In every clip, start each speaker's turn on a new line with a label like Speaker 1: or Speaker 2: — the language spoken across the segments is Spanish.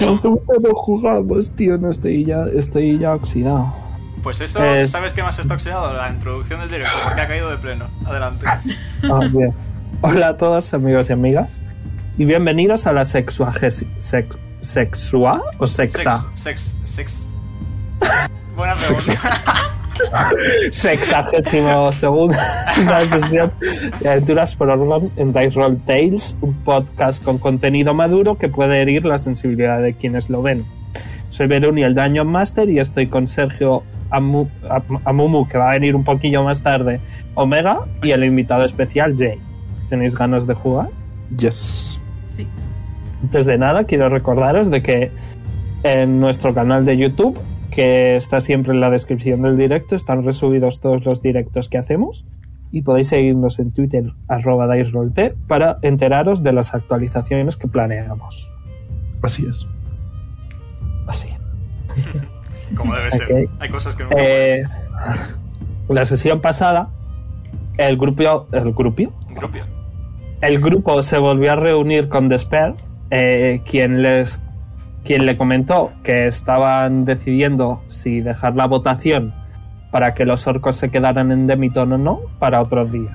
Speaker 1: Nos gusta, no jugamos, tío. No estoy ya, estoy ya oxidado.
Speaker 2: Pues eso,
Speaker 1: Es-
Speaker 2: ¿sabes qué más está oxidado? La introducción del directo, porque ha caído de pleno. Adelante.
Speaker 1: Ah, bien. Hola a todos, amigos y amigas. Y bienvenidos a la sexua... Sex, ¿Sexua o
Speaker 2: Sex,
Speaker 1: sexa?
Speaker 2: sex, sex. Buena pregunta.
Speaker 1: Sexagésimo segunda sesión de aventuras por Orlon en Dice Roll Tales, un podcast con contenido maduro que puede herir la sensibilidad de quienes lo ven. Soy Beruni, el Daño Master, y estoy con Sergio Amu- Am- Amumu, que va a venir un poquillo más tarde, Omega, y el invitado especial, Jay. ¿Tenéis ganas de jugar?
Speaker 3: Yes.
Speaker 4: Sí.
Speaker 1: Antes de nada, quiero recordaros de que en nuestro canal de YouTube, que está siempre en la descripción del directo, están resubidos todos los directos que hacemos. Y podéis seguirnos en Twitter, arroba DiceRollT, para enteraros de las actualizaciones que planeamos.
Speaker 3: Así es.
Speaker 1: Así.
Speaker 2: Como debe ser.
Speaker 1: Ok.
Speaker 2: Hay cosas que no.
Speaker 1: Eh, la sesión pasada, el grupo... ¿El grupo?
Speaker 2: Grupio.
Speaker 1: el grupo se volvió a reunir con Despair, eh, quien les quien le comentó que estaban decidiendo si dejar la votación para que los orcos se quedaran en Demiton o no para otro día.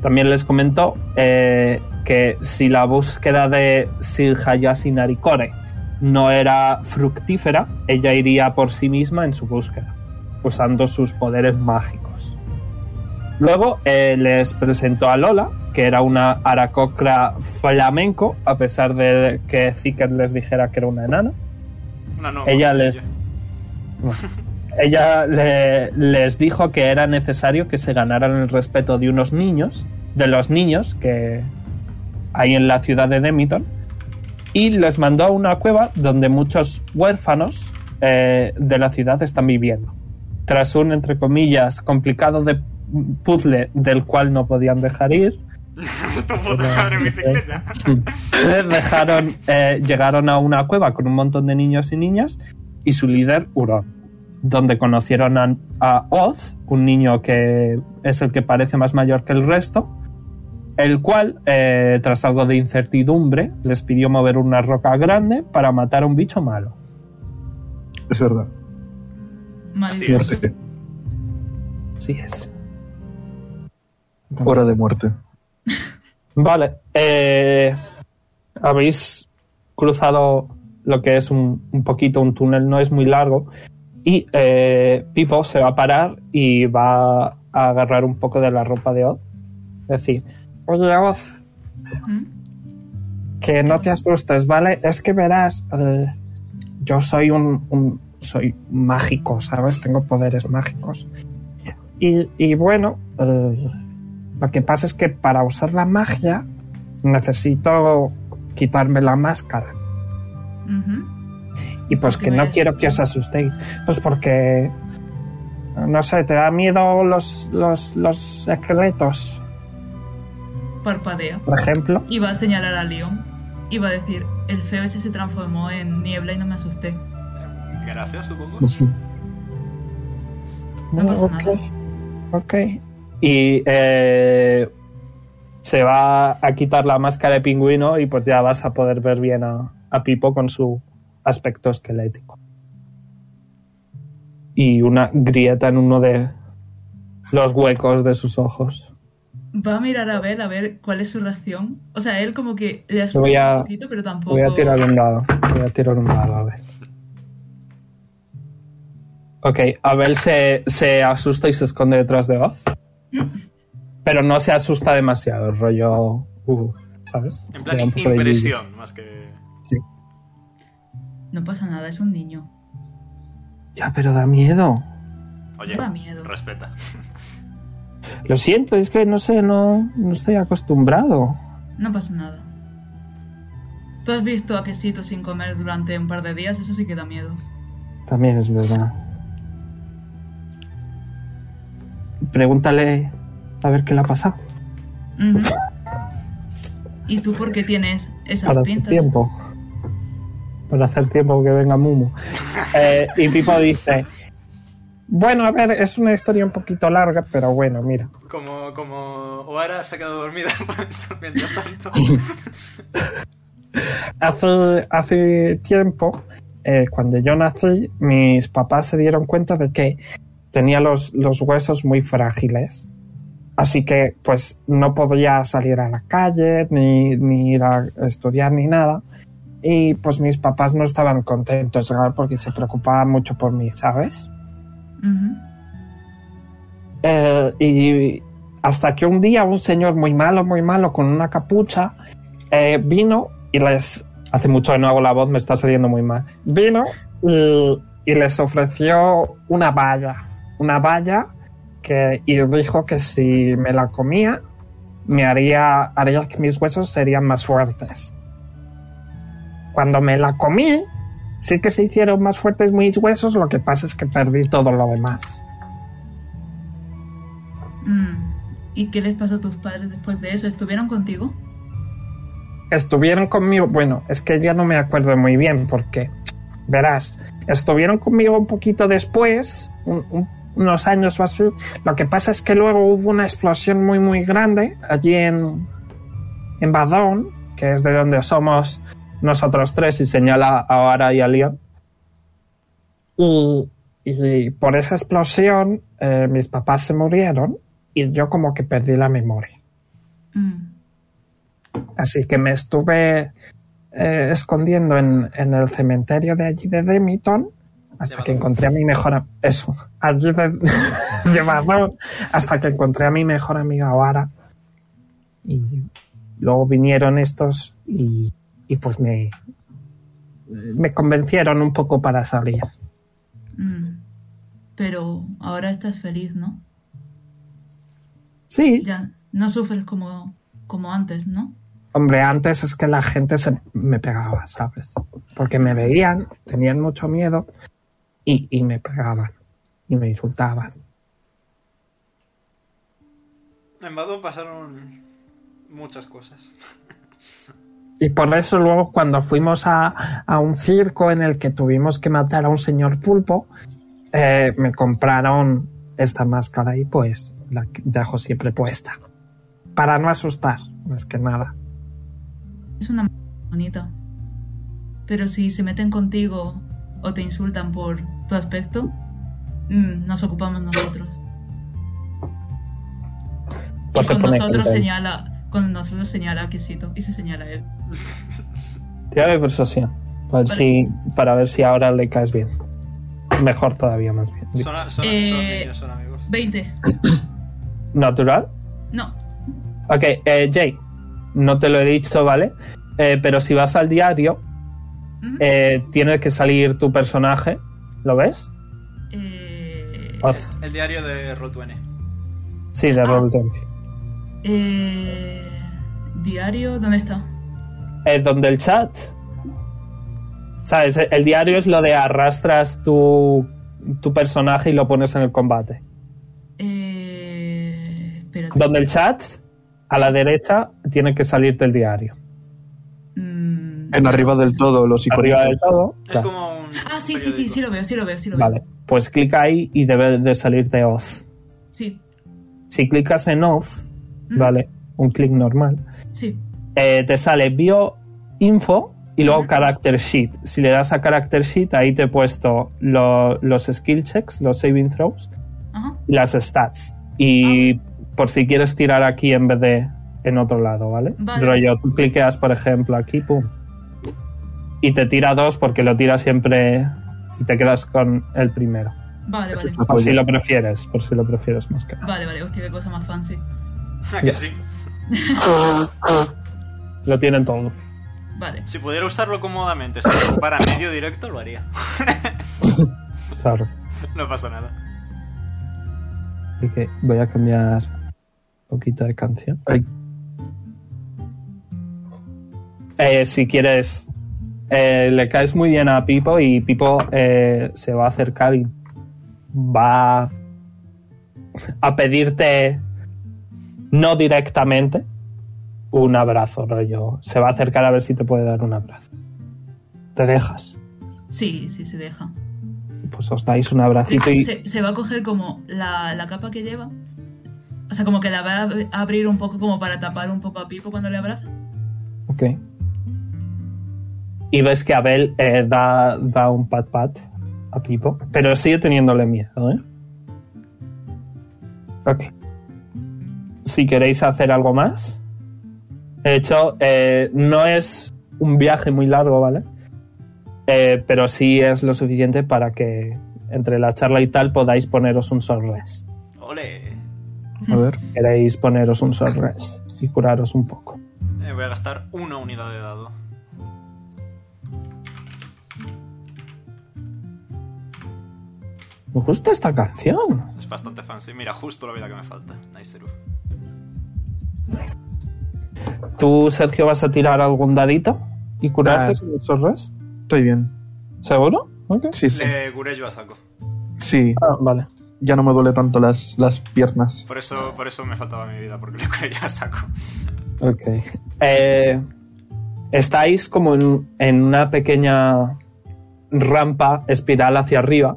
Speaker 1: También les comentó eh, que si la búsqueda de Sir Hayashi Narikore no era fructífera, ella iría por sí misma en su búsqueda, usando sus poderes mágicos. Luego eh, les presentó a Lola, que era una aracocra flamenco, a pesar de que Zicket les dijera que era una enana.
Speaker 2: Una no.
Speaker 1: Ella
Speaker 2: una
Speaker 1: les-
Speaker 2: ella.
Speaker 1: Ella le- les dijo que era necesario que se ganaran el respeto de unos niños, de los niños que hay en la ciudad de Demiton, y les mandó a una cueva donde muchos huérfanos eh, de la ciudad están viviendo. Tras un, entre comillas, complicado de puzzle del cual no podían dejar ir,
Speaker 2: tu puta madre en bicicleta.
Speaker 1: Les dejaron, eh, llegaron a una cueva con un montón de niños y niñas y su líder, Urón, donde conocieron a, a Oz, un niño que es el que parece más mayor que el resto, el cual, eh, tras algo de incertidumbre, les pidió mover una roca grande para matar a un bicho malo.
Speaker 3: Es verdad.
Speaker 4: Maravilloso.
Speaker 3: Muerte.
Speaker 1: Así es.
Speaker 3: Hora de muerte.
Speaker 1: Vale. eh, habéis cruzado lo que es un, un poquito un túnel, no es muy largo. Y eh, Pipo se va a parar y va a agarrar un poco de la ropa de Oz. Decir, oye Oz,
Speaker 4: ¿Mm?
Speaker 1: que no te asustes, ¿vale? Es que verás, eh, yo soy un, un- soy mágico, ¿sabes? Tengo poderes mágicos. Y, y bueno, eh, lo que pasa es que para usar la magia necesito quitarme la máscara.
Speaker 4: Ujú.
Speaker 1: Y pues que
Speaker 4: Te
Speaker 1: no
Speaker 4: vayas
Speaker 1: quiero que os asustéis. Pues porque, no sé, te da miedo los, los, los esqueletos,
Speaker 4: Parpadea.
Speaker 1: por ejemplo.
Speaker 4: Y va a señalar a Leon. Y va a decir, el feo ese se transformó en niebla y no me asusté.
Speaker 2: Gracias, supongo.
Speaker 4: No pasa nada.
Speaker 1: Ok. Y eh, se va a quitar la máscara de pingüino y pues ya vas a poder ver bien a, a Pipo con su aspecto esquelético. Y una grieta en uno de los huecos de sus ojos.
Speaker 4: Va a mirar a Bel a ver cuál es su reacción. O sea, él como que le ha
Speaker 1: Yo voy a-
Speaker 4: un poquito, pero tampoco...
Speaker 1: Voy a tirar un dado. Voy a tirar un dado, a ver. Ok, Abel se, se asusta y se esconde detrás de Oz. Pero no se asusta demasiado, rollo. uh, ¿Sabes?
Speaker 2: En
Speaker 1: Le da
Speaker 2: plan,
Speaker 1: un poco de
Speaker 2: impresión, más que.
Speaker 4: No pasa nada, es un niño.
Speaker 1: yuyu. Ya, pero da miedo.
Speaker 2: Oye,
Speaker 4: Da miedo.
Speaker 2: respeta.
Speaker 1: Lo siento, es que no sé, no, no estoy acostumbrado.
Speaker 4: No pasa nada. Tú has visto a quesito sin comer durante un par de días, eso sí que da miedo.
Speaker 1: También es verdad. Pregúntale a ver qué le ha pasado.
Speaker 4: Ujú. ¿Y tú por qué tienes esas
Speaker 1: para hacer
Speaker 4: pintas?
Speaker 1: tiempo. Para hacer tiempo que venga Mumu. Eh, y Pipo dice: Bueno, a ver, es una historia un poquito larga, pero bueno, mira.
Speaker 2: pues, Como, como Oara se ha quedado dormida por estar viendo tanto.
Speaker 1: hace, hace tiempo, eh, cuando yo nací, mis papás se dieron cuenta de que tenía los, los huesos muy frágiles. Así que, pues, no podía salir a la calle, ni, ni ir a estudiar, ni nada. Y, pues, mis papás no estaban contentos, claro, porque se preocupaban mucho por mí, ¿sabes?
Speaker 4: Ujú.
Speaker 1: Eh, y hasta que un día un señor muy malo, muy malo, con una capucha, eh, vino y les... Hace mucho que no hago la voz, me está saliendo muy mal. Vino y, y les ofreció una valla. Una valla que, y dijo que si me la comía, me haría, haría que mis huesos serían más fuertes. Cuando me la comí, sí que se hicieron más fuertes mis huesos, lo que pasa es que perdí todo lo demás.
Speaker 4: Mm. ¿Y qué les pasó a tus padres después de eso? ¿Estuvieron contigo?
Speaker 1: estuvieron conmigo, bueno, es que ya no me acuerdo muy bien porque, verás, estuvieron conmigo un poquito después, un- un- unos años o así. Lo que pasa es que luego hubo una explosión muy, muy grande allí en, en Badón, que es de donde somos nosotros tres y señala a Ara y a Leon. Y, y por esa explosión eh, mis papás se murieron y yo como que perdí la memoria.
Speaker 4: Mm.
Speaker 1: Así que me estuve eh, escondiendo en, en el cementerio de allí de Demiton hasta
Speaker 2: De
Speaker 1: que
Speaker 2: Badón.
Speaker 1: encontré a mi mejor am- eso allí de, de Badón, hasta que encontré a mi mejor amiga Oara y luego vinieron estos y, y pues me me convencieron un poco para salir
Speaker 4: Mm. Pero ahora estás feliz, ¿no?
Speaker 1: sí
Speaker 4: Ya, no sufres como, como antes, ¿no?
Speaker 1: Hombre, antes es que la gente se me pegaba, ¿sabes? Porque me veían, tenían mucho miedo y, y me pegaban y me insultaban.
Speaker 2: En Badón pasaron muchas cosas.
Speaker 1: Y por eso luego cuando fuimos a, a un circo en el que tuvimos que matar a un señor pulpo, eh, me compraron esta máscara y pues la que dejo siempre puesta. Para no asustar, más que nada.
Speaker 4: Es una m- bonita. Pero si se meten contigo o te insultan por tu aspecto, mm, nos ocupamos nosotros. Y
Speaker 1: Pues se
Speaker 4: con
Speaker 1: pone
Speaker 4: nosotros
Speaker 1: contento.
Speaker 4: señala, con nosotros señala a Quesito y se señala a él.
Speaker 1: Tira de persuasión. A ver
Speaker 4: Vale.
Speaker 1: si- para ver si ahora le caes bien. Mejor todavía, más bien.
Speaker 2: Son, a- son,
Speaker 4: Eh,
Speaker 2: son niños, son amigos.
Speaker 4: 20.
Speaker 1: ¿Natural?
Speaker 4: No.
Speaker 1: Ok, eh, Jay, no te lo he dicho, ¿vale? Eh, pero si vas al diario,
Speaker 4: Mm.
Speaker 1: eh, tiene que salir tu personaje. ¿Lo ves?
Speaker 4: Eh,
Speaker 1: Oz.
Speaker 2: El diario de Roll20.
Speaker 1: Sí, de
Speaker 4: Ah.
Speaker 1: Roll20.
Speaker 4: eh, diario, ¿dónde está?
Speaker 1: Eh, donde el chat. ¿Sabes? El diario es lo de arrastras tu, tu personaje y lo pones en el combate.
Speaker 4: Eh, espérate.
Speaker 1: Donde el chat, a la derecha, tiene que salirte el diario.
Speaker 4: Mm.
Speaker 3: En arriba del todo, los iconos.
Speaker 1: Arriba del todo.
Speaker 2: Es
Speaker 1: claro.
Speaker 2: como un.
Speaker 4: Ah, sí, sí, sí, sí lo veo, sí lo veo, sí lo veo.
Speaker 1: Vale, pues clica ahí y debe de salirte Oz.
Speaker 4: Sí.
Speaker 1: Si clicas en Oz,
Speaker 4: Mm,
Speaker 1: vale, un clic normal.
Speaker 4: Sí.
Speaker 1: eh, te sale bio info y luego
Speaker 4: Ujú.
Speaker 1: character sheet. Si le das a character sheet, ahí te he puesto lo- los skill checks, los saving throws
Speaker 4: Ajá.
Speaker 1: y las stats. Y por si quieres tirar aquí en vez de en otro lado, ¿vale?
Speaker 4: Vale.
Speaker 1: Rollo, tú cliqueas, por ejemplo, aquí, pum. Y te tira dos porque lo tira siempre y te quedas con el primero.
Speaker 4: Vale, vale.
Speaker 1: Por si lo prefieres, por si lo prefieres más que nada.
Speaker 4: Vale, vale. Hostia, qué cosa más fancy.
Speaker 2: Ah, que sí.
Speaker 1: Lo tienen todo.
Speaker 4: Vale.
Speaker 2: Si pudiera usarlo cómodamente, si lo ocupara medio directo, lo haría.
Speaker 1: Sorry.
Speaker 2: No pasa nada.
Speaker 1: Así que voy a cambiar un poquito de canción.
Speaker 3: Ay,
Speaker 1: Eh, si quieres, eh, le caes muy bien a Pipo y Pipo eh, se va a acercar y va a pedirte, no directamente, un abrazo, rollo. Se va a acercar a ver si te puede dar un abrazo. Te dejas.
Speaker 4: Sí, sí, se deja.
Speaker 1: Pues os dais un abracito y...
Speaker 4: Se, se va a coger como la, la capa que lleva. O sea, como que la va a ab- abrir un poco como para tapar un poco a Pipo cuando le abraza.
Speaker 1: Ok. Y ves que Abel eh, da, da un pat pat a Pipo, pero sigue teniéndole miedo, ¿eh? Ok. Si queréis hacer algo más. De hecho, eh, no es un viaje muy largo, ¿vale? Eh, pero sí es lo suficiente para que entre la charla y tal podáis poneros un short rest.
Speaker 2: Ole. eh,
Speaker 3: A ver.
Speaker 1: Queréis poneros un short rest y curaros un poco.
Speaker 2: Eh, voy a gastar una unidad de dado.
Speaker 1: Me gusta esta canción.
Speaker 2: Es bastante fancy. Mira, justo la vida que me falta. Nice, Eru.
Speaker 1: ¿Tú, Sergio, vas a tirar algún dadito y curarte
Speaker 3: Ah, sí.
Speaker 1: con el short rest?
Speaker 3: Estoy bien.
Speaker 1: ¿Seguro? Ok.
Speaker 3: Sí, sí.
Speaker 2: Le curé yo a saco.
Speaker 3: Sí,
Speaker 1: Ah, vale.
Speaker 3: ya no me duele tanto las, las piernas.
Speaker 2: Por eso, por eso me faltaba mi vida, porque le curé yo a saco.
Speaker 1: Ok. Eh, estáis como en, en una pequeña rampa espiral hacia arriba,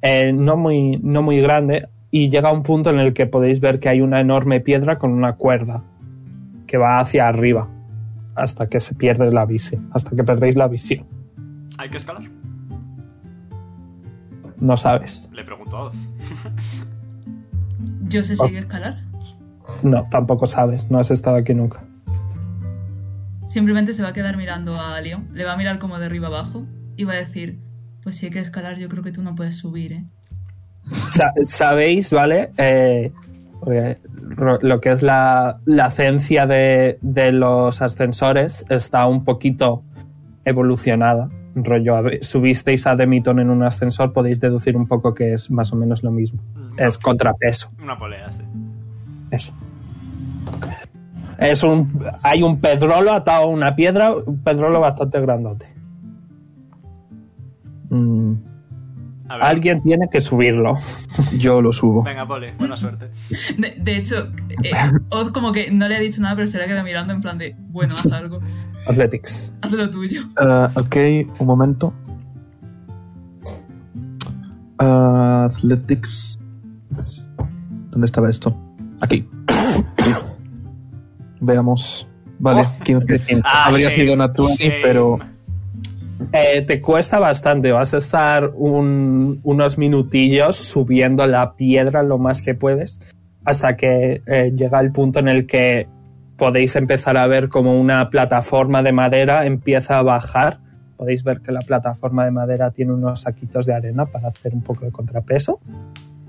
Speaker 1: eh, no, muy, no muy grande, y llega un punto en el que podéis ver que hay una enorme piedra con una cuerda que va hacia arriba hasta que se pierde la visión, hasta que perdéis la visión.
Speaker 2: ¿Hay que escalar?
Speaker 1: No sabes.
Speaker 2: Le pregunto a Oz.
Speaker 4: ¿Yo
Speaker 1: Ah.
Speaker 4: sé si hay que escalar?
Speaker 1: No, tampoco sabes. No has estado aquí nunca.
Speaker 4: Simplemente se va a quedar mirando a Leon. Le va a mirar como de arriba abajo y va a decir: Pues si hay que escalar, yo creo que tú no puedes subir, ¿eh?
Speaker 1: Sa- sabéis, ¿vale? Eh, porque ro- lo que es la, la ciencia de, de los ascensores está un poquito evolucionada. Rollo, a ver, subisteis a Demiton en un ascensor, podéis deducir un poco que es más o menos lo mismo. Es contrapeso,
Speaker 2: Una polea, sí.
Speaker 1: eso. Es un, hay un pedrolo atado a una piedra, un pedrolo bastante grandote.
Speaker 3: Mm,
Speaker 2: A ver.
Speaker 1: Alguien tiene que subirlo.
Speaker 3: yo lo subo.
Speaker 2: Venga, pole. Buena suerte.
Speaker 4: De, de hecho, eh, Oz como que no le ha dicho nada, pero se le ha quedado mirando en plan de: Bueno, haz algo,
Speaker 1: Athletics.
Speaker 4: haz lo tuyo.
Speaker 3: Ah, ok, un momento. Ah, athletics. ¿Dónde estaba esto? Aquí. Veamos. Vale, 15.
Speaker 2: Ah,
Speaker 3: Habría
Speaker 2: shame.
Speaker 3: sido una 20,
Speaker 2: Shame.
Speaker 3: pero
Speaker 1: Eh, te cuesta bastante, vas a estar un- unos minutillos subiendo la piedra lo más que puedes hasta que eh, llega el punto en el que podéis empezar a ver como una plataforma de madera empieza a bajar. Podéis ver que la plataforma de madera tiene unos saquitos de arena para hacer un poco de contrapeso.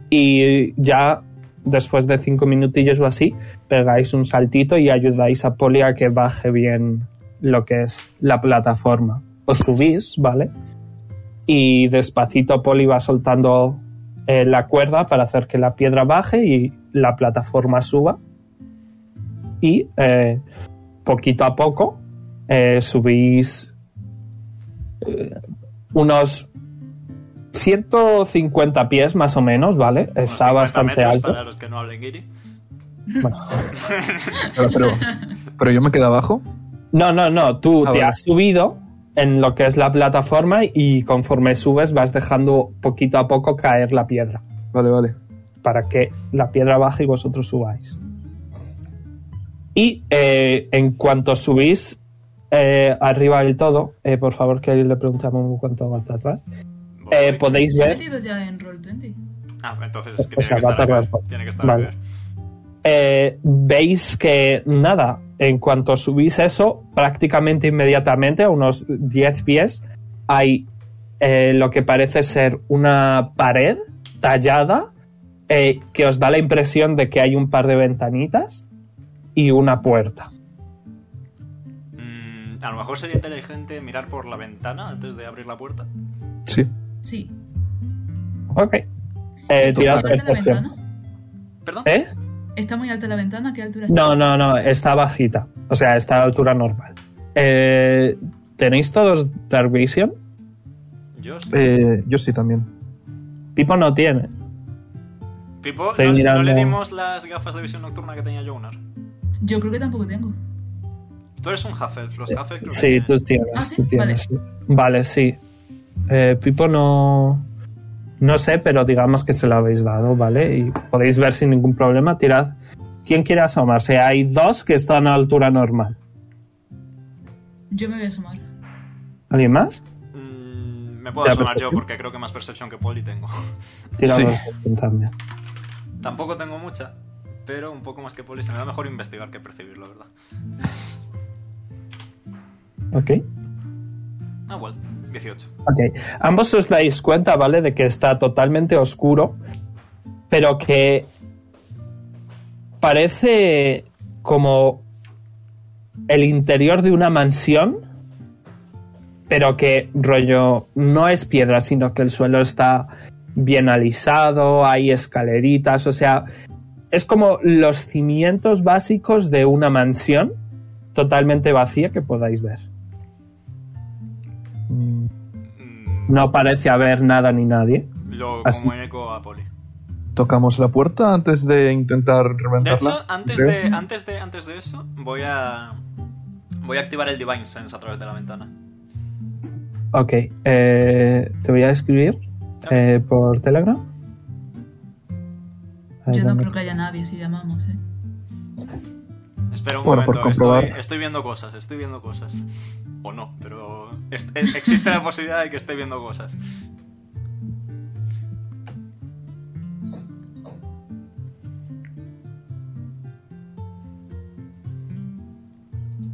Speaker 1: Y ya después de cinco minutillos o así, pegáis un saltito y ayudáis a Poli a que baje bien lo que es la plataforma. Os subís, ¿vale? Y despacito Poli va soltando eh, la cuerda para hacer que la piedra baje y la plataforma suba. Y eh, poquito a poco eh, subís eh, unos 150 pies más o menos, ¿vale?
Speaker 2: Unos
Speaker 1: Está
Speaker 2: 50
Speaker 1: bastante
Speaker 2: metros
Speaker 1: alto. Eh,
Speaker 2: Para los que no hablen guiri.
Speaker 3: pero, pero, pero yo me quedé abajo.
Speaker 1: No, no, no. Tú
Speaker 3: Ah,
Speaker 1: te
Speaker 3: vale.
Speaker 1: has subido en lo que es la plataforma y conforme subes vas dejando poquito a poco caer la piedra
Speaker 3: Vale, vale.
Speaker 1: para que la piedra baje y vosotros subáis. Y eh, en cuanto subís eh, arriba del todo, eh, por favor que le preguntamos cuánto va a tardar. Eh, podéis
Speaker 4: ¿Se ha
Speaker 1: ver
Speaker 4: metido ya en Roll20?
Speaker 2: Ah, entonces es que
Speaker 1: O
Speaker 2: tiene
Speaker 1: sea,
Speaker 2: que
Speaker 1: va a
Speaker 2: estar
Speaker 1: tardar
Speaker 2: acá.
Speaker 1: poco.
Speaker 2: Tiene que estar
Speaker 1: Vale.
Speaker 2: acá.
Speaker 1: Eh, veis que nada, en cuanto subís eso, prácticamente inmediatamente, a unos 10 pies, hay eh, lo que parece ser una pared tallada eh, que os da la impresión de que hay un par de ventanitas y una puerta.
Speaker 2: Mm, a lo mejor sería inteligente mirar por la ventana antes de abrir la puerta.
Speaker 3: Sí.
Speaker 4: Sí.
Speaker 1: Ok.
Speaker 4: ¿Está
Speaker 1: Eh,
Speaker 4: muy
Speaker 1: tirad
Speaker 4: alta la
Speaker 1: percepción.
Speaker 4: ventana?
Speaker 2: ¿Perdón?
Speaker 1: ¿Eh?
Speaker 4: ¿Está muy alta la ventana? ¿Qué altura está?
Speaker 1: No, no, no, está bajita. O sea, está a altura normal. Eh, ¿Tenéis todos Dark Vision?
Speaker 2: Yo sí.
Speaker 3: Eh, yo sí también.
Speaker 1: Pipo no tiene.
Speaker 2: Pipo,
Speaker 1: ¿Eh? estoy
Speaker 2: no, no le
Speaker 1: mirando-
Speaker 2: dimos las gafas de visión nocturna que tenía Jonar.
Speaker 4: Yo creo que tampoco tengo.
Speaker 2: Tú eres un Hufflepuff. Los Hufflepuff creo que
Speaker 1: Eh, Sí,
Speaker 2: tienen-
Speaker 1: tú tienes.
Speaker 4: Ah, ¿sí?
Speaker 1: tú tienes, sí. Vale, sí. Eh, Pipo no. No sé, pero digamos que se lo habéis dado, ¿vale? Y podéis ver sin ningún problema. Tirad. ¿Quién quiere asomarse? Hay dos que están a altura normal.
Speaker 4: Yo me voy a asomar.
Speaker 1: ¿Alguien más?
Speaker 2: Mm, me puedo
Speaker 1: Ya,
Speaker 2: asomar yo
Speaker 1: perfecto.
Speaker 2: porque creo que más percepción que Poli tengo.
Speaker 1: Tira
Speaker 3: Sí.
Speaker 1: los dos también.
Speaker 2: Tampoco tengo mucha, pero un poco más que Poli se me da mejor investigar que percibir, la verdad.
Speaker 1: Ok.
Speaker 2: Ah, bueno, 18.
Speaker 1: Ok. Ambos os dais cuenta, ¿vale? De que está totalmente oscuro, pero que parece como el interior de una mansión, pero que rollo no es piedra, sino que el suelo está bien alisado, hay escaleritas, o sea, es como los cimientos básicos de una mansión totalmente vacía que podáis ver.
Speaker 3: Mm,
Speaker 2: Mm,
Speaker 1: No parece haber nada ni nadie.
Speaker 2: Lo
Speaker 1: Así.
Speaker 2: comunico a Poli.
Speaker 3: Tocamos la puerta antes de intentar
Speaker 2: De
Speaker 3: reventarla.
Speaker 2: hecho, antes
Speaker 3: creo.
Speaker 2: de, antes de, antes de eso, voy a. Voy a activar el Divine Sense a través de la ventana.
Speaker 1: Ok, eh, te voy a escribir eh, por Telegram. Ahí
Speaker 4: Yo no
Speaker 1: dame.
Speaker 4: creo que haya nadie si llamamos, ¿eh?
Speaker 2: Espera un
Speaker 3: Bueno, por
Speaker 2: momento, estoy,
Speaker 3: comprobar.
Speaker 2: estoy viendo cosas, estoy viendo cosas. O no, pero es- es- existe la posibilidad de que esté viendo cosas.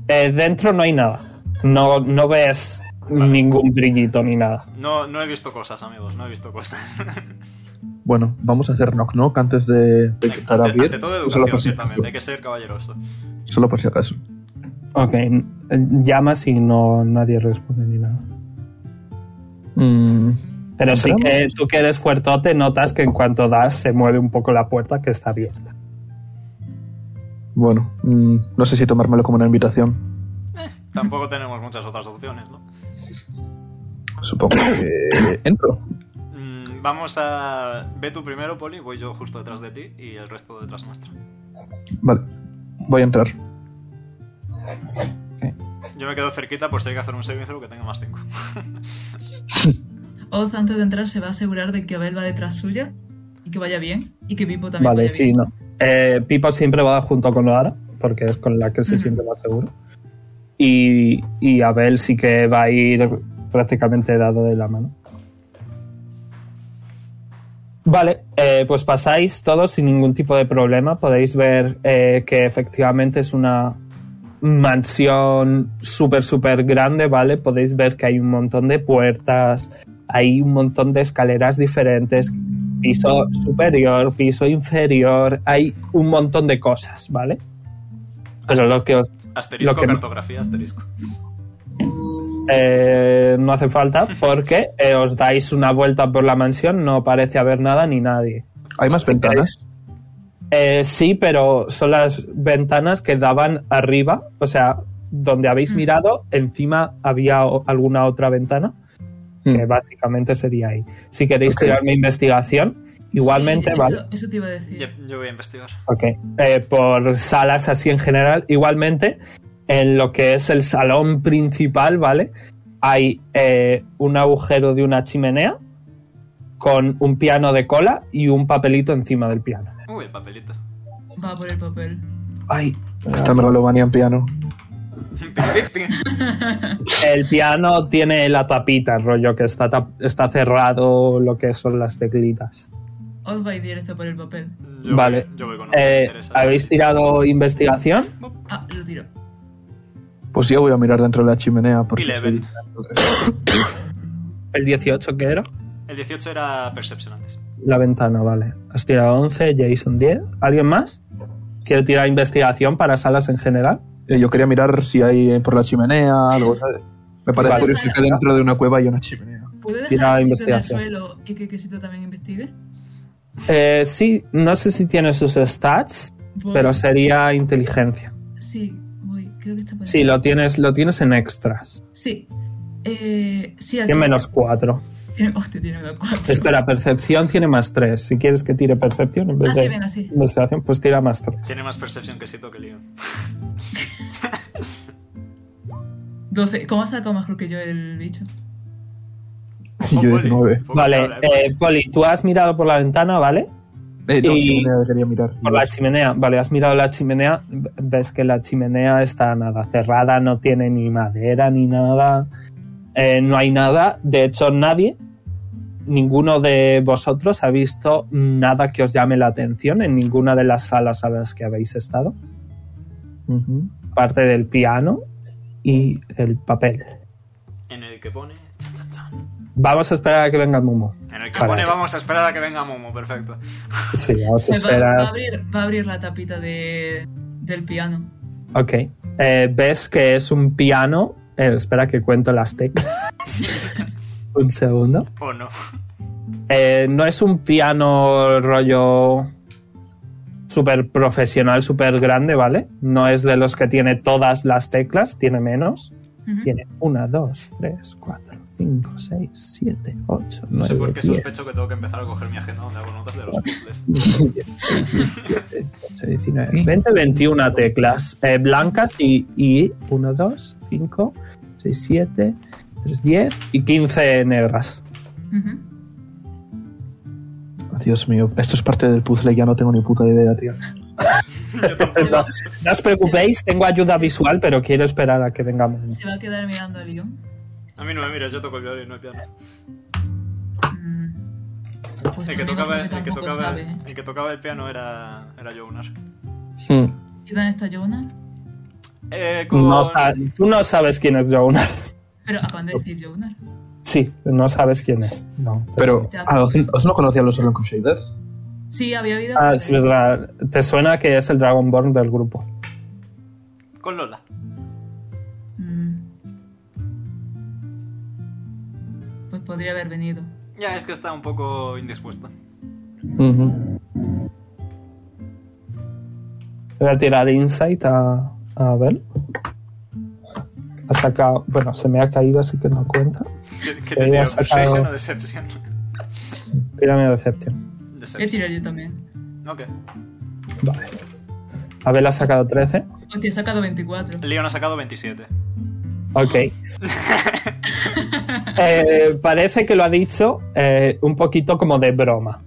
Speaker 1: Eh, dentro no hay nada. No, no ves ningún brillito ni nada.
Speaker 2: No, no he visto cosas, amigos, no he visto cosas.
Speaker 3: Bueno, vamos a hacer knock knock antes de, de
Speaker 2: ante,
Speaker 3: intentar abrir.
Speaker 2: ante todo,
Speaker 3: solo, por
Speaker 2: educación,
Speaker 3: si
Speaker 2: ciertamente, hay que ser caballeroso.
Speaker 3: solo por si acaso.
Speaker 1: Ok, n- llamas y no nadie responde ni nada.
Speaker 3: Mm,
Speaker 1: Pero sí
Speaker 3: ¿Entramos?
Speaker 1: que tú que eres fuertote notas que en cuanto das se mueve un poco la puerta que está abierta.
Speaker 3: bueno, mm, no sé si tomármelo como una invitación.
Speaker 2: Tampoco tenemos muchas otras opciones, ¿no?
Speaker 3: Supongo que entro.
Speaker 2: Mm, vamos a. Ve tú primero, Poli, voy yo justo detrás de ti y el resto detrás nuestra.
Speaker 3: Vale, voy a entrar.
Speaker 2: Yo me quedo cerquita por si hay que hacer un saving throw que tenga más 5.
Speaker 4: Oz, antes de entrar, se va a asegurar de que Abel va detrás suya y que vaya bien y que Pipo también
Speaker 1: Vale,
Speaker 4: vaya
Speaker 1: sí,
Speaker 4: bien.
Speaker 1: no. Eh, Pipo siempre va junto con Noara, porque es con la que se
Speaker 4: Ujú.
Speaker 1: siente más seguro. Y, y Abel sí que va a ir prácticamente dado de la mano. Vale, eh, pues pasáis todos sin ningún tipo de problema. Podéis ver eh, que efectivamente es una mansión súper, súper grande, ¿vale? Podéis ver que hay un montón de puertas, hay un montón de escaleras diferentes, piso superior, piso inferior, hay un montón de cosas, ¿vale? Pero lo que os...
Speaker 2: Asterisco,
Speaker 1: Lo que no-
Speaker 2: cartografía, asterisco.
Speaker 1: eh, no hace falta porque eh, os dais una vuelta por la mansión, no parece haber nada ni nadie.
Speaker 3: ¿Hay más ventanas?
Speaker 1: Eh, sí, pero son las ventanas que daban arriba, o sea, donde habéis
Speaker 4: Mm.
Speaker 1: mirado, encima había o- alguna otra ventana, que
Speaker 3: Mm,
Speaker 1: básicamente sería ahí. Si queréis
Speaker 3: Ok.
Speaker 1: tirarme investigación, igualmente,
Speaker 4: Sí,
Speaker 1: ¿vale?
Speaker 4: Eso, eso te iba a decir.
Speaker 2: Yep, yo voy a investigar.
Speaker 1: Ok, eh, por salas así en general. Igualmente, en lo que es el salón principal, ¿vale? Hay eh, un agujero de una chimenea con un piano de cola y un papelito encima del piano.
Speaker 2: Uy, el papelito.
Speaker 4: Va por el papel.
Speaker 1: Ay,
Speaker 3: Esta me lo banean piano.
Speaker 2: Ping, ping, ping.
Speaker 1: el piano tiene la tapita, rollo, que está, tap- está cerrado, lo que son las teclitas.
Speaker 4: Oz va a ir directo por el papel.
Speaker 2: Yo
Speaker 1: Vale.
Speaker 2: voy- yo voy con otro, me
Speaker 1: Eh,
Speaker 2: interesa.
Speaker 1: ¿Habéis tirado investigación?
Speaker 4: Ah, lo tiro.
Speaker 3: Pues yo voy a mirar dentro de la chimenea. Porque
Speaker 2: Eleven.
Speaker 1: ¿El 18 que era?
Speaker 2: El 18 era Perception antes.
Speaker 1: La ventana, vale. Has tirado 11, Jason 10. ¿Alguien más? ¿Quiere tirar investigación para salas en general?
Speaker 3: Eh, yo quería mirar si hay eh, por la chimenea algo. ¿sabes? Me parece
Speaker 1: Vale.
Speaker 3: curioso que dentro de una cueva hay una chimenea.
Speaker 4: ¿Puede dejar
Speaker 1: Tira
Speaker 4: el quesito en el
Speaker 1: investigación.
Speaker 4: suelo y que quesito también investigue?
Speaker 1: Eh, sí, no sé si tiene sus stats,
Speaker 4: Voy.
Speaker 1: pero sería inteligencia.
Speaker 4: Sí, voy. Creo que está por ahí.
Speaker 1: Sí, lo tienes, lo tienes en extras.
Speaker 4: Sí. Eh, sí, aquí.
Speaker 1: Tiene menos 4.
Speaker 4: Tiene- hostia, tiene menos cuatro.
Speaker 1: Espera, percepción tiene más 3. Si quieres que tire percepción en
Speaker 4: Ah,
Speaker 1: vez
Speaker 4: sí,
Speaker 1: de
Speaker 4: venga, sí.
Speaker 1: investigación, pues tira más 3.
Speaker 2: Tiene más Perception que Sito que Leon.
Speaker 4: 12. ¿Cómo ha sacado mejor que yo el bicho?
Speaker 3: Y yo
Speaker 2: Ojo,
Speaker 3: 19.
Speaker 2: Poli.
Speaker 1: Vale,
Speaker 2: Poco habla, eh,
Speaker 1: eh, Poli, tú has mirado por la ventana, ¿vale?
Speaker 3: Eh, no,
Speaker 1: Y-
Speaker 3: chimenea quería mirar.
Speaker 1: Por la chimenea, vale, has mirado la chimenea, v- ves que la chimenea está nada cerrada, no tiene ni madera ni nada. Eh, no hay nada, de hecho nadie, ninguno de vosotros ha visto nada que os llame la atención en ninguna de las salas a las que habéis estado,
Speaker 3: Ujú.
Speaker 1: aparte del piano y el papel.
Speaker 2: En el que pone. chan, chan, chan.
Speaker 1: Vamos a esperar a que venga Momo.
Speaker 2: En el que
Speaker 1: Vale.
Speaker 2: pone, vamos a esperar a que venga Momo, perfecto.
Speaker 1: Sí, vamos a
Speaker 4: Se Eh, va, va a
Speaker 1: esperar.
Speaker 4: abrir, va a abrir la tapita de, del piano.
Speaker 1: Ok. Eh, Ves que es un piano. Eh, espera que cuento las teclas. un segundo.
Speaker 2: O no.
Speaker 1: Eh, no es un piano rollo súper profesional, súper grande, ¿vale? No es de los que tiene todas las teclas, tiene menos.
Speaker 4: Ujú.
Speaker 1: Tiene 1, 2, 3, 4, 5, 6, 7, 8, 9,
Speaker 2: No sé por qué
Speaker 1: 10,
Speaker 2: sospecho que tengo que empezar a coger mi agenda donde hago notas de los puzzles.
Speaker 1: 19, 20, 21 teclas eh, blancas y, y 1, 2, 5, 6, 7, 3, 10 y 15 negras.
Speaker 4: Ujú.
Speaker 3: Ah, Dios mío, esto es parte del puzzle, ya no tengo ni puta idea, tío.
Speaker 2: Yo tampoco.
Speaker 1: No os preocupéis, tengo ayuda visual, pero quiero esperar a que vengamos.
Speaker 4: Se va a quedar mirando el guión.
Speaker 2: A mí no me mires, yo toco el violín, no el piano.
Speaker 4: Mm. Pues
Speaker 2: El que
Speaker 4: también
Speaker 2: tocaba
Speaker 4: otro
Speaker 2: el, que
Speaker 4: tampoco
Speaker 2: tocaba,
Speaker 4: sabe.
Speaker 2: el que tocaba el piano era, era Jonas.
Speaker 1: Hmm.
Speaker 4: ¿Y dónde está Jonar?
Speaker 2: Eh, con...
Speaker 1: No sa- tú no sabes quién es Jonar.
Speaker 4: Pero acaban de decir Jonar.
Speaker 1: Sí, no sabes quién es. No.
Speaker 3: Pero, ah, ¿os, os no conocían los Orlan Crusaders?
Speaker 4: Sí, había oído.
Speaker 1: Ah,
Speaker 4: hablar
Speaker 1: es
Speaker 4: de él.
Speaker 1: verdad. Te suena que es el Dragonborn del grupo.
Speaker 2: con Lola.
Speaker 4: Mm. Pues podría haber venido.
Speaker 2: Ya, es que está un poco indispuesta.
Speaker 1: Voy a tirar Insight a, a ver. Ha sacado. Bueno, se me ha caído, así que no cuenta.
Speaker 2: ¿Qué, qué
Speaker 1: Te
Speaker 2: te digo?
Speaker 1: había Eh, sacado-
Speaker 2: ¿Persuasion o Deception?
Speaker 1: Tírame Deception.
Speaker 4: Voy a
Speaker 2: Deception.
Speaker 4: tirar yo también.
Speaker 2: Ok.
Speaker 1: Vale. Abel ha sacado 13.
Speaker 4: Hostia, he sacado 24.
Speaker 2: Leon ha sacado 27.
Speaker 1: Ok. Eh, parece que lo ha dicho eh, un poquito como de broma.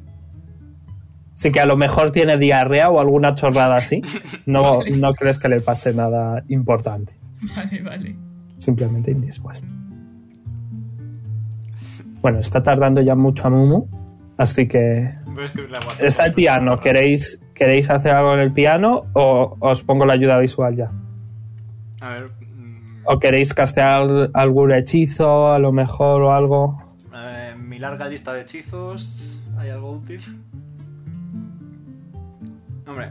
Speaker 1: Así que a lo mejor tiene diarrea o alguna chorrada así. No, no crees que le pase nada importante.
Speaker 4: Vale, vale.
Speaker 1: simplemente indispuesto. Bueno, está tardando ya mucho a Mumu, así que
Speaker 2: Voy a escribirle a WhatsApp.
Speaker 1: está el piano. ¿Queréis, queréis hacer algo en el piano o os pongo la ayuda visual ya?
Speaker 2: A ver. mm,
Speaker 1: ¿O queréis castear algún hechizo, a lo mejor o algo?
Speaker 2: eh, mi larga lista de hechizos. ¿Hay algo útil? Hombre.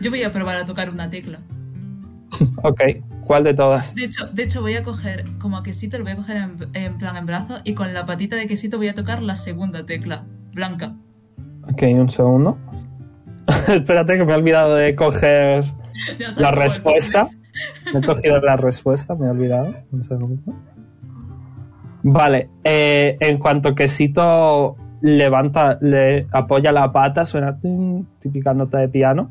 Speaker 4: Yo voy a probar a tocar una tecla.
Speaker 1: Ok, ¿cuál de todas?
Speaker 4: De hecho, de hecho voy a coger, como a quesito, lo voy a coger en, en plan en brazo y con la patita de quesito voy a tocar la segunda tecla, blanca.
Speaker 1: Ok, un segundo. Espérate que me he olvidado de coger
Speaker 4: Ya sabes
Speaker 1: la
Speaker 4: cómo es.
Speaker 1: respuesta. Me he cogido la respuesta, me he olvidado. Un segundo. Vale, eh, en cuanto quesito levanta, le apoya la pata, suena tin, típica nota de piano.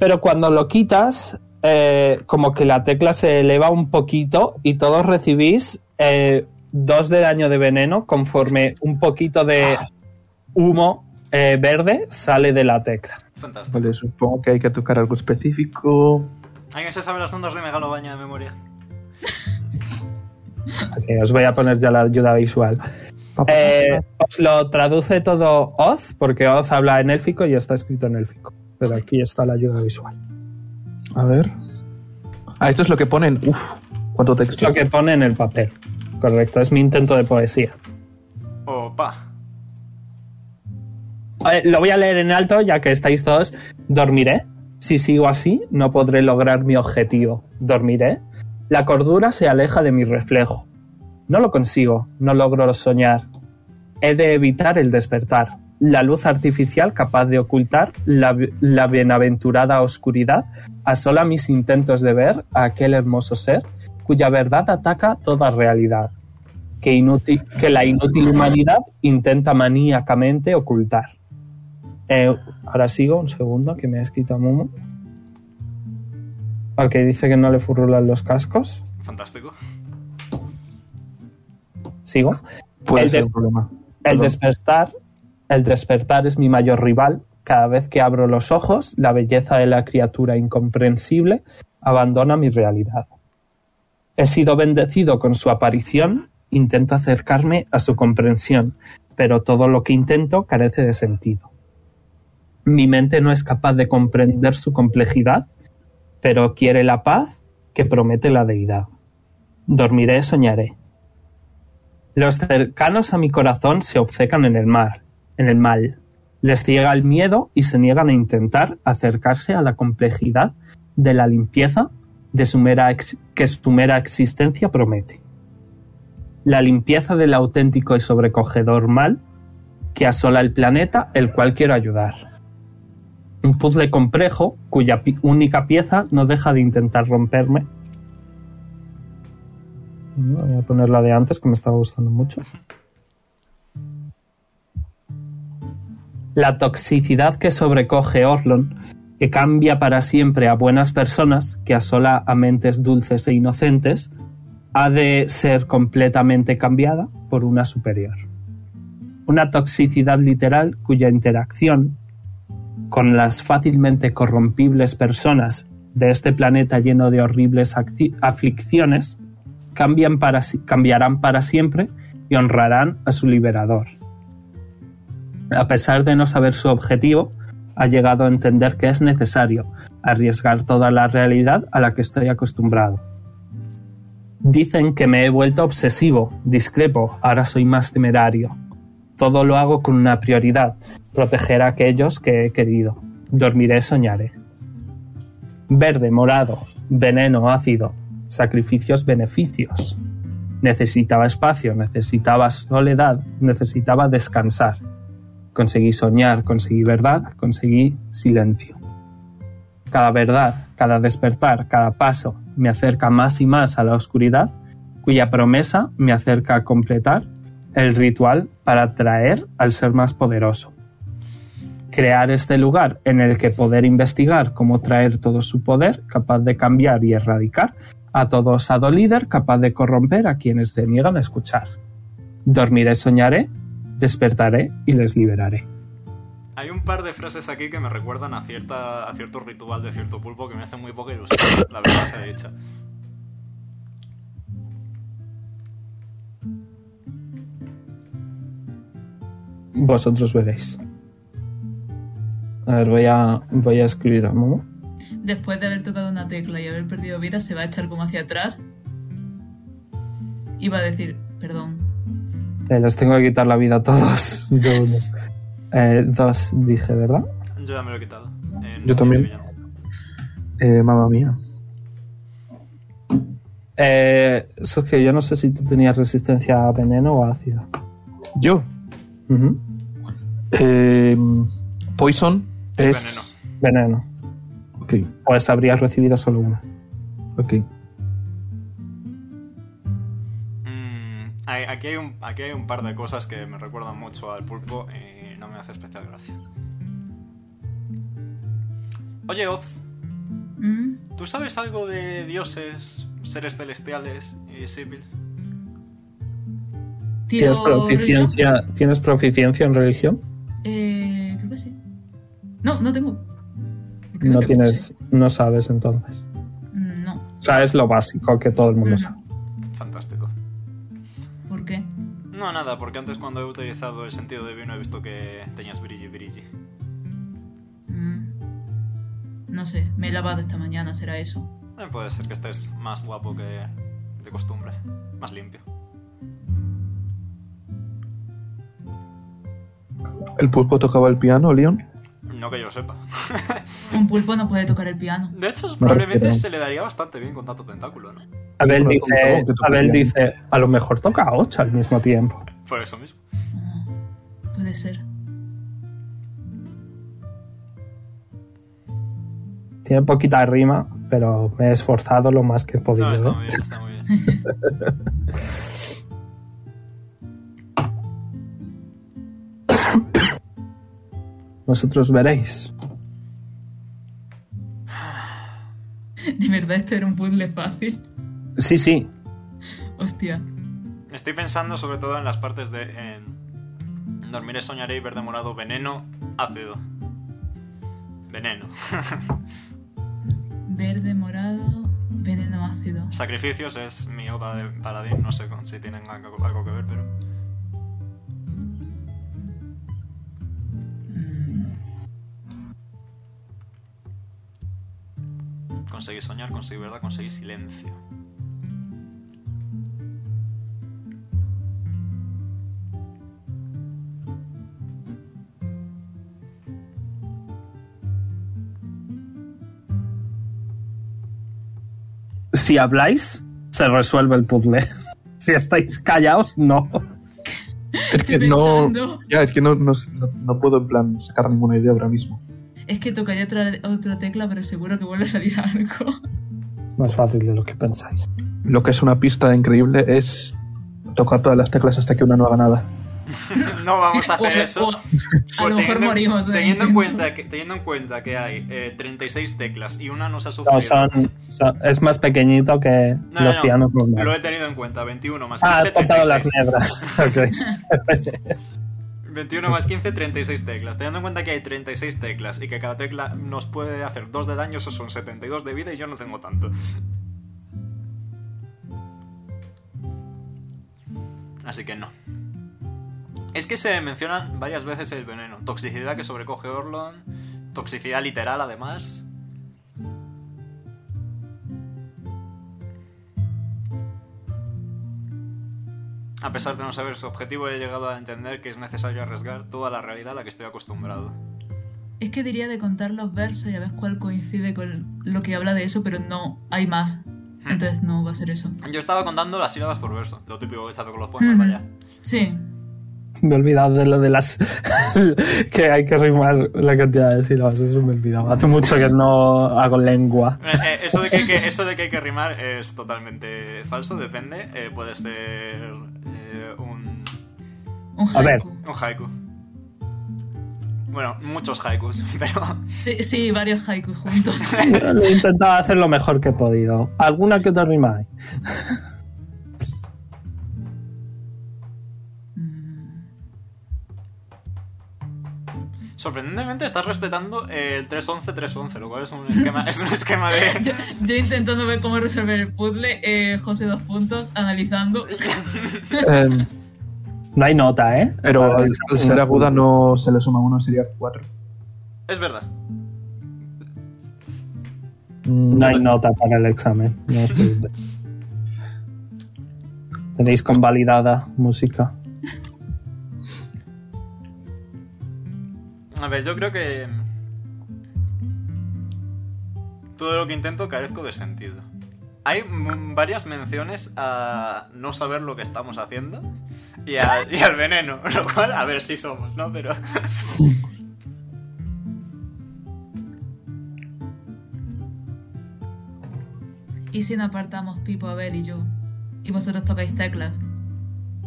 Speaker 1: Pero cuando lo quitas, eh, como que la tecla se eleva un poquito y todos recibís eh, dos de daño de veneno conforme un poquito de humo eh, verde sale de la tecla.
Speaker 2: Fantástico.
Speaker 3: Vale, supongo que hay que tocar algo específico.
Speaker 2: ¿Alguien se sabe las ondas de megalobaña de memoria?
Speaker 1: Ok, os voy a poner ya la ayuda visual.
Speaker 3: Papá,
Speaker 1: Eh, os lo traduce todo Oz, porque Oz habla en élfico y está escrito en élfico. Pero aquí está la ayuda visual.
Speaker 3: A ver. Ah, esto es lo que ponen. Uf, cuánto texto.
Speaker 1: Lo que pone en el papel. Correcto, es mi intento de poesía.
Speaker 2: Opa.
Speaker 1: Eh, lo voy a leer en alto, ya que estáis todos. Dormiré. Si sigo así, no podré lograr mi objetivo. Dormiré. La cordura se aleja de mi reflejo. No lo consigo, no logro soñar. He de evitar el despertar. La luz artificial capaz de ocultar la, la bienaventurada oscuridad asola mis intentos de ver a aquel hermoso ser cuya verdad ataca toda realidad, que, inútil, que la inútil humanidad intenta maníacamente ocultar. Eh, ahora sigo, un segundo, que me ha escrito Momo. Ok, dice que no le furrulan los cascos.
Speaker 2: Fantástico.
Speaker 1: Sigo.
Speaker 3: Puede
Speaker 1: el
Speaker 3: ser
Speaker 1: des-
Speaker 3: un problema.
Speaker 1: El
Speaker 3: Perdón.
Speaker 1: despertar, el despertar es mi mayor rival. Cada vez que abro los ojos, la belleza de la criatura incomprensible abandona mi realidad. He sido bendecido con su aparición, intento acercarme a su comprensión, pero todo lo que intento carece de sentido. Mi mente no es capaz de comprender su complejidad, pero quiere la paz que promete la deidad. Dormiré, soñaré. Los cercanos a mi corazón se obcecan en el mar, en el mal. Les ciega el miedo y se niegan a intentar acercarse a la complejidad de la limpieza de su mera ex- que su mera existencia promete. La limpieza del auténtico y sobrecogedor mal que asola el planeta, el cual quiero ayudar. Un puzzle complejo cuya pi- única pieza no deja de intentar romperme. Voy a poner la de antes que me estaba gustando mucho. La toxicidad que sobrecoge Orlon, que cambia para siempre a buenas personas, que asola a mentes dulces e inocentes, ha de ser completamente cambiada por una superior. Una toxicidad literal cuya interacción con las fácilmente corrompibles personas de este planeta lleno de horribles acci- aflicciones cambian para si- cambiarán para siempre y honrarán a su liberador. A pesar de no saber su objetivo, ha llegado a entender que es necesario arriesgar toda la realidad a la que estoy acostumbrado. Dicen que me he vuelto obsesivo, discrepo, ahora soy más temerario. Todo lo hago con una prioridad, proteger a aquellos que he querido. Dormiré, soñaré. Verde, morado, veneno, ácido, sacrificios, beneficios. Necesitaba espacio, necesitaba soledad, necesitaba descansar. Conseguí soñar, conseguí verdad, conseguí silencio. Cada verdad, cada despertar, cada paso me acerca más y más a la oscuridad, cuya promesa me acerca a completar el ritual para atraer al ser más poderoso. Crear este lugar en el que poder investigar cómo traer todo su poder, capaz de cambiar y erradicar a todo osado líder, capaz de corromper a quienes le niegan a escuchar. Dormiré, soñaré, despertaré y les liberaré.
Speaker 2: Hay un par de frases aquí que me recuerdan a, cierta, a cierto ritual de cierto pulpo que me hace muy poca ilusión, la verdad se ha dicho.
Speaker 1: Vosotros veréis. A ver, voy a, voy a escribir a Momo.
Speaker 4: Después de haber tocado una tecla y haber perdido vida, se va a echar como hacia atrás. Y va a decir, perdón.
Speaker 1: Eh, les tengo que quitar la vida a todos. Yo no. Eh, dos dije, ¿verdad?
Speaker 2: Yo ya me lo he quitado. Eh, no
Speaker 3: Yo también.
Speaker 2: tiene villano.
Speaker 3: Eh, mamma mía.
Speaker 1: Eh, Sergio, yo no sé si tú tenías resistencia a veneno o a ácido.
Speaker 3: Yo.
Speaker 1: Ujú.
Speaker 3: Eh, poison
Speaker 2: Es
Speaker 3: es.
Speaker 1: Veneno. Pues habrías recibido solo una.
Speaker 3: Ok, ok.
Speaker 2: Mm, hay- aquí, hay un, aquí hay un par de cosas que me recuerdan mucho al pulpo y no me hace especial gracia. Oye, Oz,
Speaker 4: Mm,
Speaker 2: ¿tú sabes algo de dioses, seres celestiales y civil?
Speaker 4: Tiro
Speaker 1: ¿Tienes proficiencia, ¿Tienes proficiencia en religión?
Speaker 4: religión. Eh, creo que sí. No, no tengo. Creo
Speaker 1: No
Speaker 4: que
Speaker 1: tienes, no sabes entonces.
Speaker 4: Mm, No.
Speaker 1: O sea, es lo básico que todo el mundo sabe.
Speaker 4: Mm,
Speaker 2: Fantástico.
Speaker 4: ¿Por qué?
Speaker 2: No, nada, porque antes cuando he utilizado el sentido de vino he visto que tenías brilli brilli.
Speaker 4: Mm, No sé, me he lavado esta mañana, será eso.
Speaker 2: Eh, puede ser que estés más guapo que de costumbre, más limpio.
Speaker 3: ¿El pulpo tocaba el piano, Leon?
Speaker 2: No que yo sepa.
Speaker 4: Un pulpo no puede tocar el piano.
Speaker 2: De hecho, probablemente
Speaker 1: respirado.
Speaker 2: se le daría bastante bien con tanto tentáculo, ¿no?
Speaker 1: Abel
Speaker 3: Bueno,
Speaker 1: dice,
Speaker 3: ¿cómo que toca
Speaker 1: Abel
Speaker 3: piano?
Speaker 1: dice, a lo mejor toca ocho al mismo tiempo.
Speaker 2: Por eso mismo.
Speaker 4: Ah, puede ser.
Speaker 1: Tiene poquita rima, pero me he esforzado lo más que he podido. ¿eh?
Speaker 2: No, está
Speaker 1: ¿no?
Speaker 2: muy bien, está muy bien.
Speaker 1: Vosotros veréis.
Speaker 4: De verdad, esto era un puzzle fácil.
Speaker 1: Sí, sí.
Speaker 4: Hostia.
Speaker 2: Estoy pensando sobre todo en las partes de... en dormiré, soñaré y verde morado, veneno, ácido. Veneno.
Speaker 4: Verde, morado, Veneno ácido.
Speaker 2: Sacrificios es mi oda de paladín, no sé con- si tienen algo, algo que ver, pero.
Speaker 4: Mm,
Speaker 2: Conseguí soñar, conseguí verdad, conseguí silencio.
Speaker 1: Si habláis, se resuelve el puzzle. Si estáis callados, no.
Speaker 3: Es que
Speaker 4: Estoy
Speaker 3: no.
Speaker 4: pensando.
Speaker 3: Ya, es que no, no, no- no puedo, en plan, sacar ninguna idea ahora mismo.
Speaker 4: Es que tocaría otra, otra tecla, pero seguro que vuelve a salir algo.
Speaker 1: Más fácil de lo que pensáis.
Speaker 3: Lo que es una pista increíble es tocar todas las teclas hasta que una no haga nada.
Speaker 2: No vamos a
Speaker 4: O-
Speaker 2: hacer
Speaker 4: o-
Speaker 2: eso.
Speaker 4: a lo
Speaker 2: Pues
Speaker 4: mejor morimos. ¿eh? en el
Speaker 2: Teniendo en,
Speaker 4: intento.
Speaker 2: cuenta que, teniendo en cuenta que hay eh, 36 teclas y una nos ha sufrido.
Speaker 1: No, son, son- es más pequeñito que
Speaker 2: No, no,
Speaker 1: los
Speaker 2: no.
Speaker 1: pianos
Speaker 2: Lo
Speaker 1: normales.
Speaker 2: he tenido en cuenta, 21 más 15.
Speaker 1: Ah, has contado las
Speaker 2: 36.
Speaker 1: negras. Ok.
Speaker 2: 21 más 15, 36 teclas. Teniendo en cuenta que hay 36 teclas y que cada tecla nos puede hacer 2 de daño, eso son 72 de vida y yo no tengo tanto. Así que no. Es que se mencionan varias veces el veneno. Toxicidad que sobrecoge Orlon. Toxicidad literal, además. A pesar de no saber su objetivo, he llegado a entender que es necesario arriesgar toda la realidad a la que estoy acostumbrado.
Speaker 4: Es que diría de contar los versos y a ver cuál coincide con lo que habla de eso, pero no hay más. Entonces no va a ser eso.
Speaker 2: Yo estaba contando las sílabas por verso, lo típico que estaba con los poemas,
Speaker 4: Ujú.
Speaker 2: vaya.
Speaker 4: Sí,
Speaker 1: Me he olvidado de lo de las. que hay que rimar la cantidad de sílabas. Eso me he olvidado. Hace mucho que no hago lengua.
Speaker 2: Eh, eh, eso, de que, hay que- eso de que hay que rimar es totalmente falso, depende. Eh, puede ser eh, un,
Speaker 4: un
Speaker 1: A ver.
Speaker 4: haiku.
Speaker 2: un haiku. Bueno, muchos haikus, pero
Speaker 4: Sí, sí, varios haikus juntos.
Speaker 1: Lo he intentado hacer lo mejor que he podido. ¿Alguna que otra rima hay?
Speaker 4: Mm,
Speaker 2: sorprendentemente estás respetando el 3-11-3-11, lo cual es un esquema, es un esquema de...
Speaker 4: yo, yo intentando ver cómo resolver el puzzle, eh, José dos puntos, analizando.
Speaker 3: Eh,
Speaker 1: No hay nota, ¿eh?
Speaker 3: pero
Speaker 1: Para
Speaker 3: al,
Speaker 1: realizar
Speaker 3: al
Speaker 1: una
Speaker 3: ser aguda
Speaker 1: rima.
Speaker 3: no se le suma uno, sería cuatro.
Speaker 2: Es verdad.
Speaker 3: Mm,
Speaker 1: No hay nota para el examen. no os preocupéis. Tenéis convalidada música.
Speaker 2: A ver, yo creo que... mm, Todo lo que intento carezco de sentido. Hay mm, varias menciones a no saber lo que estamos haciendo y, a- y al veneno, lo cual, a ver si somos, ¿no? Pero...
Speaker 4: ¿Y si no apartamos Pipo, Abel y yo? Y vosotros tocáis teclas.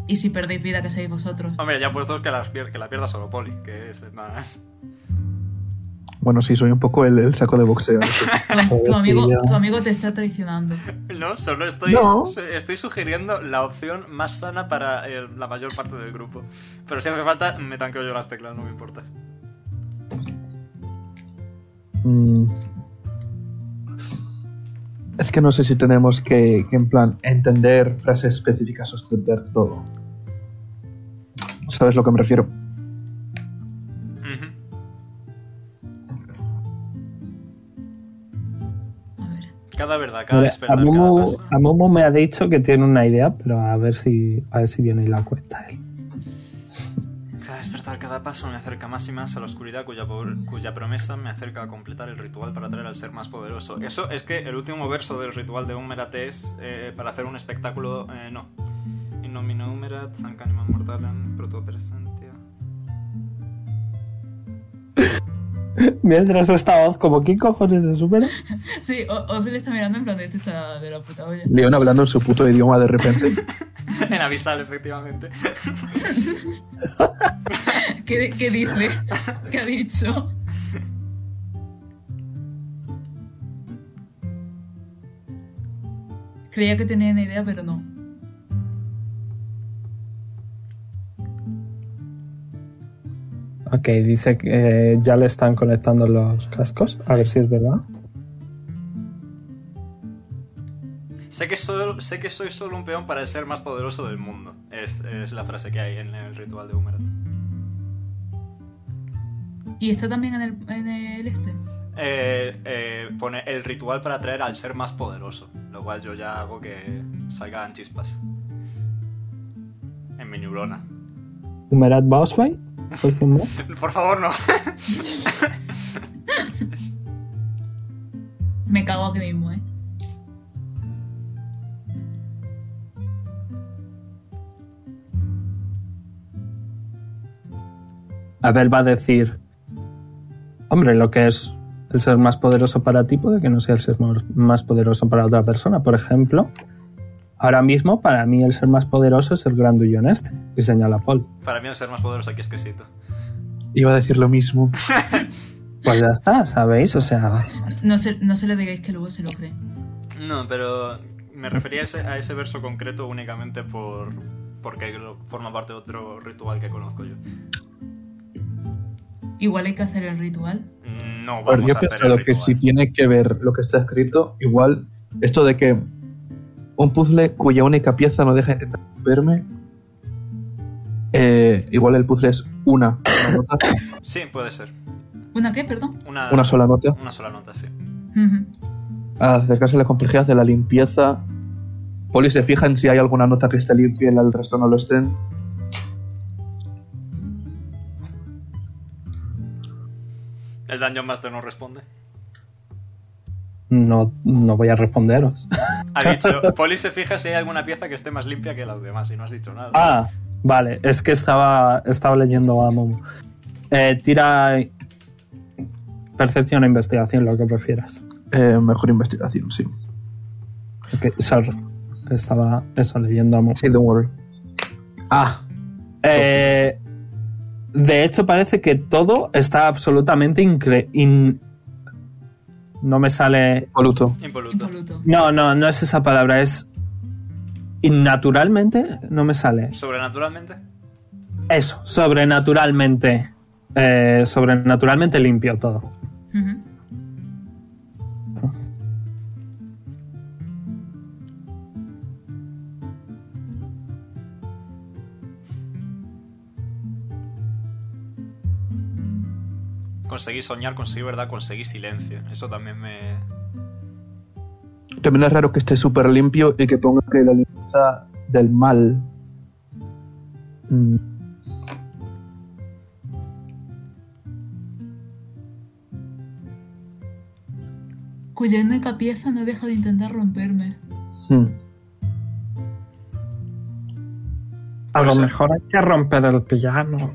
Speaker 4: ¿Y si perdéis vida que seáis vosotros?
Speaker 2: Hombre, ya puestos que, las pier- que la pierda solo Poli, que es el más...
Speaker 3: Bueno, sí, soy un poco el, el saco de boxeo.
Speaker 4: Tu, tu amigo,
Speaker 1: Pobrecillo.
Speaker 4: tu amigo te está traicionando.
Speaker 2: No, solo estoy,
Speaker 3: No.
Speaker 2: estoy sugiriendo la opción más sana para eh, la mayor parte del grupo. Pero si hace falta, me tanqueo yo las teclas, no me importa.
Speaker 3: Mm. Es que no sé si tenemos que, que, en plan, entender frases específicas o entender todo. ¿Sabes lo que me refiero?
Speaker 2: Ujú.
Speaker 4: A ver.
Speaker 2: Cada verdad, cada
Speaker 1: Mira, A
Speaker 2: despertar, cada
Speaker 1: Momo,
Speaker 2: paso.
Speaker 1: a Momo me ha dicho que tiene una idea, pero a ver si, a ver si viene y la cuenta él.
Speaker 2: Cada despertar, cada paso me acerca más y más a la oscuridad cuya, por- cuya promesa me acerca a completar el ritual para atraer al ser más poderoso. Eso es que el último verso del ritual de Humerat es eh, para hacer un espectáculo... eh, no. In nomine Humerat, zanc anima mortalem, proto presentia.
Speaker 1: Mientras esta voz, como ¿qué cojones se supera?
Speaker 4: Sí, O- Ophel está mirando en plan de esto está de la puta olla.
Speaker 3: León hablando en su puto idioma de repente.
Speaker 2: en Abisal, efectivamente.
Speaker 4: ¿Qué, qué dice? ¿Qué ha dicho? Creía que tenía una idea, pero no.
Speaker 1: Ok, dice que eh, ya le están conectando los cascos. A ver si es verdad.
Speaker 2: Sé que, solo- sé que soy solo un peón para el ser más poderoso del mundo. Es, es la frase que hay en el ritual de Humerat.
Speaker 4: ¿Y está también en el, en el este?
Speaker 2: Eh, eh, pone el ritual para atraer al ser más poderoso, lo cual yo ya hago que salgan chispas. En mi neurona.
Speaker 1: ¿Humerat Bausfei? Question mark.
Speaker 2: Por favor, no.
Speaker 4: Me cago aquí mismo, ¿eh?
Speaker 1: Abel va a decir, hombre, lo que es el ser más poderoso para ti puede que no sea el ser mo- más poderoso para otra persona. Por ejemplo, ahora mismo para mí el ser más poderoso es el grandullón este, y señala Paul.
Speaker 2: Para mí el ser más poderoso aquí es quesito.
Speaker 3: Iba a decir lo mismo.
Speaker 1: Pues ya está, ¿sabéis? O sea,
Speaker 4: No se, no se le digáis que luego se lo cree.
Speaker 2: No, pero me refería a ese, a ese verso concreto únicamente por porque lo- forma parte de otro ritual que conozco yo.
Speaker 4: Igual hay que hacer el ritual.
Speaker 2: No,
Speaker 3: A ver,
Speaker 2: vamos
Speaker 3: yo he
Speaker 2: a hacer
Speaker 3: pensado
Speaker 2: el
Speaker 3: que
Speaker 2: ritual.
Speaker 3: si tiene que ver lo que está escrito, igual esto de que un puzzle cuya única pieza no deja de verme, eh, igual el puzzle es una, una nota,
Speaker 2: Sí, puede ser.
Speaker 4: ¿Una qué, perdón?
Speaker 2: Una,
Speaker 3: una sola nota,
Speaker 2: una sola nota, sí.
Speaker 4: Ujú.
Speaker 3: a acercarse a la complejidad de la limpieza. Poli se fija en si hay alguna nota que esté limpia y la del resto no lo estén.
Speaker 2: El Dungeon Master no responde.
Speaker 1: no, no voy a responderos.
Speaker 2: Ha dicho, Poli se fija si hay alguna pieza que esté más limpia que las demás y no has dicho nada.
Speaker 1: Ah, vale, es que estaba, estaba leyendo a Momo. Eh, tira percepción o investigación, lo que prefieras.
Speaker 3: Eh, mejor investigación, sí.
Speaker 1: Ok, sorry. Estaba eso leyendo a Momo.
Speaker 3: Sí, don't worry. Ah,
Speaker 1: Eh, de hecho, parece que todo está absolutamente incre... in- No me sale...
Speaker 3: Poluto.
Speaker 2: Impoluto.
Speaker 4: Impoluto.
Speaker 1: No, no, no es esa palabra, es... Innaturalmente, no me sale.
Speaker 2: Sobrenaturalmente.
Speaker 1: Eso, sobrenaturalmente. eh, sobrenaturalmente limpio todo.
Speaker 4: Ujú.
Speaker 2: Conseguí soñar, conseguí verdad, conseguí silencio. Eso también me...
Speaker 3: También es raro que esté súper limpio y que ponga que la limpieza del mal. Mm,
Speaker 4: Cuya única pieza no deja de intentar romperme.
Speaker 3: hmm.
Speaker 1: A
Speaker 2: Puede
Speaker 1: lo
Speaker 2: ser.
Speaker 1: mejor hay que romper el piano.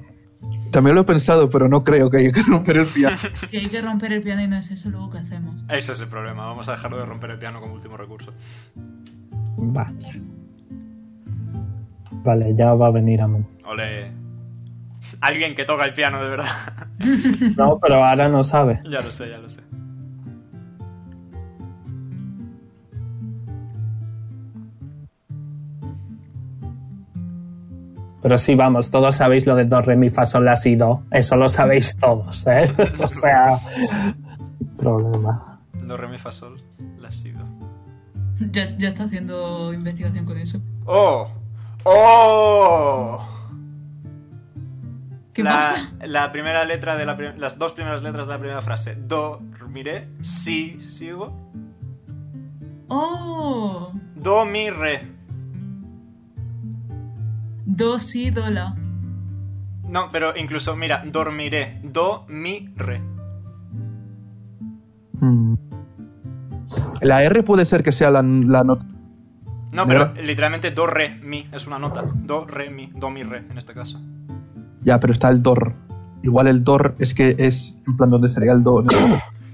Speaker 3: También lo he pensado, pero no creo que haya que romper el piano.
Speaker 4: Si hay que romper el piano y no es eso, luego ¿qué hacemos?
Speaker 2: Ese es el problema. Vamos a dejar de romper el piano como último recurso.
Speaker 1: Vaya. Vale, ya va a venir a Momo.
Speaker 2: Ole... Alguien que toca el piano de verdad.
Speaker 1: No, pero ahora no sabe.
Speaker 2: Ya lo sé, ya lo sé.
Speaker 1: Pero sí, vamos, todos sabéis lo de Do, Re, Mi, Fa, Sol, La, Si, Do. Eso lo sabéis todos, ¿eh? o sea, problema.
Speaker 2: Do, re, mi, fa, sol, la sido.
Speaker 4: Ya, ya está haciendo investigación con eso.
Speaker 2: ¡Oh! ¡Oh!
Speaker 4: ¿Qué
Speaker 2: la,
Speaker 4: pasa?
Speaker 2: La primera letra de la prim- las dos primeras letras de la primera frase. Dormiré, si, sigo.
Speaker 4: ¡Oh!
Speaker 2: Do, mi, re.
Speaker 4: Do, si, do, la.
Speaker 2: No, pero incluso, mira, dormiré. Do, mi, re.
Speaker 3: Hmm. La R puede ser que sea la, la nota.
Speaker 2: No, pero
Speaker 3: Mira.
Speaker 2: literalmente do, re, mi. Es una nota. Do, re, mi. Do, mi, re, en este caso.
Speaker 3: Ya, pero está el DOR. Igual el DOR es que es en plan donde sería el DO, ¿no?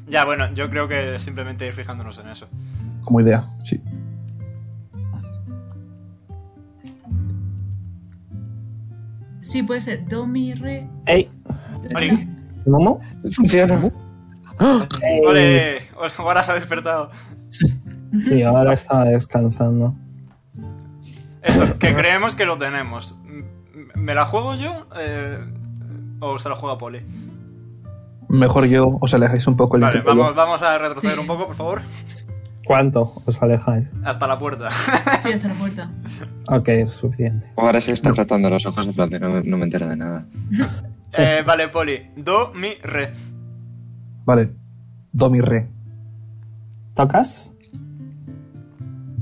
Speaker 2: Ya, bueno, yo creo que simplemente ir fijándonos en eso.
Speaker 3: como idea. Sí.
Speaker 4: Sí, puede ser do, mi, re.
Speaker 1: Ey,
Speaker 2: Ori.
Speaker 1: ¿Momo?
Speaker 3: Funciona.
Speaker 2: ¡Ole! Ole, Ahora se ha despertado.
Speaker 1: Sí, ahora estaba descansando.
Speaker 2: Eso, que creemos que lo tenemos. M- ¿Me la juego yo? Eh, ¿O se la juega Poli?
Speaker 3: Mejor yo os alejáis un poco el
Speaker 2: Vale,
Speaker 3: intento.
Speaker 2: vamos, vamos a retroceder
Speaker 4: Sí.
Speaker 2: un poco, por favor.
Speaker 1: ¿Cuánto os alejáis?
Speaker 2: Hasta la puerta.
Speaker 4: Sí, hasta la puerta.
Speaker 1: Ok, es suficiente.
Speaker 5: Ahora se le está tratando los ojos en plan de no, no me entero de nada.
Speaker 2: Eh, vale, Poli. Do, mi, re.
Speaker 3: Vale. Do mi re.
Speaker 1: ¿Tocas?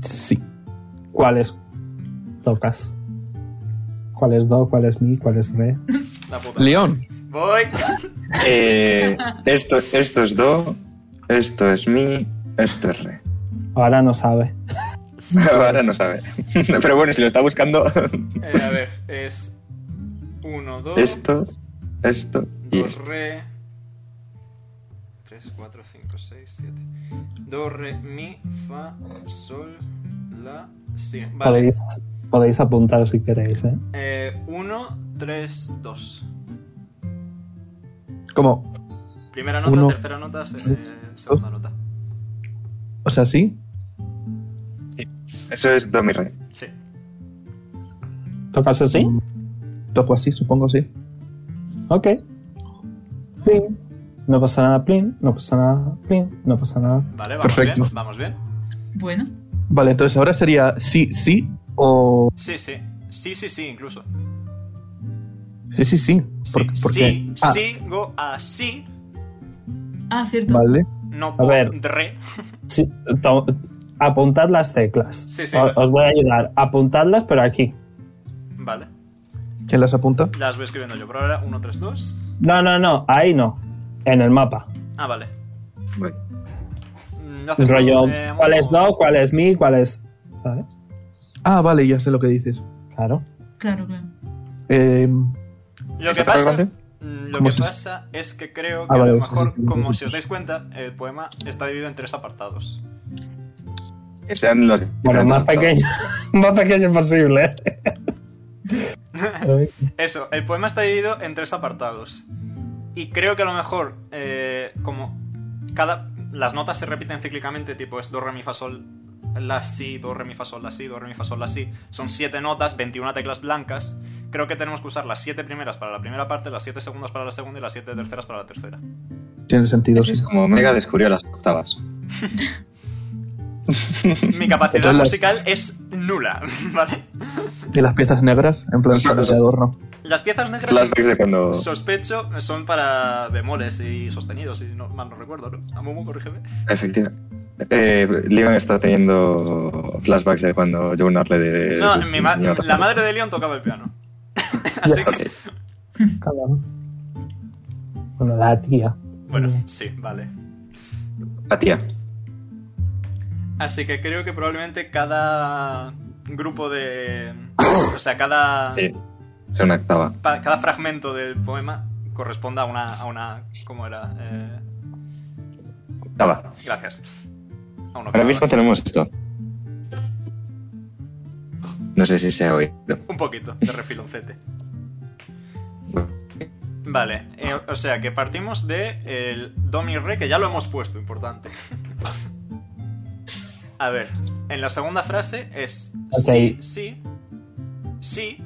Speaker 3: Sí.
Speaker 1: ¿Cuáles tocas? ¿Cuál es do? ¿Cuál es mi? ¿Cuál es re?
Speaker 2: La puta.
Speaker 3: León.
Speaker 2: Voy.
Speaker 5: Eh, esto, esto es do, esto es mi, esto es re.
Speaker 1: Ahora no sabe.
Speaker 5: Ahora no sabe. Pero bueno, si lo está buscando,
Speaker 2: Eh, a ver, es. Uno, dos.
Speaker 5: esto, esto y este.
Speaker 2: Do,
Speaker 5: esto.
Speaker 2: re. 3, 4, 5, 6, 7. Do, re, mi, fa, sol, la, si. Vale.
Speaker 1: Podéis, podéis apuntar si queréis, ¿eh?
Speaker 2: 1, 3, 2.
Speaker 3: ¿Cómo?
Speaker 2: Primera nota,
Speaker 3: Uno,
Speaker 2: tercera nota, se- eh, segunda nota.
Speaker 3: O sea, sí.
Speaker 5: Eso es do mi re.
Speaker 2: Sí.
Speaker 1: ¿Tocas así?
Speaker 3: Mm. Toco así, supongo, sí.
Speaker 1: Mm, Ok. Plin. No pasa nada, plin. No pasa nada, plin. No pasa nada.
Speaker 2: Vale, vamos
Speaker 3: Perfecto.
Speaker 2: bien. Vamos bien.
Speaker 4: Bueno,
Speaker 3: Vale, entonces ahora sería sí, sí o.
Speaker 2: Sí, sí. Sí, sí, sí, incluso.
Speaker 3: Sí, sí, sí.
Speaker 2: Sí,
Speaker 3: ¿Por, por
Speaker 2: sí,
Speaker 3: qué? Ah,
Speaker 2: sigo así.
Speaker 4: ah, cierto.
Speaker 3: Vale.
Speaker 2: No
Speaker 1: A ver.
Speaker 2: podré.
Speaker 1: Sí, to- apuntad las teclas.
Speaker 2: Sí, sí.
Speaker 1: O- Os voy a ayudar. Apuntadlas, pero aquí.
Speaker 2: Vale.
Speaker 3: ¿Quién las apunta?
Speaker 2: Las voy escribiendo yo. Por ahora, 1, 3, 2.
Speaker 1: No, no, no. Ahí no. En el mapa.
Speaker 2: Ah, vale.
Speaker 5: Bueno.
Speaker 2: Mm, haces tú,
Speaker 1: Rollo.
Speaker 2: eh,
Speaker 1: ¿Cuál es
Speaker 2: Momo?
Speaker 1: do? ¿Cuál es mi? ¿Cuál es.? ¿Sabes?
Speaker 3: Ah, vale, ya sé lo que dices.
Speaker 1: Claro.
Speaker 4: Claro, claro.
Speaker 3: Eh,
Speaker 2: Lo que
Speaker 5: ¿Está todo
Speaker 2: pasa,
Speaker 5: grande?
Speaker 2: mm, lo
Speaker 3: ¿Cómo
Speaker 2: que
Speaker 3: se-
Speaker 2: pasa es que creo que
Speaker 3: Ah, vale,
Speaker 2: a lo
Speaker 3: sí, sí,
Speaker 2: mejor,
Speaker 3: sí, sí,
Speaker 2: como
Speaker 3: sí,
Speaker 2: si os
Speaker 3: sí.
Speaker 2: dais cuenta, el poema está dividido en tres apartados.
Speaker 5: Que sean los
Speaker 1: Bueno,
Speaker 5: diferentes
Speaker 1: más
Speaker 5: resultados.
Speaker 1: pequeño. más pequeño posible. ¿eh?
Speaker 2: Eso, el poema está dividido en tres apartados. Y creo que a lo mejor, eh, como cada las notas se repiten cíclicamente, tipo es do, re, mi, fa, sol, la, si, do, re, mi, fa, sol, la, si, do, re, mi, fa, sol, la, si. Son siete notas, 21 teclas blancas. Creo que tenemos que usar las siete primeras para la primera parte, las siete segundas para la segunda y las siete terceras para la tercera.
Speaker 3: tiene sentido, sí.
Speaker 5: Es como Mega descubrió las octavas.
Speaker 2: Mi capacidad
Speaker 3: Entonces las-
Speaker 2: musical es nula, ¿vale?
Speaker 3: ¿Y las piezas negras? En plan,
Speaker 5: Sí,
Speaker 3: para
Speaker 5: sí.
Speaker 3: de adorno.
Speaker 2: Las piezas negras,
Speaker 5: Flashbacks de cuando.
Speaker 2: sospecho, son para bemoles y sostenidos, si no, mal no recuerdo, ¿no? Amumu, corrígeme.
Speaker 5: Efectivamente. Eh, Leon está teniendo flashbacks de cuando Joe Narle de.
Speaker 2: No,
Speaker 5: de-
Speaker 2: mi ma-
Speaker 5: enseñó a
Speaker 2: la
Speaker 5: tocar.
Speaker 2: madre de Leon tocaba el piano. Así que,
Speaker 5: Ok.
Speaker 1: Cabrón. Bueno, la tía.
Speaker 2: bueno, sí, vale.
Speaker 5: La tía.
Speaker 2: Así que creo que probablemente cada grupo de... O sea, cada,
Speaker 5: Sí. Es una octava.
Speaker 2: pa- cada fragmento del poema corresponda a una... A una ¿Cómo era? Eh,
Speaker 5: Octava.
Speaker 2: gracias. A una
Speaker 5: Ahora
Speaker 2: octava.
Speaker 5: mismo tenemos esto. No sé si se ha oído.
Speaker 2: Un poquito, de refiloncete. Vale, eh, o sea que partimos de el do mi re, que ya lo hemos puesto, importante. A ver, en la segunda frase es
Speaker 1: Ok.
Speaker 2: sí, sí, sí,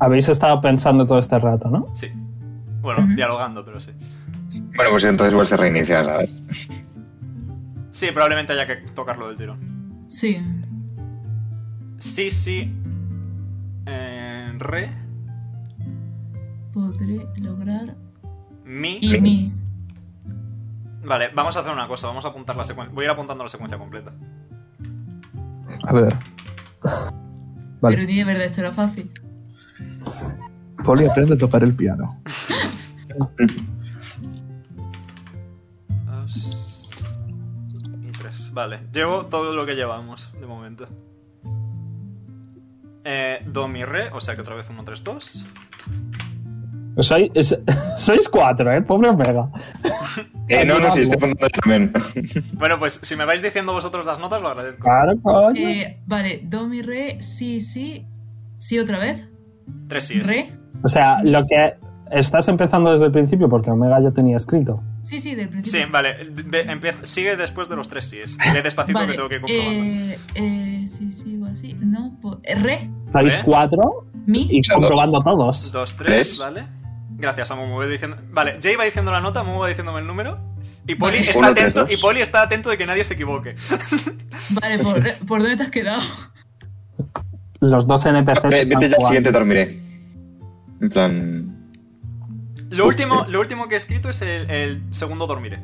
Speaker 1: Habéis estado pensando todo este rato, ¿no?
Speaker 2: sí. Bueno,
Speaker 4: Ujú.
Speaker 2: dialogando, pero sí.
Speaker 5: Bueno, pues entonces vuelve a reiniciar. A ver.
Speaker 2: Sí, probablemente haya que tocarlo del tirón.
Speaker 4: Sí.
Speaker 2: Sí, sí, eh, re,
Speaker 4: Podré lograr.
Speaker 2: mi.
Speaker 4: Y mi.
Speaker 2: Vale, vamos a hacer una cosa, vamos a apuntar la secuencia. Voy a ir apuntando la secuencia completa.
Speaker 3: A ver.
Speaker 4: Pero
Speaker 3: Vale.
Speaker 4: ni de verdad esto era fácil.
Speaker 3: Poli aprende a tocar el piano.
Speaker 2: Dos y tres. Vale, llevo todo lo que llevamos de momento. Eh, do, mi, re, o sea que otra vez uno, tres, dos.
Speaker 1: Soy- es- sois cuatro, ¿eh? Pobre Omega.
Speaker 5: Eh, no, no, sí, estoy
Speaker 1: Ayudadme.
Speaker 5: apuntando yo también.
Speaker 2: Bueno, pues si me vais diciendo vosotros las notas, lo agradezco.
Speaker 1: Claro, coño.
Speaker 4: Eh, vale, do mi re, sí, sí. Sí otra vez.
Speaker 2: Tres sí es.
Speaker 4: Re.
Speaker 1: O sea, lo que estás empezando desde el principio porque Omega ya tenía escrito.
Speaker 4: Sí, sí, del
Speaker 2: Sí,
Speaker 4: principio.
Speaker 2: vale. ve- empieza- sigue después de los tres síes. Ve despacito que tengo que comprobarlo.
Speaker 4: eh, eh, sí, sí, o así. No, po- eh, re.
Speaker 1: Sois
Speaker 2: Vale.
Speaker 1: cuatro
Speaker 4: Mi.
Speaker 1: y
Speaker 5: sea,
Speaker 1: comprobando todos.
Speaker 2: Dos, tres,
Speaker 5: Tres.
Speaker 2: vale. Gracias, Amu. Me voy diciendo... Vale, Jay va diciendo la nota, Amu va diciéndome el número. Y Poli,
Speaker 4: Vale.
Speaker 2: está
Speaker 5: Uno, tres,
Speaker 2: atento,
Speaker 5: dos.
Speaker 2: y Poli está atento de que nadie se equivoque.
Speaker 4: Vale, ¿por, eh, ¿por dónde te has quedado?
Speaker 1: Los dos NPCs.
Speaker 5: Ve-
Speaker 1: están
Speaker 5: Vete ya al siguiente,
Speaker 1: jugando.
Speaker 5: dormiré. En plan.
Speaker 2: Lo último, lo último que he escrito es el, el segundo dormiré.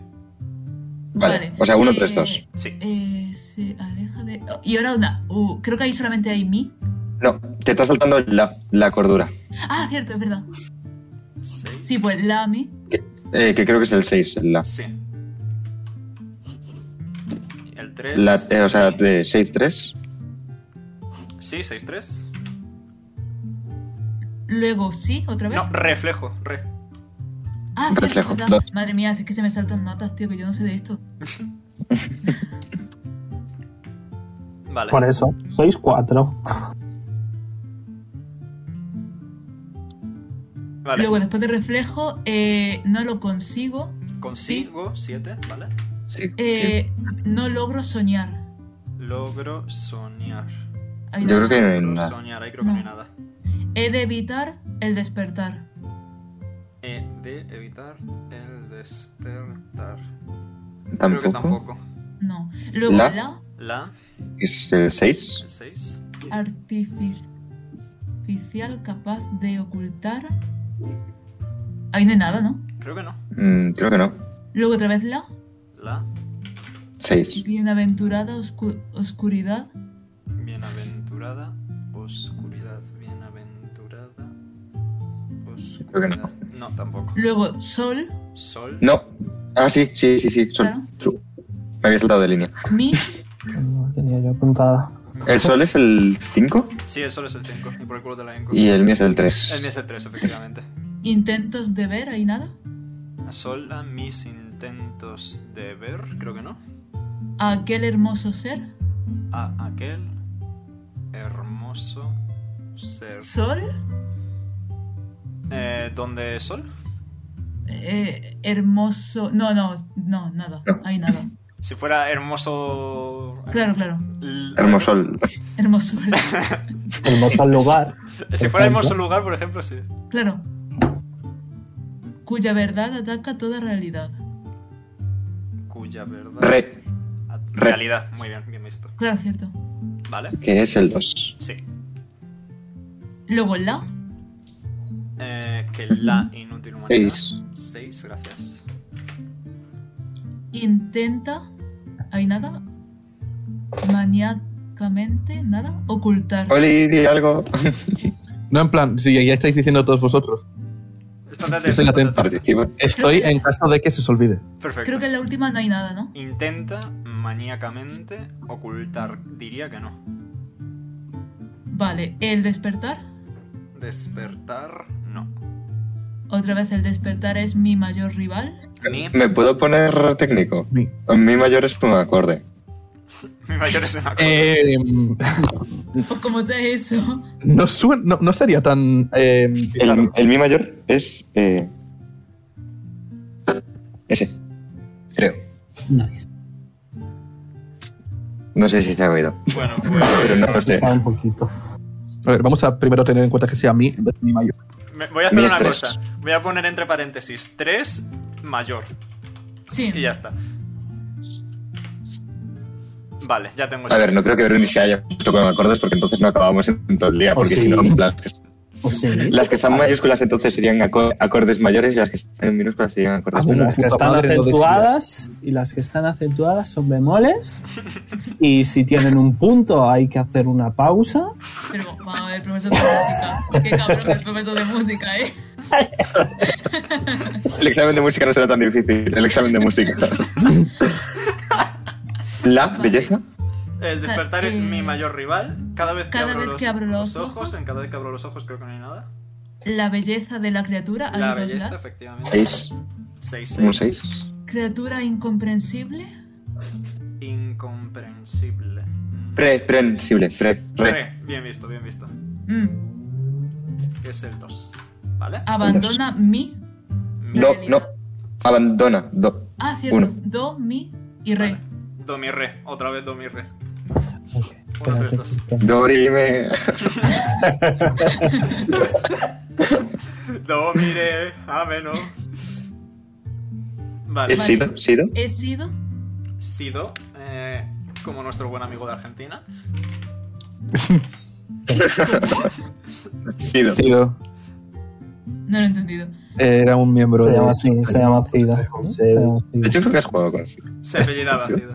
Speaker 5: Vale. O sea, uno, tres, dos.
Speaker 2: Sí.
Speaker 4: Eh, se aleja de. oh, y ahora una. Uh, creo que ahí solamente hay mí.
Speaker 5: No, te está saltando la, la cordura.
Speaker 4: Ah, cierto, es verdad.
Speaker 2: Seis.
Speaker 4: Sí, pues la mi.
Speaker 5: Eh, que creo que es el 6. La,
Speaker 2: Sí. Y El 3.
Speaker 5: la, eh, o sea, 6-3.
Speaker 2: Sí, 6-3.
Speaker 4: Luego sí, otra vez.
Speaker 2: No, reflejo, re.
Speaker 4: ah, cierto,
Speaker 5: reflejo,
Speaker 4: es verdad.
Speaker 5: dos.
Speaker 4: Madre mía, si es que se me saltan notas, tío, que yo no sé de esto.
Speaker 2: Vale.
Speaker 1: Por eso, sois cuatro.
Speaker 2: Vale.
Speaker 4: Luego, después de reflejo, eh, no lo consigo.
Speaker 2: Consigo 7, ¿vale?
Speaker 5: Sí.
Speaker 4: Eh, No logro soñar.
Speaker 2: Logro soñar.
Speaker 4: Ahí
Speaker 5: Yo
Speaker 4: no.
Speaker 5: creo que no hay
Speaker 2: Logro
Speaker 5: nada.
Speaker 2: soñar, ahí creo que no hay nada.
Speaker 4: He de evitar el despertar.
Speaker 2: He E de evitar el despertar. Creo que
Speaker 5: Tampoco.
Speaker 2: tampoco.
Speaker 4: No. Luego
Speaker 5: La.
Speaker 4: la,
Speaker 2: La,
Speaker 5: Es el 6.
Speaker 2: el 6.
Speaker 4: artificial capaz de ocultar. Ahí no hay nada, ¿no?
Speaker 2: Creo que no.
Speaker 5: Mm, creo que no.
Speaker 4: Luego otra vez la
Speaker 5: 6.
Speaker 4: bienaventurada oscu- oscuridad.
Speaker 2: La bienaventurada oscuridad. Bienaventurada oscuridad.
Speaker 5: Creo que no.
Speaker 2: No, tampoco.
Speaker 4: Luego sol.
Speaker 2: Sol.
Speaker 5: No. Ah, sí, sí, sí, sí. Sol.
Speaker 4: Claro.
Speaker 5: Su- Me había saltado de línea.
Speaker 4: Mi.
Speaker 1: No tenía yo apuntada.
Speaker 5: El sol es el 5
Speaker 2: Sí, el sol es el 5. Y por el culo de la enco.
Speaker 5: y el mío es el
Speaker 2: El mío
Speaker 5: 3.
Speaker 2: es el 3, efectivamente.
Speaker 4: Intentos de ver. Ahí nada.
Speaker 2: Sol a mis intentos de ver. Creo que no.
Speaker 4: Aquel hermoso ser.
Speaker 2: A aquel hermoso ser.
Speaker 4: Sol.
Speaker 2: Eh, ¿Dónde es sol?
Speaker 4: eh, hermoso. No, no, no, nada.
Speaker 5: No.
Speaker 4: Ahí nada.
Speaker 2: Si fuera hermoso.
Speaker 4: Claro, claro.
Speaker 2: L-
Speaker 5: Hermosol.
Speaker 4: Hermoso. sol.
Speaker 1: Hermoso lugar.
Speaker 2: eh, Si fuera hermoso lugar, por ejemplo, sí.
Speaker 4: Claro. Cuya verdad ataca toda realidad.
Speaker 2: Cuya verdad.
Speaker 5: Re.
Speaker 2: Ah,
Speaker 5: Re.
Speaker 2: Realidad. Muy bien, bien visto.
Speaker 4: Claro, cierto.
Speaker 2: Vale.
Speaker 5: Que es el 2.
Speaker 2: Sí.
Speaker 4: Luego la.
Speaker 2: Eh, que la inútil humanidad.
Speaker 5: Seis.
Speaker 2: 6, gracias.
Speaker 4: intenta, hay nada, maniacamente, nada, ocultar.
Speaker 5: Oli, di algo.
Speaker 3: No, en plan, si ya estáis diciendo todos vosotros.
Speaker 2: Estás atento.
Speaker 3: Yo soy
Speaker 2: estás
Speaker 3: atento.
Speaker 5: Participa.
Speaker 3: Estoy en caso de que se os olvide.
Speaker 2: Perfecto.
Speaker 4: Creo que en la última no hay nada, ¿no?
Speaker 2: Intenta maníacamente ocultar. Diría que no.
Speaker 4: Vale, el despertar.
Speaker 2: Despertar. No.
Speaker 4: Otra vez el despertar es mi mayor rival.
Speaker 2: Mi,
Speaker 5: ¿Me puedo poner técnico?
Speaker 3: Mi-
Speaker 5: Mi mayor es un acorde.
Speaker 2: mi mayor es una cosa.
Speaker 3: Eh,
Speaker 4: O como sea eso.
Speaker 3: no, suen- no, no sería tan. eh,
Speaker 5: El,
Speaker 3: bizarro.
Speaker 5: el mi mayor es. eh, ese. Creo.
Speaker 1: Nice.
Speaker 5: No sé si se ha oído.
Speaker 2: Bueno, pues.
Speaker 5: Pero no lo sé.
Speaker 1: Pensaba un poquito.
Speaker 3: A ver, vamos a primero tener en cuenta que sea mi, en vez de mi mayor.
Speaker 2: me- voy a hacer
Speaker 5: Mi
Speaker 2: una
Speaker 5: estrés.
Speaker 2: cosa. Voy a poner entre paréntesis 3 mayor.
Speaker 4: Sí.
Speaker 2: Y ya está. Vale, ya tengo
Speaker 5: A ver, no creo que Bruni se haya puesto con acordes porque entonces no acabamos en todo el día.
Speaker 1: Oh,
Speaker 5: Porque
Speaker 1: sí.
Speaker 5: si no, las que,
Speaker 1: O Pues sí.
Speaker 5: las que están mayúsculas entonces serían acor- acordes mayores y las que están en minúsculas serían acordes
Speaker 3: Ah,
Speaker 5: menores.
Speaker 1: Las que
Speaker 3: Puta
Speaker 1: están
Speaker 3: madre, no
Speaker 1: acentuadas y las que están acentuadas son bemoles. Y si tienen un punto hay que hacer una pausa.
Speaker 4: Pero vamos a ver, profesor de música. Qué cabrón el profesor de música, ¿eh?
Speaker 5: El examen de música no será tan difícil. El examen de música. La belleza.
Speaker 2: El despertar es
Speaker 4: Eh,
Speaker 2: mi mayor rival. Cada vez que,
Speaker 4: cada
Speaker 2: abro,
Speaker 4: vez
Speaker 2: los,
Speaker 4: que abro los
Speaker 2: ojos,
Speaker 4: ojos.
Speaker 2: en cada vez que abro los ojos creo que no hay nada.
Speaker 4: La belleza de la criatura. hay
Speaker 2: La
Speaker 4: dos
Speaker 2: belleza,
Speaker 4: las.
Speaker 2: efectivamente.
Speaker 5: Seis.
Speaker 2: 6,
Speaker 5: Un seis.
Speaker 4: Criatura incomprensible.
Speaker 2: Incomprensible. Mm.
Speaker 5: Reprensible. Pre, re.
Speaker 2: Re. Bien visto, bien visto.
Speaker 4: Mm.
Speaker 2: Es el 2. ¿Vale?
Speaker 4: Ah, Abandona mi.
Speaker 2: Mi-
Speaker 5: Do, no. Abandona. Do.
Speaker 4: Ah, cierto.
Speaker 5: Uno.
Speaker 4: Do, mi y re.
Speaker 2: Vale. Do mi re. Otra vez do mi re. Uno, tres,
Speaker 1: Espérate,
Speaker 2: dos.
Speaker 1: espérate.
Speaker 5: Dorime.
Speaker 2: Do mi re. Ameno. ah, Vale.
Speaker 5: ¿Es Sido? ¿Sido?
Speaker 4: He sido.
Speaker 2: Sido, eh, como nuestro buen amigo de Argentina.
Speaker 5: Sido.
Speaker 3: Cido,
Speaker 4: No lo he entendido.
Speaker 3: eh, era un miembro
Speaker 1: Se
Speaker 3: de.
Speaker 1: llama así, se llama Cida. Se llama
Speaker 5: De
Speaker 1: Cida.
Speaker 5: hecho, creo que has jugado con Sido.
Speaker 2: Se apellidaba Sido.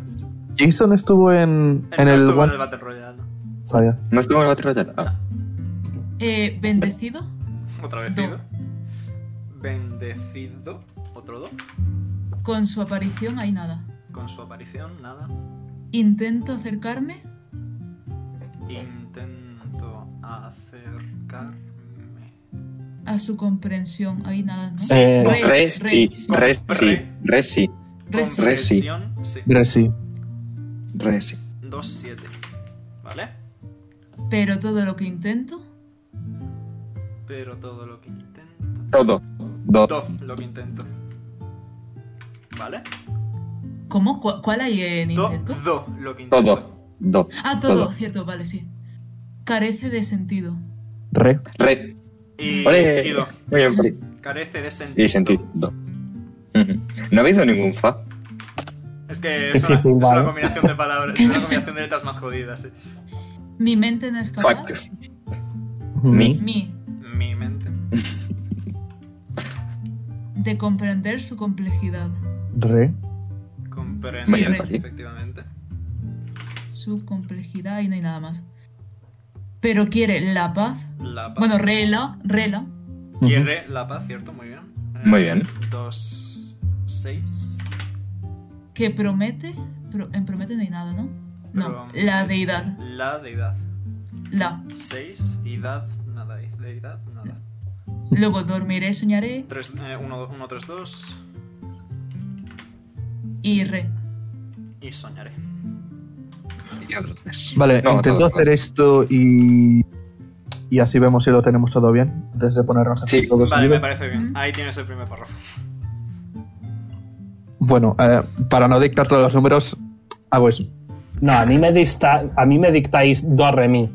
Speaker 3: Jason estuvo en,
Speaker 2: Él
Speaker 3: en
Speaker 2: no
Speaker 3: el.
Speaker 2: estuvo en
Speaker 3: One-
Speaker 2: el Battle Royale.
Speaker 3: Sabía.
Speaker 5: ¿No estuvo en el Battle Royale? Ah,
Speaker 4: Eh, bendecido.
Speaker 2: Otra vez Sido. Bendecido. Otro do.
Speaker 4: Con su aparición hay nada.
Speaker 2: Con su aparición, nada.
Speaker 4: Intento acercarme.
Speaker 2: Intento acercarme.
Speaker 4: A su comprensión hay nada, ¿no?
Speaker 1: Eh,
Speaker 4: Re-
Speaker 5: Re, sí, re,
Speaker 2: Re.
Speaker 5: sí, re, sí,
Speaker 4: re- sí.
Speaker 5: Re, sí.
Speaker 2: Comprensión, sí.
Speaker 3: Gresi.
Speaker 5: re, sí.
Speaker 2: 2-7. ¿Vale?
Speaker 4: Pero todo lo que intento.
Speaker 2: Pero todo lo que intento.
Speaker 5: Todo. Do.
Speaker 2: Todo lo que intento. ¿Vale?
Speaker 4: ¿Cómo? ¿Cu- ¿Cuál hay en intento?
Speaker 2: Todo lo que intento.
Speaker 5: Todo. Do.
Speaker 4: Ah, todo,
Speaker 5: Todo.
Speaker 4: cierto, vale, sí. Carece de sentido.
Speaker 3: Re.
Speaker 5: Re.
Speaker 2: Y,
Speaker 5: Ole.
Speaker 2: y do.
Speaker 5: Muy bien, Felipe.
Speaker 2: Carece de sentido.
Speaker 5: Y sentido. Do. Ujú. No ha habido ningún fa.
Speaker 2: Es que es
Speaker 1: Difícil,
Speaker 2: una, es una
Speaker 1: ¿vale?
Speaker 2: combinación de palabras, es una combinación de letras más jodidas. sí.
Speaker 4: Mi mente no es capaz.
Speaker 5: Fuck. Mi.
Speaker 4: Mi.
Speaker 2: Mi mente.
Speaker 4: De comprender su complejidad.
Speaker 3: Re.
Speaker 2: Comprende,
Speaker 4: Sí, re.
Speaker 2: efectivamente.
Speaker 4: Su complejidad y no hay nada más. Pero quiere la paz.
Speaker 2: La paz.
Speaker 4: Bueno, rela, rela.
Speaker 2: Quiere la paz, ¿cierto? Muy bien. Eh,
Speaker 5: Muy bien.
Speaker 2: Dos, seis.
Speaker 4: Que promete. pro- en promete no hay nada, ¿no? No.
Speaker 2: Pero- um,
Speaker 4: La deidad.
Speaker 2: La deidad.
Speaker 4: La.
Speaker 2: Seis. Idad, nada. Deidad, nada.
Speaker 4: Luego dormiré, soñaré
Speaker 2: Tres, eh, uno, uno, tres, dos.
Speaker 4: y re.
Speaker 2: Y soñaré.
Speaker 5: Y otro tres.
Speaker 3: Vale,
Speaker 5: No,
Speaker 3: intento
Speaker 5: todo,
Speaker 3: hacer esto y. Y así vemos si lo tenemos todo bien. Antes de ponernos a hacer
Speaker 5: Sí.
Speaker 3: todo
Speaker 2: Vale,
Speaker 3: seguido.
Speaker 2: me parece bien.
Speaker 4: Ujú.
Speaker 2: Ahí tienes el primer párrafo.
Speaker 3: Bueno, eh, para no dictar todos los números, hago eso.
Speaker 1: No, a mí me, dista- a mí me dictáis do re mi.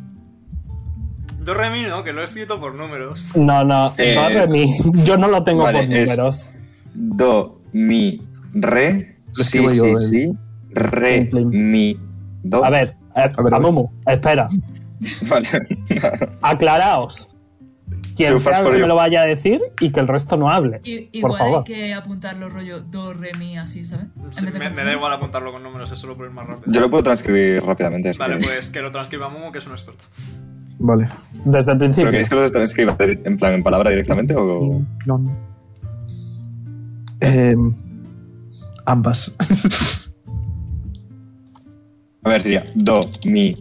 Speaker 2: Do, re, mi, no, que lo he escrito por números.
Speaker 1: No, no,
Speaker 5: Eh,
Speaker 1: do re mi. Yo no lo tengo
Speaker 5: vale,
Speaker 1: por
Speaker 5: es-
Speaker 1: números.
Speaker 5: Do, mi, re.
Speaker 3: Lo
Speaker 5: Sí,
Speaker 3: escribo yo, eh.
Speaker 5: sí,
Speaker 3: el-
Speaker 5: sí. Re,
Speaker 1: el-
Speaker 5: mi, do.
Speaker 1: A ver, eh,
Speaker 3: A ver, a ver.
Speaker 1: Amumu, espera.
Speaker 5: Vale.
Speaker 1: Aclaraos. Quien
Speaker 5: So far
Speaker 1: sea
Speaker 5: for
Speaker 1: que me
Speaker 5: you.
Speaker 1: lo vaya a decir y que el resto no hable.
Speaker 4: I-
Speaker 1: Por
Speaker 4: igual hay
Speaker 1: favor.
Speaker 4: que apuntarlo rollo do, re, mi, así, ¿sabes? En
Speaker 2: Sí,
Speaker 4: vez de
Speaker 2: me,
Speaker 4: como-
Speaker 2: me da igual apuntarlo con números, es solo por ir más rápido.
Speaker 5: Yo lo puedo transcribir rápidamente. es
Speaker 2: Vale,
Speaker 5: que-
Speaker 2: pues que lo transcriba Momo, que es un experto.
Speaker 3: Vale.
Speaker 1: Desde el
Speaker 5: ¿Pero
Speaker 1: principio.
Speaker 5: queréis que lo transcriba de- en plan en palabra directamente o...?
Speaker 3: Inclon. Oh. Em, ambas.
Speaker 5: A ver, sería do, mi,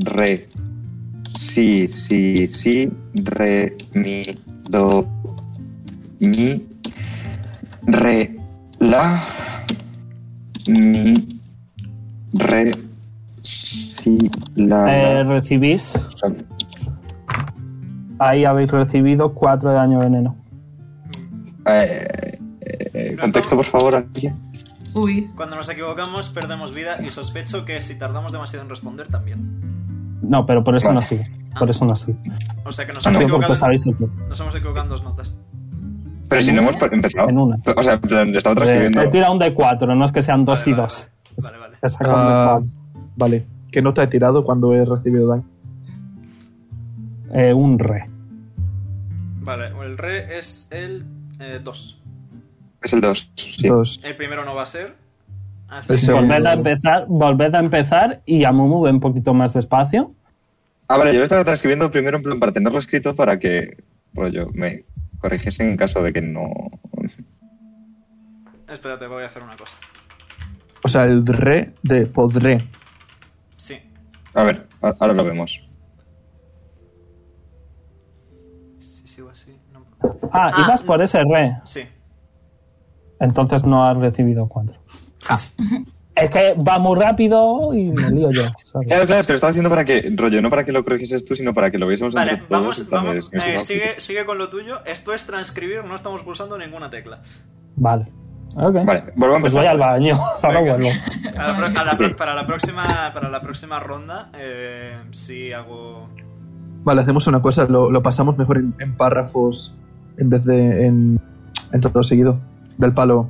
Speaker 5: re, si, si, si, re, mi, do, mi, re, la, mi, re, si, la,
Speaker 1: Eh,
Speaker 5: la.
Speaker 1: recibís. Ahí habéis recibido 4 de daño veneno.
Speaker 5: Eh, eh, contexto, por favor, aquí.
Speaker 4: Uy,
Speaker 2: Cuando nos equivocamos, perdemos vida y sospecho que si tardamos demasiado en responder también.
Speaker 1: No, pero por eso
Speaker 5: Vale.
Speaker 1: no sigue. Por eso no sigue.
Speaker 2: O sea que nos
Speaker 5: Ah, no,
Speaker 2: hemos
Speaker 1: Sí,
Speaker 2: equivocado.
Speaker 1: porque sabéis el plan.
Speaker 2: Nos hemos equivocado en dos notas.
Speaker 5: Pero si no hemos pe- empezado.
Speaker 1: En una.
Speaker 5: O sea, en plan, estaba
Speaker 1: Eh,
Speaker 5: transcribiendo.
Speaker 1: He tirado un de 4, no es que sean 2
Speaker 2: Vale,
Speaker 1: y
Speaker 2: vale,
Speaker 1: 2.
Speaker 2: Vale, vale.
Speaker 1: He sacado un de
Speaker 3: Ah,
Speaker 1: cuatro.
Speaker 3: vale. ¿Qué nota he tirado cuando he recibido daño?
Speaker 1: Eh, un re.
Speaker 2: Vale, el re es el 2.
Speaker 5: Es el 2. Sí.
Speaker 3: Dos.
Speaker 2: El primero no va a ser. Así
Speaker 3: El
Speaker 2: que-
Speaker 3: segundo.
Speaker 1: Volved a empezar, volved a empezar y a Mumu ve un poquito más despacio.
Speaker 5: Ah, vale, yo lo estaba transcribiendo primero en plan para tenerlo escrito para que rollo, me corrigiesen en caso de que no.
Speaker 2: Espérate, voy a hacer una cosa.
Speaker 3: O sea, el re de podré.
Speaker 2: Sí.
Speaker 5: A ver, a- ahora lo vemos.
Speaker 2: Si sigo así, no.
Speaker 1: Ah,
Speaker 2: Ah.
Speaker 1: ibas por ese re.
Speaker 2: Sí.
Speaker 1: Entonces no has recibido 4. Es que va muy rápido y me lío yo. ¿sabes?
Speaker 5: Claro, claro, pero estaba haciendo para que, rollo, no para que lo corrigieses tú, sino para que lo viésemos
Speaker 2: Vale,
Speaker 5: Pues entre todos.
Speaker 2: vamos,
Speaker 5: en este plan de-
Speaker 2: vamos.
Speaker 5: es que
Speaker 2: eh,
Speaker 5: es
Speaker 2: sigue, sigue con lo tuyo. Esto es transcribir, no estamos pulsando ninguna tecla.
Speaker 1: Vale. Ok.
Speaker 5: Vale, volvamos.
Speaker 1: Pues voy al baño. Ahora
Speaker 2: Venga.
Speaker 1: vuelvo.
Speaker 2: A la pro- a la pro-
Speaker 5: Sí.
Speaker 2: para, la próxima, para la próxima ronda, eh, sí hago.
Speaker 3: Vale, hacemos una cosa, lo, lo pasamos mejor en, en párrafos en vez de en, en todo seguido. Del palo.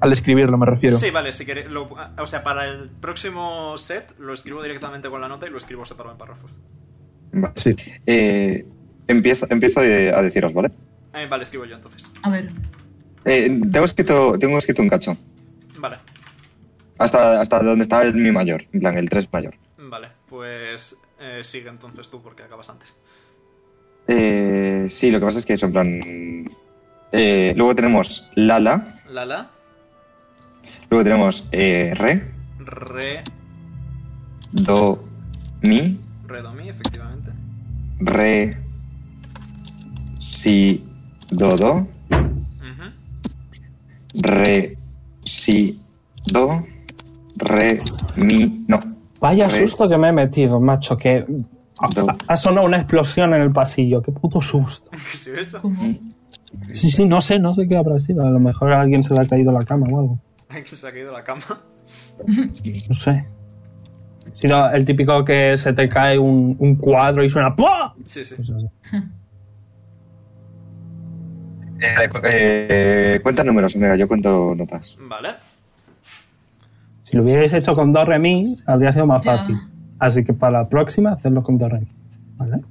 Speaker 3: Al escribirlo me refiero.
Speaker 2: Sí, vale, si queréis. lo- o sea, para el próximo set lo escribo directamente con la nota y lo escribo separado en párrafos.
Speaker 5: Va.
Speaker 3: Sí.
Speaker 5: Eh, empiezo empiezo de- a deciros, ¿vale?
Speaker 2: Eh, vale, escribo yo entonces.
Speaker 4: A ver,
Speaker 5: Eh, tengo, escrito, tengo escrito un cacho.
Speaker 2: Vale,
Speaker 5: Hasta, hasta donde está el mi mayor, en plan, el 3 mayor.
Speaker 2: vale, pues eh, sigue entonces tú porque acabas antes.
Speaker 5: Eh, sí, lo que pasa es que eso, en plan. eh, luego tenemos Lala,
Speaker 2: Lala,
Speaker 5: luego tenemos eh, Re,
Speaker 2: re,
Speaker 5: Do, Mi,
Speaker 2: re, do, mi, efectivamente.
Speaker 5: Re, Si, Do, Do,
Speaker 2: Ujú.
Speaker 5: Re, Si, Do, Re, Mi, No.
Speaker 1: Vaya
Speaker 5: Re,
Speaker 1: susto que me he metido, macho, que ha,
Speaker 5: Do.
Speaker 1: ha sonado una explosión en el pasillo. Qué puto susto.
Speaker 2: ¿Qué es eso?
Speaker 4: ¿cómo?
Speaker 1: Sí, sí, no sé, no sé qué habrá sido. A lo mejor a alguien se le ha caído la cama o algo.
Speaker 2: Que se ha caído la cama.
Speaker 1: No sé. Si no, el típico que se te cae un, un cuadro y suena ¡Pua!
Speaker 2: Sí, sí.
Speaker 1: Pues,
Speaker 5: Eh, cu- eh, cuenta números, mira, yo cuento notas.
Speaker 2: Vale.
Speaker 1: Si lo hubierais hecho con dos remis, habría sido más
Speaker 4: Ya.
Speaker 1: fácil. Así que para la próxima, hacerlo con dos remis. ¿Vale?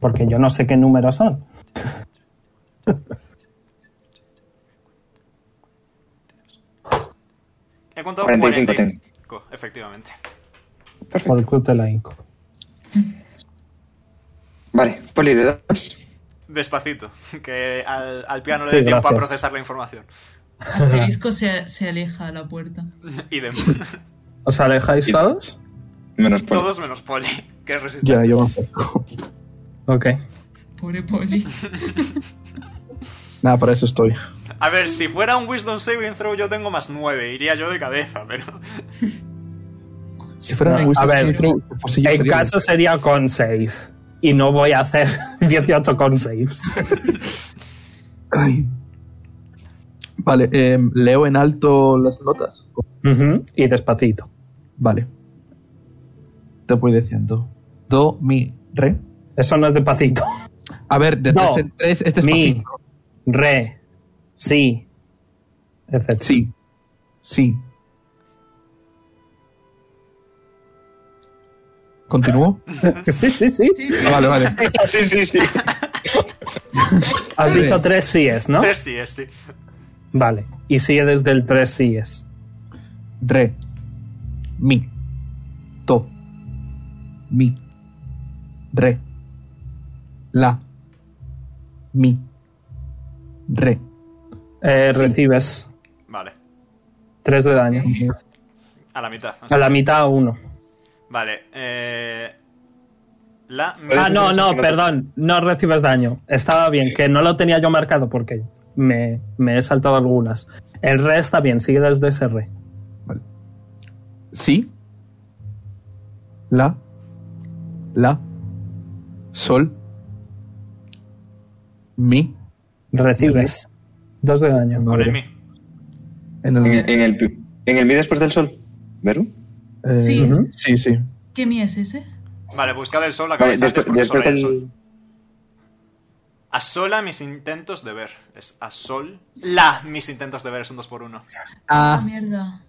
Speaker 1: Porque yo no sé qué números son.
Speaker 2: He contado
Speaker 5: 45
Speaker 2: 45, efectivamente.
Speaker 5: Perfecto.
Speaker 1: Por el club de la Inco.
Speaker 5: Vale, Poli, ¿le das?
Speaker 2: Despacito, que al, al piano le
Speaker 1: Sí,
Speaker 2: dé tiempo a
Speaker 1: gracias.
Speaker 2: procesar la información.
Speaker 4: Asterisco se, se aleja a la puerta.
Speaker 2: Y de
Speaker 1: ¿Os alejáis todos?
Speaker 5: Menos Poli.
Speaker 2: todos menos Poli, que es resistente.
Speaker 3: Ya, yo me acerco.
Speaker 1: Ok.
Speaker 4: Pobre Poli.
Speaker 3: Nada, para eso estoy.
Speaker 2: A ver, si fuera un Wisdom Saving Throw yo tengo más 9, iría yo de cabeza, pero...
Speaker 3: Si fuera
Speaker 1: No,
Speaker 3: un Wisdom
Speaker 1: a ver,
Speaker 3: Saving Throw, pues sí, yo
Speaker 1: En
Speaker 3: sería-
Speaker 1: caso sería con save. Y no voy a hacer 18 con saves.
Speaker 3: Ay. Vale, eh, leo en alto las notas.
Speaker 1: Ujú, Y despacito.
Speaker 3: Vale. Te voy diciendo. Do, mi, re.
Speaker 1: Eso no es despacito.
Speaker 3: A ver, de
Speaker 1: Do,
Speaker 3: tres en tres, este es
Speaker 1: Mi,
Speaker 3: fácil.
Speaker 1: re, si, etc.
Speaker 3: Sí. Sí. ¿Continúo?
Speaker 1: sí, sí, sí.
Speaker 4: Sí, sí.
Speaker 3: Ah, vale, vale.
Speaker 5: sí, sí, sí.
Speaker 1: Has
Speaker 3: Sí.
Speaker 1: dicho tres síes, ¿no?
Speaker 2: Tres sí, es sí.
Speaker 1: Vale. Y sigue desde el tres síes.
Speaker 3: Re. Mi. Do. Mi. Re. La. Mi. Re.
Speaker 1: Eh,
Speaker 3: Sí.
Speaker 1: Recibes
Speaker 2: Vale,
Speaker 1: tres de daño.
Speaker 2: a la mitad. o sea.
Speaker 1: A la mitad uno.
Speaker 2: Vale, eh... La...
Speaker 1: Ah, no, no, perdón. No recibes daño. Estaba bien, que no lo tenía yo marcado porque me, me he saltado algunas. El re está bien, sigue desde ese re.
Speaker 3: Si. La. La. Sol. Mi.
Speaker 1: Recibes dos de daño.
Speaker 2: Con el
Speaker 3: Madre.
Speaker 2: mi.
Speaker 3: En
Speaker 5: En
Speaker 3: el,
Speaker 5: el, en el, pi- en el mi después del sol. ¿Veru?
Speaker 3: eh,
Speaker 4: Sí.
Speaker 1: Ujú.
Speaker 3: Sí, sí.
Speaker 4: ¿Qué mi es ese?
Speaker 2: Vale, buscad el sol, la
Speaker 5: Vale,
Speaker 2: cabeza
Speaker 5: después,
Speaker 2: porque
Speaker 5: después
Speaker 2: solo hay el sol.
Speaker 5: del.
Speaker 2: A sola mis intentos de ver. Es a sol. La mis intentos de ver es un 2x1.
Speaker 4: Ah,
Speaker 3: Ah,
Speaker 4: mierda.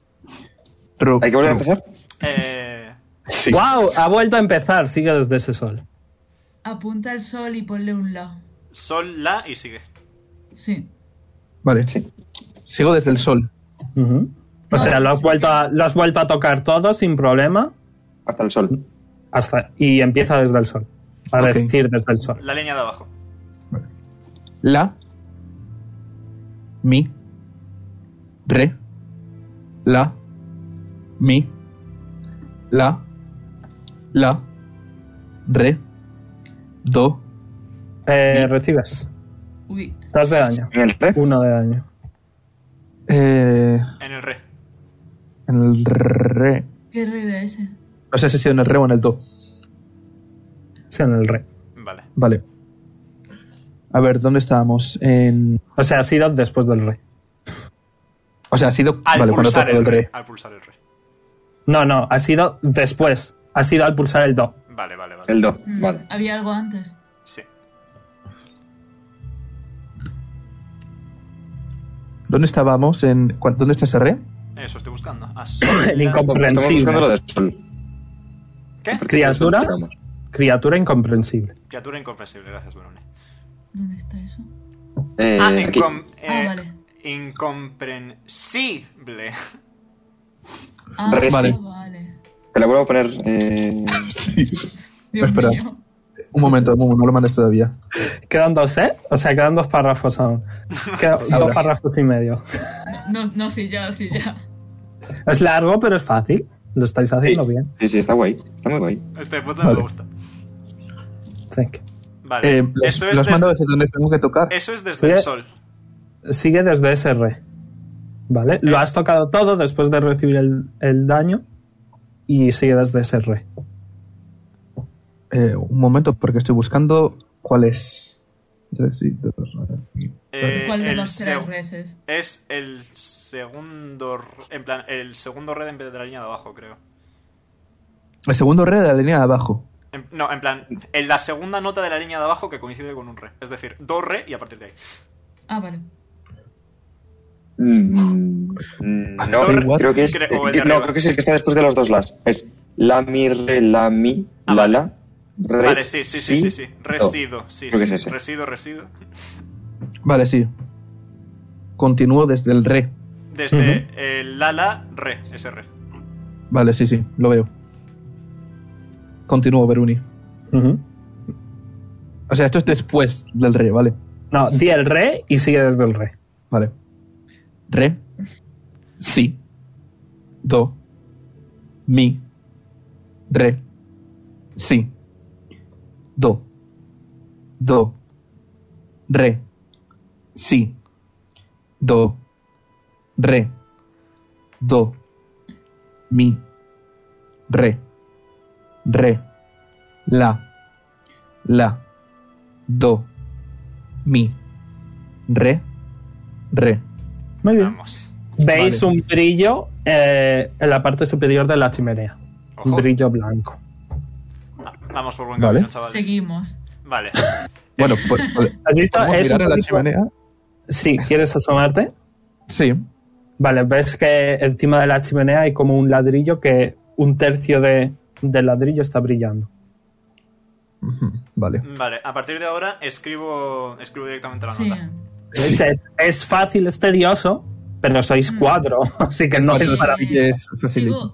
Speaker 3: ru-
Speaker 5: ¿Hay que volver a
Speaker 3: ru-
Speaker 5: empezar?
Speaker 2: Eh,
Speaker 3: Sí.
Speaker 1: ¡Wow! Ha vuelto a empezar, sigue desde ese sol.
Speaker 4: Apunta al sol y ponle un lado.
Speaker 2: sol, la y sigue.
Speaker 4: Sí.
Speaker 3: Vale.
Speaker 5: Sí.
Speaker 3: Sigo desde el sol.
Speaker 1: Ujú. O
Speaker 4: No,
Speaker 1: sea, lo has,
Speaker 4: sí.
Speaker 1: vuelto a, lo has vuelto a tocar todo sin problema
Speaker 5: Hasta el sol.
Speaker 1: hasta, y empieza desde el sol. A
Speaker 3: Ok.
Speaker 1: decir desde el sol.
Speaker 2: La línea de abajo.
Speaker 3: La. Mi. Re. La. Mi. La. La. Re. Do.
Speaker 1: Eh, recibes
Speaker 4: Uy.
Speaker 1: dos de daño.
Speaker 5: En el re.
Speaker 1: Uno de daño.
Speaker 3: Eh,
Speaker 2: En el re.
Speaker 3: en el re.
Speaker 4: ¿Qué rey era ese?
Speaker 3: No sé si ha sido en el re o en el do.
Speaker 1: Sí, en el re.
Speaker 2: Vale.
Speaker 3: Vale. A ver, ¿dónde estábamos? En...
Speaker 1: O sea, ha sido después del re.
Speaker 3: O sea, ha sido.
Speaker 2: Al
Speaker 3: vale, cuando
Speaker 2: pulsar
Speaker 3: toco
Speaker 2: el
Speaker 3: el
Speaker 2: re.
Speaker 3: re.
Speaker 2: Al pulsar el re.
Speaker 1: No, no, ha sido después. Ha sido al pulsar el do.
Speaker 2: Vale, vale, vale.
Speaker 5: El do.
Speaker 4: Mm,
Speaker 5: Vale.
Speaker 4: Había algo antes.
Speaker 2: Sí.
Speaker 3: ¿Dónde estábamos? En, cuál- ¿Dónde está ese re?
Speaker 2: Eso estoy buscando. Ah,
Speaker 1: El incom-
Speaker 5: Estamos buscando lo del sol.
Speaker 2: ¿Qué?
Speaker 5: ¿Por qué del sol
Speaker 1: ¿Criatura?
Speaker 5: tiramos?
Speaker 1: Criatura incomprensible.
Speaker 2: Criatura incomprensible, gracias, Brune.
Speaker 4: ¿Dónde está eso?
Speaker 5: Eh,
Speaker 2: ah,
Speaker 5: aquí.
Speaker 2: incom-
Speaker 4: Ah,
Speaker 2: eh,
Speaker 4: vale.
Speaker 2: incomprensible.
Speaker 4: Ah,
Speaker 5: Re-
Speaker 3: Vale.
Speaker 4: vale.
Speaker 5: Te la vuelvo a poner. eh,
Speaker 3: Sí.
Speaker 4: Dios
Speaker 3: Espera.
Speaker 4: mío.
Speaker 3: Un momento, un momento, no lo mandes todavía.
Speaker 1: Quedan dos, ¿eh? O sea, quedan dos párrafos aún. Quedan dos
Speaker 3: Ahora.
Speaker 1: párrafos y medio.
Speaker 4: No, no, sí, ya, sí, ya.
Speaker 1: Es largo, pero es fácil. Lo estáis haciendo bien.
Speaker 5: Sí, sí, está guay. Está muy guay.
Speaker 2: Este puto me
Speaker 3: Vale.
Speaker 2: gusta.
Speaker 1: Thank you.
Speaker 2: Vale.
Speaker 3: Eh, los,
Speaker 2: eso, es
Speaker 3: los
Speaker 2: des-
Speaker 3: mando desde donde tengo que tocar.
Speaker 2: eso es desde el
Speaker 1: Oye.
Speaker 2: sol.
Speaker 1: Sigue desde ese re. ¿Vale? Lo
Speaker 2: Es-
Speaker 1: has tocado todo después de recibir el, el daño. Y sigue desde ese re.
Speaker 3: Eh, un momento, porque estoy buscando cuál es. Tres, sí, dos, eh,
Speaker 2: Eh,
Speaker 4: ¿Cuál de
Speaker 2: el
Speaker 4: los tres
Speaker 2: seg-
Speaker 4: reses?
Speaker 2: Es el segundo. r- En plan, el segundo red en vez de la línea de abajo, creo.
Speaker 3: El segundo re de la línea de abajo.
Speaker 2: En- no, en plan, en la segunda nota de la línea de abajo que coincide con un re. Es decir, dos re y a partir de ahí.
Speaker 4: Ah, vale.
Speaker 5: Mm, mm, no,
Speaker 3: Sí, what?
Speaker 5: creo que es.
Speaker 2: Creo- o el de
Speaker 5: eh, no,
Speaker 2: arriba.
Speaker 5: creo que es el que está después de los dos las. Es la, mi, re, la, mi,
Speaker 2: Ah,
Speaker 5: la,
Speaker 2: vale.
Speaker 5: la. Re,
Speaker 2: vale, sí, sí, sí, sí, sí. Resido, sí,
Speaker 5: Creo que
Speaker 2: sí.
Speaker 5: es ese.
Speaker 2: Resido, resido.
Speaker 3: Vale, sí. Continúo desde el re.
Speaker 2: Desde el ala, re, ese re.
Speaker 3: Vale, sí, sí, lo veo. Continúo, Beruni.
Speaker 1: Ujú.
Speaker 3: O sea, esto es después del re, vale.
Speaker 1: No, di el re y sigue desde el re.
Speaker 3: Vale. Re. Si. Do. Mi. Re. Si. Do. Do. Re. Si. Do. Re. Do. Mi. Re. Re. La. La. Do. Mi. Re. Re.
Speaker 1: Muy bien.
Speaker 2: Vamos.
Speaker 1: Veis
Speaker 3: Vale.
Speaker 1: un brillo eh, en la parte superior de la chimenea. Un
Speaker 2: Ojo.
Speaker 1: brillo blanco.
Speaker 2: Ah, Vamos por buen
Speaker 3: Vale.
Speaker 2: camino, chavales.
Speaker 4: Seguimos.
Speaker 2: Vale.
Speaker 3: Bueno, pues, vale.
Speaker 1: ¿Has visto?
Speaker 3: ¿Podemos
Speaker 1: Es
Speaker 3: mirar
Speaker 1: un
Speaker 3: a la
Speaker 1: poquito-
Speaker 3: chimenea?
Speaker 1: Sí, ¿quieres asomarte?
Speaker 3: Sí.
Speaker 1: Vale, ves que encima de la chimenea hay como un ladrillo que un tercio de, del ladrillo está brillando.
Speaker 3: Ujú, Vale.
Speaker 2: Vale, a partir de ahora escribo, escribo directamente la
Speaker 4: Sí.
Speaker 2: nota.
Speaker 3: Sí.
Speaker 1: Es, es- es fácil, es tedioso, pero sois
Speaker 4: Mm.
Speaker 1: cuatro, así que no
Speaker 3: Vale,
Speaker 1: es
Speaker 3: los
Speaker 1: para
Speaker 4: sí.
Speaker 3: billetes facilito.
Speaker 4: Sigo,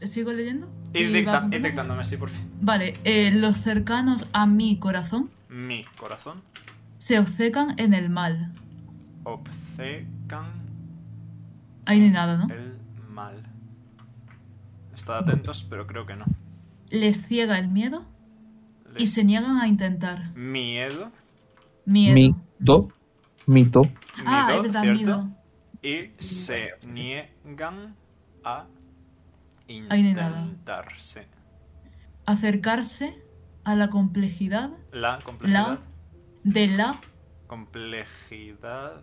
Speaker 4: ¿Sigo leyendo?
Speaker 2: Ir, dicta-
Speaker 4: va
Speaker 2: ir
Speaker 4: apuntando.
Speaker 2: dictándome, sí, por fin.
Speaker 4: Vale, eh, los cercanos a mi corazón
Speaker 2: Mi corazón
Speaker 4: se obcecan en el mal.
Speaker 2: obcecan
Speaker 4: Ahí ni nada, ¿no?
Speaker 2: el mal. Estad atentos, pero creo que no.
Speaker 4: Les ciega el miedo y
Speaker 2: Les-
Speaker 4: se niegan a intentar.
Speaker 2: Miedo,
Speaker 4: Miedo.
Speaker 3: Mi, do, mito.
Speaker 4: ah, es
Speaker 2: miedo,
Speaker 4: verdad,
Speaker 2: ¿cierto?
Speaker 4: miedo.
Speaker 2: Y se niegan a
Speaker 4: Ahí ni nada.
Speaker 2: intentarse.
Speaker 4: Acercarse a la complejidad
Speaker 2: La complejidad.
Speaker 4: de la
Speaker 2: Complejidad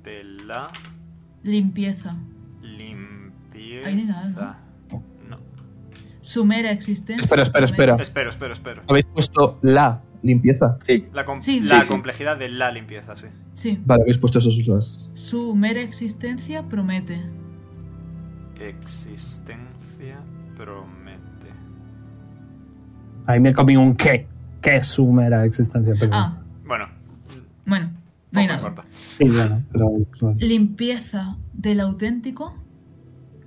Speaker 2: de la
Speaker 4: limpieza.
Speaker 2: limpieza.
Speaker 4: Ahí ni nada,
Speaker 2: No.
Speaker 4: Su mera existencia.
Speaker 3: Espera, espera, espera.
Speaker 2: Espero, espero, espero.
Speaker 3: Habéis puesto la limpieza.
Speaker 5: Sí.
Speaker 2: La, com-
Speaker 4: Sí.
Speaker 2: la
Speaker 5: Sí, sí.
Speaker 2: complejidad de la limpieza, sí.
Speaker 4: Sí.
Speaker 3: Vale, habéis puesto esos dos.
Speaker 4: Su mera existencia promete.
Speaker 2: Existencia promete.
Speaker 1: Ahí me comí un qué. Qué sumera existencia. Pero,
Speaker 4: Ah,
Speaker 2: Bueno,
Speaker 4: bueno, no hay
Speaker 2: poco
Speaker 4: nada.
Speaker 2: importa.
Speaker 1: Sí, bueno, pero-
Speaker 4: Limpieza del auténtico.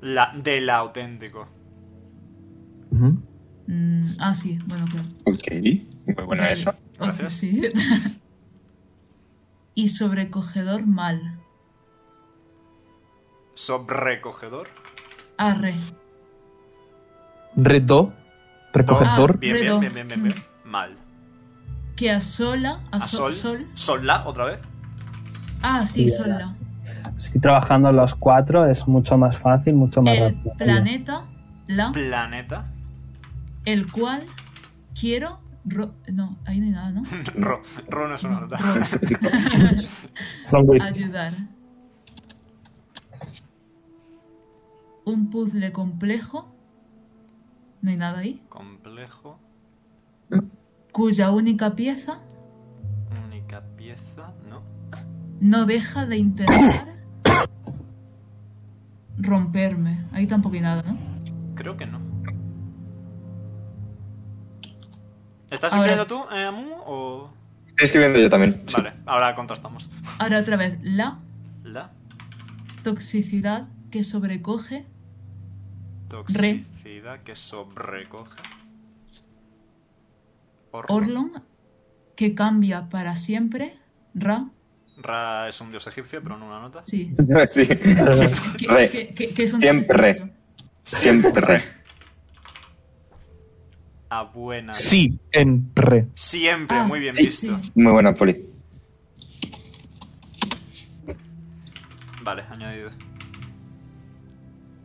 Speaker 2: La, del auténtico.
Speaker 3: Ujú.
Speaker 4: Mm, ah, sí, bueno, claro.
Speaker 5: Ok. Muy buena
Speaker 4: Del-
Speaker 5: esa.
Speaker 4: Hostia,
Speaker 2: Gracias.
Speaker 4: sí. y sobrecogedor mal.
Speaker 2: Sobrecogedor.
Speaker 4: Arre.
Speaker 3: Re, do,
Speaker 2: Ah,
Speaker 3: recogedor.
Speaker 2: bien, bien,
Speaker 4: Redo.
Speaker 2: bien, bien, bien, bien.
Speaker 4: Mm.
Speaker 2: Mal.
Speaker 4: Que asola.
Speaker 2: A sol.
Speaker 4: aso- Ah, sol.
Speaker 2: Sola, otra vez.
Speaker 4: Ah, sí,
Speaker 1: Sí,
Speaker 4: sola.
Speaker 1: Si trabajando los cuatro es mucho más fácil, mucho más
Speaker 4: El ¿eh?
Speaker 1: rápido.
Speaker 4: planeta. La.
Speaker 2: Planeta.
Speaker 4: El cual. Quiero. ro- no, ahí no hay nada, ¿no?
Speaker 2: Ro, ro no es una nota.
Speaker 1: Son whisky.
Speaker 4: Ayudar. Un puzzle complejo. No hay nada ahí.
Speaker 2: Complejo.
Speaker 4: Cuya única pieza.
Speaker 2: Única pieza. No.
Speaker 4: no deja de intentar romperme. Ahí tampoco hay nada, ¿no?
Speaker 2: Creo que no. ¿Estás
Speaker 4: Ahora-
Speaker 2: escribiendo tú, eh, Amumu, o...?
Speaker 5: Estoy escribiendo yo también. sí.
Speaker 2: Vale, ahora contrastamos.
Speaker 4: Ahora otra vez, la
Speaker 2: La
Speaker 4: toxicidad que sobrecoge
Speaker 2: toxicidad que sobrecoge. Orlon.
Speaker 4: Orlon, que cambia para siempre, Ra,
Speaker 2: Ra es un dios egipcio, pero en una nota.
Speaker 4: sí.
Speaker 5: Sí,
Speaker 4: Que,
Speaker 5: Re.
Speaker 4: que- que- que es un
Speaker 5: Siempre. siempre.
Speaker 2: A Ah, buena.
Speaker 3: Sí, en re.
Speaker 2: Siempre,
Speaker 4: Ah,
Speaker 2: muy bien
Speaker 4: sí,
Speaker 2: visto.
Speaker 4: sí.
Speaker 5: Muy buena, Poli.
Speaker 2: Vale, añadido.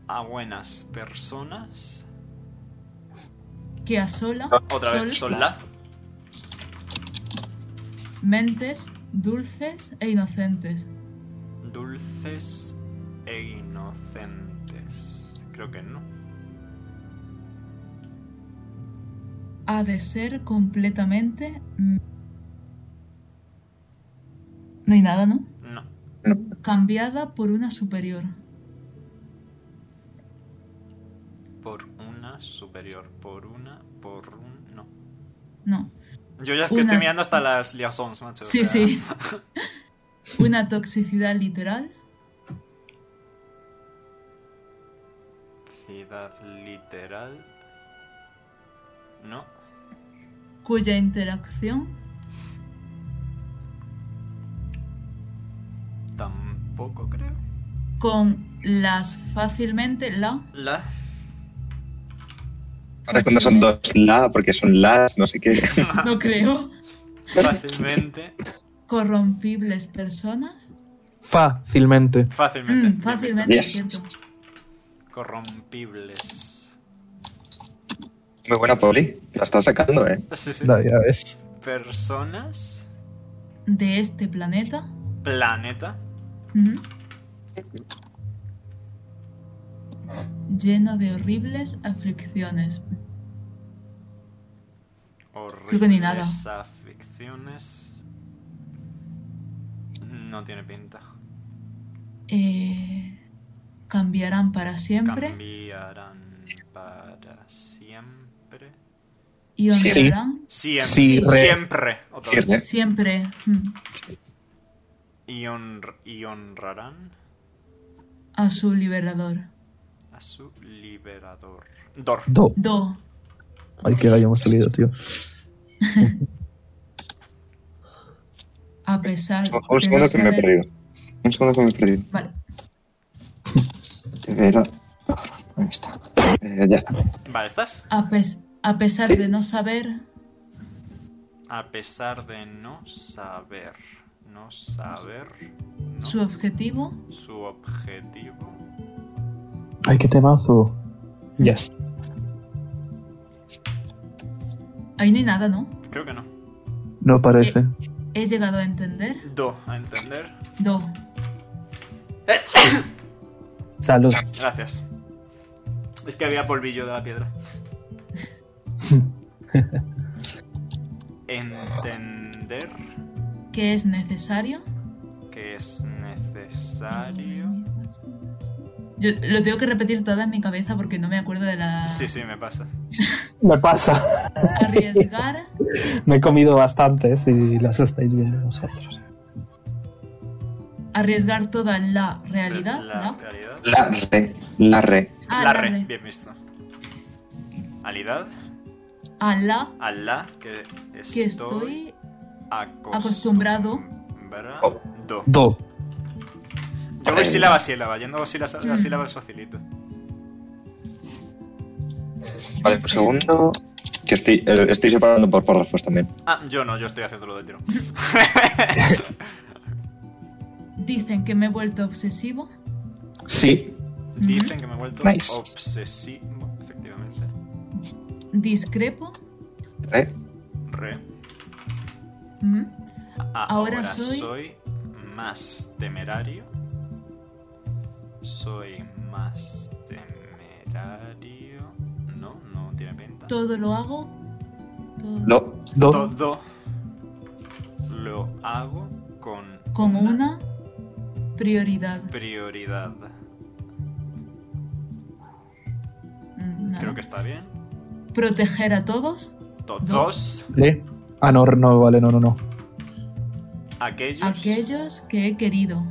Speaker 2: A buenas personas.
Speaker 4: Que asola
Speaker 2: Ah, Otra
Speaker 4: sol,
Speaker 2: vez, son la.
Speaker 4: mentes dulces e inocentes.
Speaker 2: Dulces e inocentes. Creo que no.
Speaker 4: Ha de ser completamente... mm, No hay nada, ¿no?
Speaker 2: No.
Speaker 5: No.
Speaker 4: Cambiada por una superior.
Speaker 2: Por una superior. Por una. Por un. No.
Speaker 4: No.
Speaker 2: Yo ya es que
Speaker 4: Una.
Speaker 2: estoy mirando hasta las liaisons, macho. o
Speaker 4: Sí,
Speaker 2: sea,
Speaker 4: sí. Una toxicidad literal
Speaker 2: Ciudad literal. No.
Speaker 4: cuya interacción
Speaker 2: Tampoco creo.
Speaker 4: con las fácilmente la
Speaker 2: La.
Speaker 5: Ahora es cuando son dos la, porque son las, no sé qué.
Speaker 4: no creo
Speaker 2: Fácilmente.
Speaker 4: corrompibles personas
Speaker 3: Fácilmente.
Speaker 2: Fácilmente.
Speaker 4: Mm,
Speaker 2: bien
Speaker 4: fácilmente
Speaker 5: Yes.
Speaker 4: cierto.
Speaker 2: visto. Corrompibles.
Speaker 5: Muy buena, Poli. Te la estás sacando, ¿eh?
Speaker 2: Sí, sí.
Speaker 3: La, ya ves.
Speaker 2: Personas.
Speaker 4: de este planeta mm,
Speaker 2: Planeta.
Speaker 4: ujú, lleno de horribles aflicciones
Speaker 2: Horribles
Speaker 4: que ni nada.
Speaker 2: aflicciones. No tiene pinta.
Speaker 4: Eh, cambiarán para siempre
Speaker 2: Cambiarán para siempre.
Speaker 4: y
Speaker 5: Sí.
Speaker 4: honrarán
Speaker 2: Siempre.
Speaker 3: Sí, re.
Speaker 2: siempre. Otra vez.
Speaker 5: Sí, re.
Speaker 4: siempre mm,
Speaker 2: Y, honr- y honrarán
Speaker 4: a su liberador
Speaker 2: a su liberador. Dor.
Speaker 3: Do.
Speaker 4: do
Speaker 3: Ay, que gallo hemos salido, tío.
Speaker 4: a pesar de
Speaker 5: Un segundo
Speaker 4: no
Speaker 5: que me he
Speaker 4: saber-
Speaker 5: perdido. Un segundo que me he perdido.
Speaker 4: Vale.
Speaker 5: Era- Ahí está. Eh, ya.
Speaker 2: Vale, ¿estás?
Speaker 4: A, pes- a pesar
Speaker 5: Sí.
Speaker 4: de no saber
Speaker 2: A pesar de no saber. No saber. no,
Speaker 4: su objetivo,
Speaker 2: su objetivo.
Speaker 3: Ay, qué temazo.
Speaker 1: Yes.
Speaker 4: ahí no hay nada, ¿no?
Speaker 2: Creo que no.
Speaker 3: No
Speaker 2: Eh.
Speaker 3: parece.
Speaker 4: He llegado a entender.
Speaker 2: Do, a entender.
Speaker 4: Do.
Speaker 1: Salud.
Speaker 2: Gracias. Es que había polvillo de la piedra. Entender
Speaker 4: Que es necesario.
Speaker 2: que es necesario.
Speaker 4: Yo lo tengo que repetir toda en mi cabeza porque no me acuerdo de la.
Speaker 2: Sí, sí, me pasa.
Speaker 1: Me pasa.
Speaker 4: Arriesgar
Speaker 1: Me he comido bastante, si las estáis viendo vosotros.
Speaker 4: arriesgar toda la realidad,
Speaker 2: La
Speaker 4: ¿no?
Speaker 2: realidad.
Speaker 5: La re. La re.
Speaker 4: A
Speaker 2: La
Speaker 4: la
Speaker 2: re,
Speaker 4: re.
Speaker 2: bien visto. Alidad,
Speaker 4: a la
Speaker 2: a la que
Speaker 4: que
Speaker 2: estoy
Speaker 4: estoy
Speaker 2: acostumbrado. Do.
Speaker 3: Do.
Speaker 2: Yo
Speaker 5: Eh,
Speaker 2: voy sílaba a sílaba, yendo sílaba a
Speaker 4: Mm.
Speaker 2: sílaba es facilito.
Speaker 5: Vale, un segundo. Que estoy, eh, estoy separando por párrafos también.
Speaker 2: Ah, yo no, yo estoy haciéndolo de tiro.
Speaker 4: dicen que me he vuelto obsesivo
Speaker 5: Sí.
Speaker 2: Dicen que me he vuelto
Speaker 5: Nice.
Speaker 2: obsesivo, efectivamente.
Speaker 4: discrepo
Speaker 5: Re.
Speaker 2: Re.
Speaker 4: ¿m?
Speaker 2: Ah,
Speaker 4: Ahora
Speaker 2: ahora
Speaker 4: soy-
Speaker 2: soy... más temerario. Soy más temerario. No, no tiene pinta.
Speaker 4: todo lo hago todo-
Speaker 5: Lo.
Speaker 3: Do.
Speaker 2: Todo lo hago con
Speaker 4: con una Prioridad.
Speaker 2: Prioridad.
Speaker 4: Mm, nada.
Speaker 2: Creo que está bien.
Speaker 4: Proteger a todos.
Speaker 2: Todos
Speaker 3: ¿Le? Ah, no, no, vale, no, no, no.
Speaker 2: aquellos.
Speaker 4: Aquellos que he querido.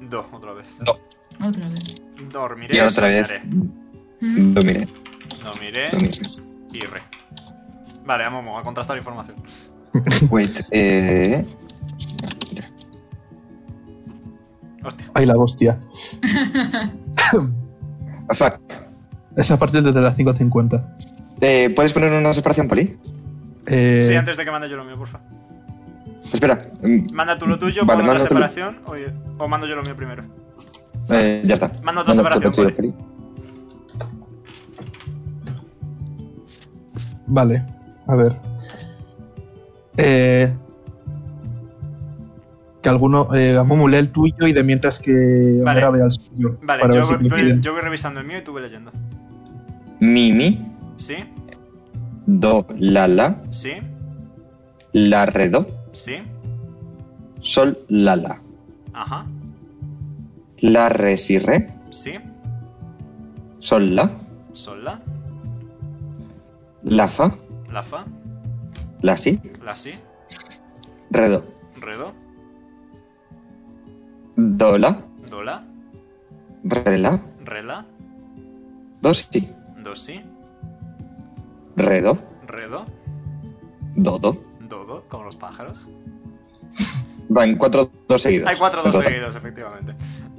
Speaker 2: Dos, otra vez.
Speaker 5: Do.
Speaker 4: Otra vez.
Speaker 2: Dormiré.
Speaker 5: Y otra vez.
Speaker 2: soñaré.
Speaker 4: Mm,
Speaker 5: Dominé,
Speaker 2: Dormiré
Speaker 5: dominé.
Speaker 2: y re. Vale, vamos a contrastar información.
Speaker 5: Wait, eh.
Speaker 2: Hostia.
Speaker 3: Ay, la hostia.
Speaker 5: ah, Fuck.
Speaker 3: Es a partir de las 5.50.
Speaker 5: Eh, ¿Puedes poner una separación poli?
Speaker 3: Eh,
Speaker 2: Sí, antes de que mande yo lo mío, porfa.
Speaker 5: Espera. mm,
Speaker 2: Manda tú lo tuyo,
Speaker 5: Vale,
Speaker 2: pongo la
Speaker 5: manda tú lo-
Speaker 2: separación o, o mando yo lo mío primero.
Speaker 5: eh, ya está.
Speaker 2: Manda otra separación,
Speaker 5: todo
Speaker 2: poli.
Speaker 5: poli.
Speaker 3: Vale, a ver. Eh, que alguno. Eh, Gamumu lee el tuyo y de mientras que.
Speaker 2: Vale.
Speaker 3: Omera vea el suyo.
Speaker 2: Vale,
Speaker 3: para
Speaker 2: yo,
Speaker 3: ver si
Speaker 2: voy-
Speaker 3: coinciden.
Speaker 2: yo voy revisando el mío y tú voy leyendo.
Speaker 5: Mi, mi,
Speaker 2: ¿Sí?
Speaker 5: do, la, la,
Speaker 2: ¿Sí?
Speaker 5: la, re, do,
Speaker 2: ¿Sí?
Speaker 5: sol, la, la.
Speaker 2: Ajá.
Speaker 5: La, re, si, re,
Speaker 2: ¿Sí?
Speaker 5: sol, la,
Speaker 2: Sol, la,
Speaker 5: la, fa,
Speaker 2: la fa,
Speaker 5: la, si,
Speaker 2: la si,
Speaker 5: re, do.
Speaker 2: re do,
Speaker 5: Do, la,
Speaker 2: do la,
Speaker 5: re, la,
Speaker 2: re la,
Speaker 5: do, si,
Speaker 2: do si,
Speaker 5: re, do,
Speaker 2: re do,
Speaker 5: do, do.
Speaker 2: do do, como los pájaros.
Speaker 5: Van cuatro dos seguidos.
Speaker 2: Hay cuatro dos
Speaker 5: En total.
Speaker 2: seguidos, efectivamente.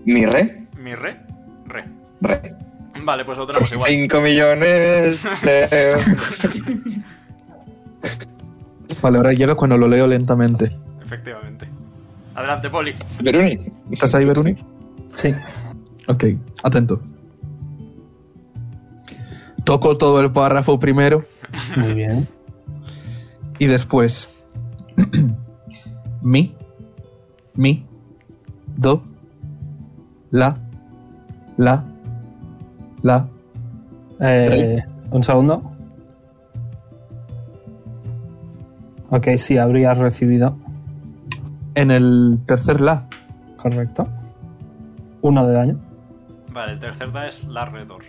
Speaker 5: Mi, re,
Speaker 2: Mi re, re.
Speaker 5: re.
Speaker 2: Vale, pues otra pues igual.
Speaker 5: Cinco millones de...
Speaker 3: Vale, ahora llega cuando lo leo lentamente.
Speaker 2: Efectivamente. Adelante, Poli.
Speaker 5: Veruni.
Speaker 3: ¿Estás ahí, Beruni?
Speaker 1: Sí.
Speaker 3: Ok, atento. Toco todo el párrafo primero.
Speaker 1: Muy bien.
Speaker 3: Y después. mi. Mi. Do. La. La. La.
Speaker 1: Eh, un segundo. Ok, sí, habría recibido.
Speaker 3: En el tercer la.
Speaker 1: Correcto. Uno de daño.
Speaker 2: Vale, el tercer da es la redor.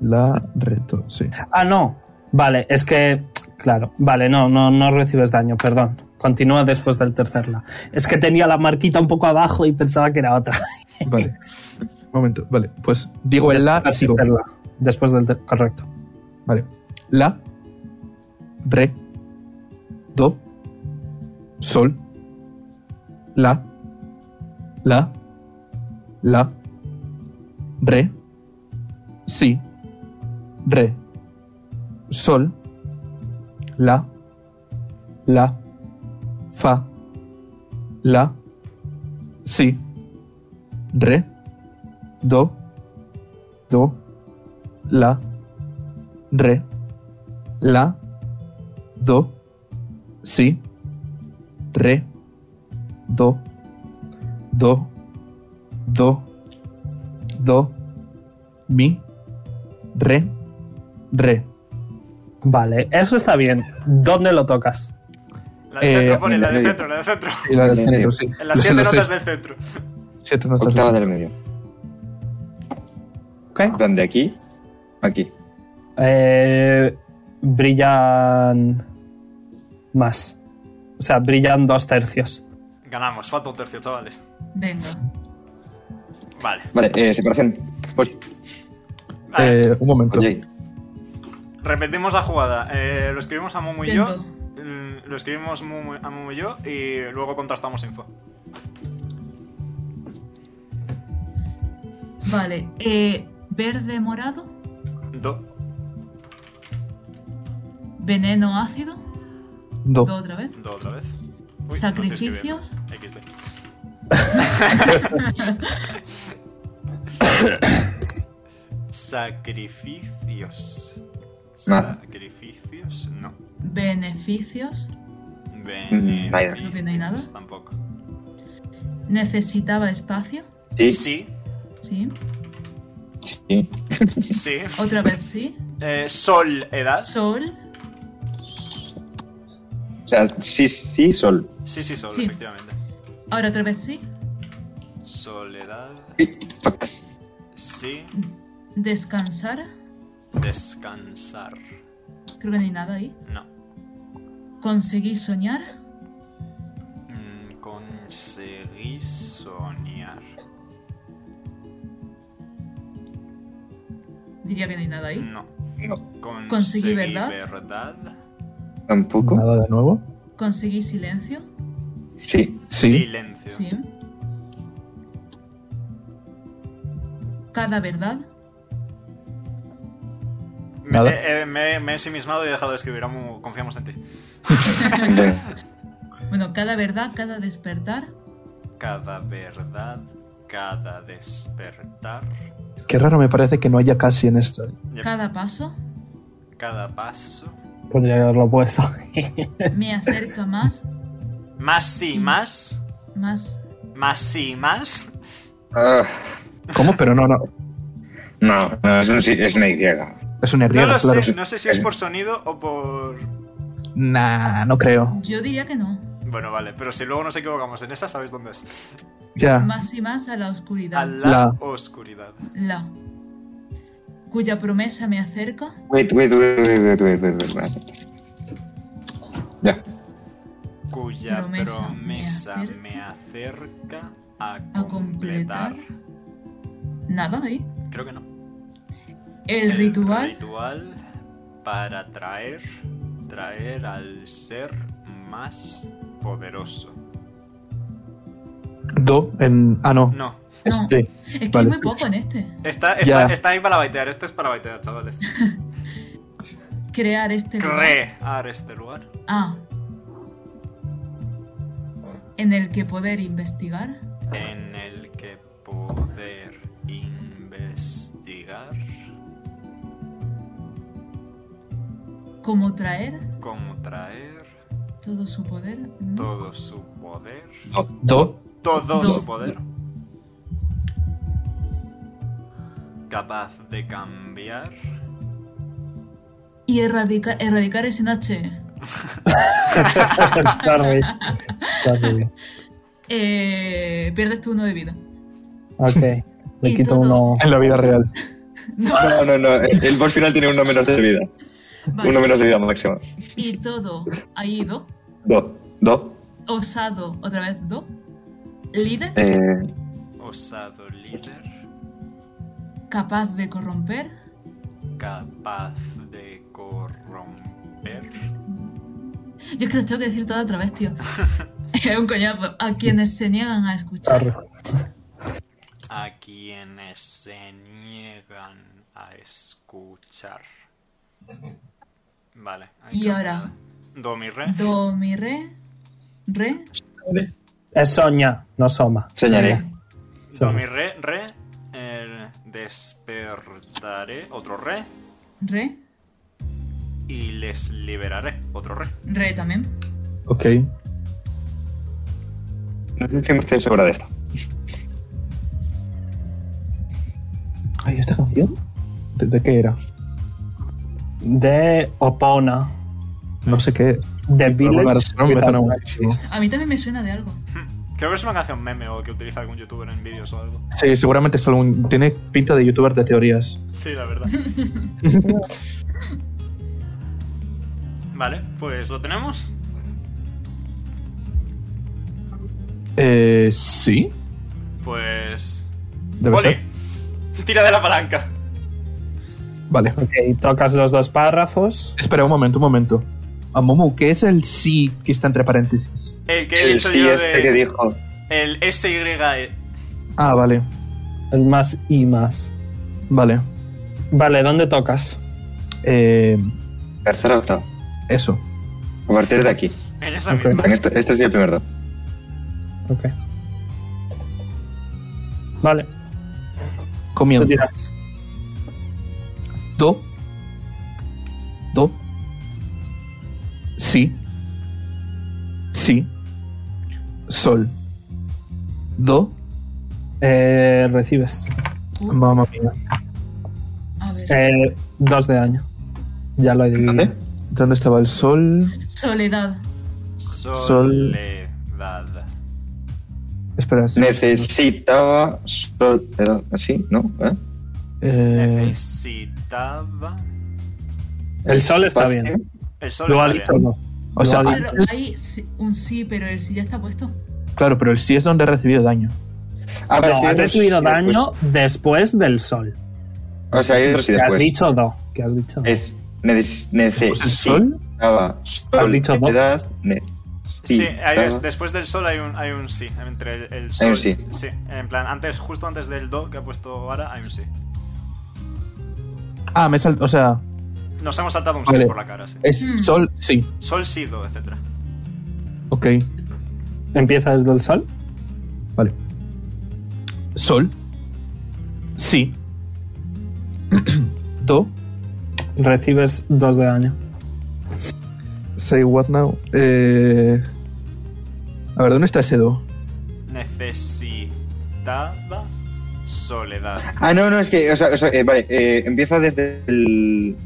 Speaker 3: La reto, sí.
Speaker 1: Ah, no. Vale, es que. Claro, vale, no, no, no recibes daño, perdón. Continúa después del tercer la. Es que tenía la marquita un poco abajo y pensaba que era otra.
Speaker 3: Vale. Momento, vale. Pues digo el la y
Speaker 1: Después del
Speaker 3: sigo.
Speaker 1: tercer la. Ah, Después del ter- correcto.
Speaker 3: Vale. La. Re. Do. Sol. La. La. La. Re. Si. Re. Sol. La. La. Fa. La. Si. Re. Do. Do. La re, la, do, si, re, do, do, do, do, mi, re, re.
Speaker 1: Vale, eso está bien. ¿Dónde lo tocas?
Speaker 2: La del
Speaker 3: Eh,
Speaker 2: centro, Poli, la
Speaker 5: en
Speaker 2: del
Speaker 5: medio.
Speaker 2: centro, la del centro.
Speaker 3: Y la del
Speaker 5: Sí,
Speaker 3: centro,
Speaker 5: sí.
Speaker 3: sí.
Speaker 2: En
Speaker 3: Lo
Speaker 2: las
Speaker 3: sé,
Speaker 2: siete
Speaker 3: lo sé.
Speaker 2: notas del centro.
Speaker 3: Siete notas
Speaker 5: Octava
Speaker 3: del-
Speaker 5: del medio.
Speaker 1: ¿Ok?
Speaker 5: En plan de aquí, aquí.
Speaker 1: Eh, brillan más. O sea, brillan dos tercios.
Speaker 2: Ganamos, falta un tercio, chavales.
Speaker 4: Venga.
Speaker 2: Vale.
Speaker 5: Vale, eh, separación. Poli,
Speaker 2: Vale,
Speaker 3: Eh, un momento.
Speaker 5: oye,
Speaker 2: Repetimos la jugada. Eh, lo escribimos a Momo y yo.
Speaker 4: Intento.
Speaker 2: Mm, Lo escribimos Momo- a Momo y yo y luego contrastamos info.
Speaker 4: Vale. eh, verde morado.
Speaker 2: Do,
Speaker 4: Veneno ácido.
Speaker 3: Do.
Speaker 4: Do otra vez.
Speaker 2: do otra vez. no estoy
Speaker 4: Sacrificios.
Speaker 2: escribiendo. XD. Sacrificios.
Speaker 5: Nada.
Speaker 2: Sacrificios, no.
Speaker 4: Beneficios.
Speaker 5: Mm, vaya.
Speaker 2: Beneficios,
Speaker 4: Creo que no hay nada.
Speaker 2: eh, pues Tampoco.
Speaker 4: Necesitaba espacio.
Speaker 5: Sí, sí.
Speaker 2: Sí,
Speaker 4: Sí.
Speaker 2: sí.
Speaker 4: Otra vez sí.
Speaker 2: Eh, sol, edad.
Speaker 4: Sol.
Speaker 5: O sea, sí, sí, sol.
Speaker 2: Sí, sí, sol,
Speaker 4: Sí.
Speaker 2: efectivamente.
Speaker 4: Ahora otra vez sí.
Speaker 2: Soledad.
Speaker 5: Fuck.
Speaker 2: Sí.
Speaker 4: Descansar.
Speaker 2: Descansar.
Speaker 4: Creo que no hay nada ahí.
Speaker 2: No.
Speaker 4: Conseguí soñar.
Speaker 2: Mm, Conseguí soñar.
Speaker 4: Diría que no hay nada ahí.
Speaker 2: No.
Speaker 5: No.
Speaker 2: Conseguí,
Speaker 4: ¿Eh? Conseguí verdad.
Speaker 2: verdad.
Speaker 5: Tampoco.
Speaker 3: Nada de nuevo.
Speaker 4: Conseguí silencio.
Speaker 5: Sí.
Speaker 2: Silencio.
Speaker 4: Sí. Cada verdad.
Speaker 2: Me,
Speaker 3: Nada.
Speaker 2: eh, eh, me- me he ensimismado y he dejado de escribir. Amu, confiamos en ti.
Speaker 5: Hombre,
Speaker 4: Bueno, cada verdad, cada despertar.
Speaker 2: Cada verdad, cada despertar.
Speaker 3: Qué raro me parece que no haya casi en esto.
Speaker 2: Yep.
Speaker 4: Cada paso
Speaker 2: Cada paso.
Speaker 1: Podría haberlo puesto.
Speaker 4: me acerca más,
Speaker 2: Más sí, más.
Speaker 4: más.
Speaker 2: Más sí, más.
Speaker 5: ah,
Speaker 3: ¿Cómo? Pero no, no.
Speaker 5: no, no, es, un, sí- es una Y.
Speaker 3: Es un
Speaker 2: No
Speaker 3: herrero,
Speaker 2: lo
Speaker 3: claro.
Speaker 2: sé, no sé si es por sonido o por.
Speaker 3: Nah, no creo.
Speaker 4: Yo diría que no.
Speaker 2: Bueno, vale, pero si luego nos equivocamos en esa, sabéis dónde es.
Speaker 3: Ya.
Speaker 4: Más y más a la oscuridad.
Speaker 2: A la
Speaker 3: La.
Speaker 2: oscuridad.
Speaker 4: La. Cuya promesa me acerca.
Speaker 5: Wait, wait, wait, wait, wait, wait, wait, wait, wait. Ya.
Speaker 2: Cuya
Speaker 4: Promesa me
Speaker 2: promesa
Speaker 4: acerca-
Speaker 2: me acerca a,
Speaker 4: a
Speaker 2: completar.
Speaker 4: completar. Nada ahí.
Speaker 2: Creo que no.
Speaker 4: El, ritual
Speaker 2: ritual para traer, traer al ser más poderoso.
Speaker 3: Do en. Ah, no. Este.
Speaker 2: No,
Speaker 3: Es
Speaker 4: No.
Speaker 3: de.
Speaker 4: es que
Speaker 3: Vale.
Speaker 4: hay muy poco en este.
Speaker 2: está, está,
Speaker 3: Ya.
Speaker 2: está ahí para baitear, este es para baitear, chavales.
Speaker 4: Crear este lugar.
Speaker 2: Crear este lugar.
Speaker 4: Ah. En el que poder investigar.
Speaker 2: en el que poder investigar
Speaker 4: Cómo traer
Speaker 2: cómo traer
Speaker 4: todo su poder. ¿no?
Speaker 2: todo su poder,
Speaker 3: Do.
Speaker 2: todo
Speaker 4: Do.
Speaker 2: su poder, capaz de cambiar,
Speaker 4: Y erradicar, erradicar ese H.
Speaker 1: Sorry. Sorry.
Speaker 4: Eh, pierdes tu uno de vida.
Speaker 1: Ok. Le
Speaker 4: Y
Speaker 1: quito
Speaker 4: todo.
Speaker 1: uno.
Speaker 3: En la vida real.
Speaker 5: No, no, no. El el boss final tiene uno menos de vida.
Speaker 4: Vale.
Speaker 5: Uno menos de vida máxima.
Speaker 4: Y todo ha ido.
Speaker 5: Do. Do.
Speaker 4: Osado, otra vez do. Líder,
Speaker 5: Eh,
Speaker 2: osado líder,
Speaker 4: capaz de corromper.
Speaker 2: capaz de corromper
Speaker 4: Yo creo que lo tengo que decir todo otra vez, tío. es un coñazo. A quienes se niegan a
Speaker 1: Sorry.
Speaker 4: escuchar.
Speaker 2: a quienes se niegan a escuchar. Vale. ahí
Speaker 4: Y
Speaker 2: creo que
Speaker 4: ahora.
Speaker 2: nada. Do mi re.
Speaker 4: Do, mi, re. Re.
Speaker 1: Es soña, no soma.
Speaker 5: señalé.
Speaker 2: Do mi re, re. el despertaré, otro re.
Speaker 4: Re.
Speaker 2: Y les liberaré, otro re.
Speaker 4: Re también.
Speaker 3: Ok.
Speaker 5: No sé si me estoy segura de esto.
Speaker 3: Ay, ¿esta canción? ¿De, de qué era?
Speaker 1: De Opona.
Speaker 3: No sé qué es.
Speaker 1: De
Speaker 3: Bueno,
Speaker 1: Village.
Speaker 3: no, me suena
Speaker 1: Without
Speaker 3: buenísimo.
Speaker 1: Practice.
Speaker 4: A mí también me suena de algo.
Speaker 2: Creo que es una canción meme o que utiliza algún youtuber en vídeos o algo.
Speaker 3: Sí, seguramente es algún- tiene pinta de youtuber de teorías.
Speaker 2: Sí, la verdad. vale, pues lo tenemos.
Speaker 3: Eh, sí.
Speaker 2: Pues.
Speaker 3: Debe
Speaker 2: Oli,
Speaker 3: ser.
Speaker 2: Tira de la palanca.
Speaker 3: Vale.
Speaker 1: Ok, tocas los dos párrafos.
Speaker 3: Espera un momento, un momento. A Momo, ¿qué es el sí que está entre paréntesis?
Speaker 2: El que he
Speaker 5: El
Speaker 2: dicho
Speaker 5: sí
Speaker 2: yo
Speaker 5: este
Speaker 2: de-
Speaker 5: que dijo.
Speaker 2: El SYE.
Speaker 3: Ah, vale.
Speaker 1: El más y más.
Speaker 3: Vale.
Speaker 1: Vale, ¿dónde tocas?
Speaker 3: Eh,
Speaker 5: Tercer octavo.
Speaker 3: eso.
Speaker 5: A partir de aquí.
Speaker 2: En esa
Speaker 1: Ok.
Speaker 2: misma.
Speaker 5: En esto- Este es el primer do.
Speaker 1: Ok. Vale, tú
Speaker 3: Comienzo.
Speaker 1: dirás.
Speaker 3: Do. Do. Sí. Sí. Sol. Do.
Speaker 1: Eh, recibes.
Speaker 4: Uh,
Speaker 3: Mamma mía.
Speaker 4: a ver.
Speaker 1: Eh, dos de daño. Ya lo he dividido.
Speaker 5: ¿Dónde?
Speaker 3: ¿Dónde estaba el sol?
Speaker 4: Soledad.
Speaker 2: Soledad.
Speaker 3: espera. sí.
Speaker 5: Necesitaba. sol- edad- ¿Así? ¿No? ¿Eh?
Speaker 3: Eh,
Speaker 2: Necesitaba.
Speaker 1: El sol está
Speaker 5: Espacio.
Speaker 1: bien.
Speaker 2: El sol
Speaker 1: Lo ha
Speaker 2: está
Speaker 1: dicho
Speaker 2: bien.
Speaker 1: no.
Speaker 3: o sea,
Speaker 1: Lo ha
Speaker 4: Claro, hay sí- un sí, pero el sí ya está puesto.
Speaker 3: claro, pero el sí es donde he recibido daño.
Speaker 5: Ah,
Speaker 1: No,
Speaker 5: pero es que
Speaker 1: has
Speaker 5: hay otros-
Speaker 1: recibido
Speaker 5: después-
Speaker 1: daño después del sol.
Speaker 5: O sea, hay otros y
Speaker 1: Que has
Speaker 5: después.
Speaker 1: dicho no. Que has dicho no.
Speaker 5: pues. Es. neces-
Speaker 1: ¿Pues
Speaker 3: ¿Después del Pues sol?
Speaker 5: Necesitaba. sol,
Speaker 1: ¿Has dicho dos?
Speaker 5: edad, ne-
Speaker 2: Sí, hay-
Speaker 5: necesitaba-
Speaker 2: es- después del sol hay un, hay un sí. Entre el, el sol.
Speaker 5: un sí.
Speaker 2: en plan, antes, justo antes del do que ha puesto ahora, hay un sí.
Speaker 3: Ah, me salto. O sea,
Speaker 2: Nos hemos saltado un sí
Speaker 3: Vale.
Speaker 2: por la cara,
Speaker 5: Eh.
Speaker 2: sí.
Speaker 3: es
Speaker 4: Mm.
Speaker 3: sol, sí.
Speaker 2: Sol, sí, do, etc.
Speaker 3: Ok,
Speaker 1: Empieza desde el sol.
Speaker 3: vale. Sol. Sí. Do.
Speaker 1: Recibes dos de daño.
Speaker 3: Say what now? Eh... A ver, ¿dónde está ese do?
Speaker 2: Necesitaba soledad.
Speaker 5: Ah, no, no, es que. O sea, o sea, eh, vale, eh, empieza desde el.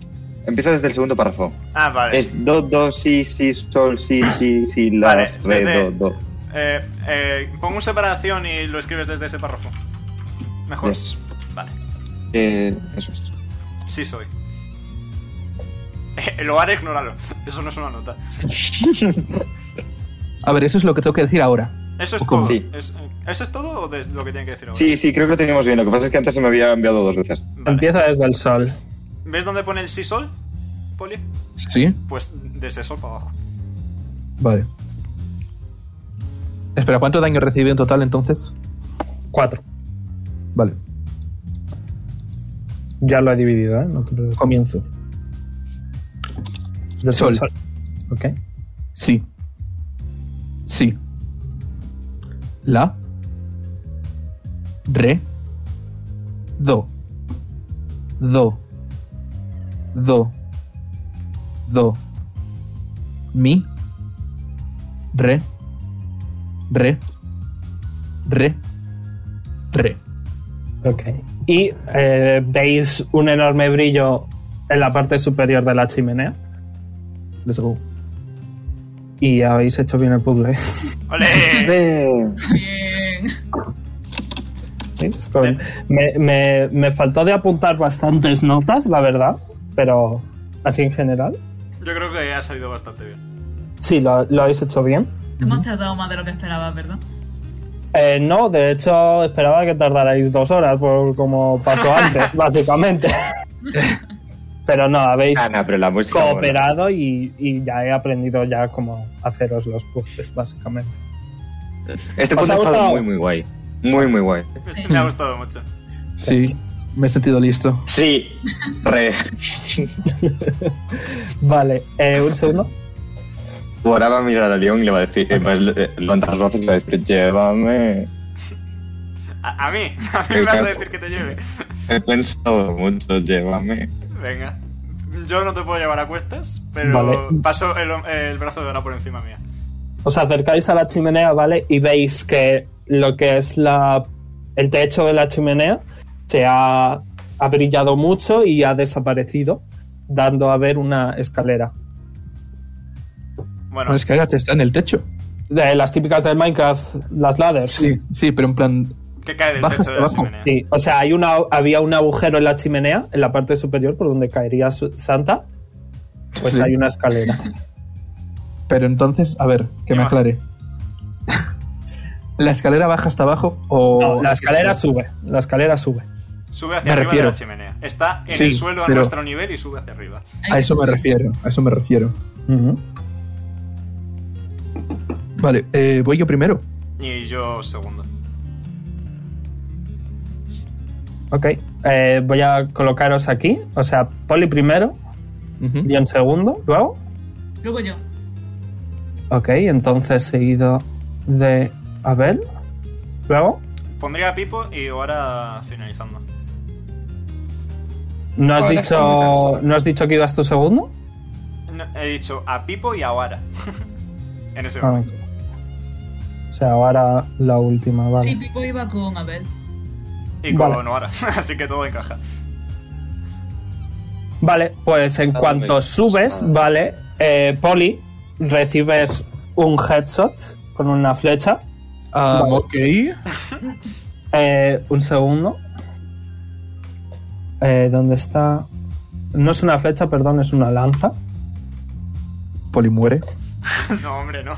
Speaker 5: Empieza desde el segundo párrafo.
Speaker 2: Ah, vale.
Speaker 5: Es do, do, si, si, sol, si, si, si, la,
Speaker 2: Vale,
Speaker 5: re,
Speaker 2: desde-
Speaker 5: do, do.
Speaker 2: Eh, eh, pongo un separación y lo escribes desde ese párrafo. Mejor.
Speaker 5: Yes.
Speaker 2: Vale.
Speaker 5: Eh, eso es.
Speaker 2: Sí soy. Eh, lo haré, ignóralo. Eso no es una nota.
Speaker 3: A ver, eso es lo que tengo que decir ahora.
Speaker 2: Eso es
Speaker 3: ¿Cómo?
Speaker 2: todo.
Speaker 5: Sí.
Speaker 2: Es- eh, ¿Eso es todo o de lo que tienen que decir ahora?
Speaker 5: Sí, sí, creo que lo teníamos bien. Lo que pasa es que antes se me había enviado dos veces.
Speaker 2: Vale.
Speaker 1: Empieza desde el sol.
Speaker 2: ¿Ves dónde pone el sí sol, Poli?
Speaker 3: Sí.
Speaker 2: Pues de ese sol para abajo.
Speaker 3: Vale. Espera, ¿cuánto daño recibí en total entonces?
Speaker 1: Cuatro.
Speaker 3: Vale,
Speaker 1: Ya lo he dividido, ¿eh? No te preocupes.
Speaker 3: comienzo.
Speaker 1: Desde
Speaker 3: Sol.
Speaker 1: el Ok.
Speaker 3: Sí. Sí. La. Re. Do. Do. Do. Do. Mi. Re. Re. Re. Re.
Speaker 1: Ok. Y eh, veis un enorme brillo en la parte superior de la chimenea.
Speaker 3: Let's go.
Speaker 1: Y habéis hecho bien el puzzle. ¿eh?
Speaker 2: ¡Ole!
Speaker 5: Eh,
Speaker 4: Bien.
Speaker 1: ¿Veis? Con- me, me- me faltó de apuntar bastantes notas, la verdad. Pero así en general.
Speaker 2: Yo creo que ha salido bastante bien.
Speaker 1: Sí, lo, lo habéis hecho bien.
Speaker 4: Hemos tardado más de lo que esperabas, ¿verdad?
Speaker 1: Eh, no, de hecho esperaba que tardarais dos horas, por como pasó antes, básicamente. Pero no, habéis
Speaker 5: Ah, no, pero la música. mola.
Speaker 1: cooperado y, y ya he aprendido ya cómo haceros los puzzles, básicamente.
Speaker 5: Este
Speaker 1: ¿Os
Speaker 5: punto
Speaker 1: ha
Speaker 5: ha estado
Speaker 1: gustado?
Speaker 5: muy, muy guay. Muy, muy guay.
Speaker 2: Este Me ha gustado mucho.
Speaker 3: Sí, me he sentido listo.
Speaker 5: Sí, re.
Speaker 1: Vale, eh, un segundo.
Speaker 5: Ahora va a mirar a León y le va a decir. eh, va a- eh, Lo entras roces y le va a decir: Llévame.
Speaker 2: A, a mí, a mí me vas a decir que te lleve.
Speaker 5: He pensado mucho, llévame.
Speaker 2: Venga. Yo no te puedo llevar a cuestas, pero
Speaker 1: Vale.
Speaker 2: paso el, el brazo de ahora por encima mía.
Speaker 1: Os acercáis a la chimenea, ¿vale? Y veis que lo que es la, el techo de la chimenea se ha, ha brillado mucho y ha desaparecido, dando a ver una escalera.
Speaker 2: Bueno,
Speaker 3: No, es que ahora te está en el techo.
Speaker 1: De las típicas del Minecraft, las ladders.
Speaker 3: Sí, sí, pero en plan.
Speaker 2: que cae del
Speaker 3: bajas
Speaker 2: techo de la
Speaker 3: abajo.
Speaker 2: chimenea.
Speaker 1: Sí, o sea, hay una, había un agujero en la chimenea, en la parte superior, por donde caería su- Santa. Pues
Speaker 3: sí.
Speaker 1: hay una escalera.
Speaker 3: Pero entonces, a ver, que me
Speaker 2: Baja.
Speaker 3: aclare. ¿La escalera baja hasta abajo o.?
Speaker 1: No, la escalera sube. La escalera sube.
Speaker 2: Sube hacia
Speaker 3: Me
Speaker 2: arriba
Speaker 3: refiero.
Speaker 2: de la chimenea. Está en
Speaker 3: Sí,
Speaker 2: el suelo a
Speaker 3: pero-
Speaker 2: nuestro nivel y sube hacia arriba.
Speaker 3: A eso me refiero, a eso me refiero.
Speaker 1: Ujú.
Speaker 3: Vale, eh, voy yo primero.
Speaker 2: Y yo segundo.
Speaker 1: Ok. eh, voy a colocaros aquí. O sea, Poli primero,
Speaker 3: Ujú.
Speaker 1: John segundo, luego.
Speaker 4: Luego yo.
Speaker 1: Ok, entonces seguido de Abel. Luego.
Speaker 2: Pondría a Pipo y ahora finalizando.
Speaker 1: ¿No has,
Speaker 5: Ahora está muy
Speaker 1: dicho,
Speaker 5: cansado.
Speaker 1: ¿No has dicho que ibas tú segundo?
Speaker 2: No, he dicho a Pipo y a Oara. en ese
Speaker 1: Ah,
Speaker 2: momento.
Speaker 1: ok. O sea, ahora la última, vale.
Speaker 4: Sí, Pipo iba con Abel.
Speaker 2: Y con
Speaker 1: Vale.
Speaker 2: Oara. Así que todo encaja.
Speaker 1: Vale, pues en
Speaker 5: Está
Speaker 1: cuanto
Speaker 5: muy-
Speaker 1: subes,
Speaker 5: está-
Speaker 1: vale, eh, Poli, recibes un headshot con una flecha
Speaker 6: Ah,
Speaker 1: Vale.
Speaker 6: ok.
Speaker 1: Eh, un segundo. Eh, ¿Dónde está? No es una flecha, perdón, es una lanza.
Speaker 3: Poli muere.
Speaker 2: No, hombre, no.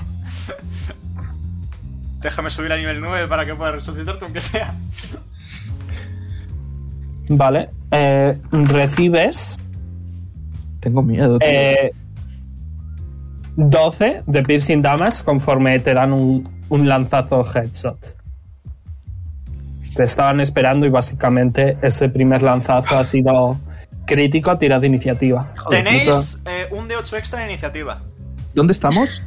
Speaker 2: Déjame subir a nivel 9 para que pueda resucitarte, aunque sea.
Speaker 1: Vale. Eh, recibes
Speaker 3: Tengo miedo, tío.
Speaker 1: eh, 12 de piercing damage conforme te dan un, un lanzazo headshot. Te estaban esperando y básicamente ese primer lanzazo ha sido crítico a tirar de iniciativa.
Speaker 3: Hijo de puta.
Speaker 2: Tenéis eh, un D8 extra en iniciativa.
Speaker 3: ¿Dónde estamos?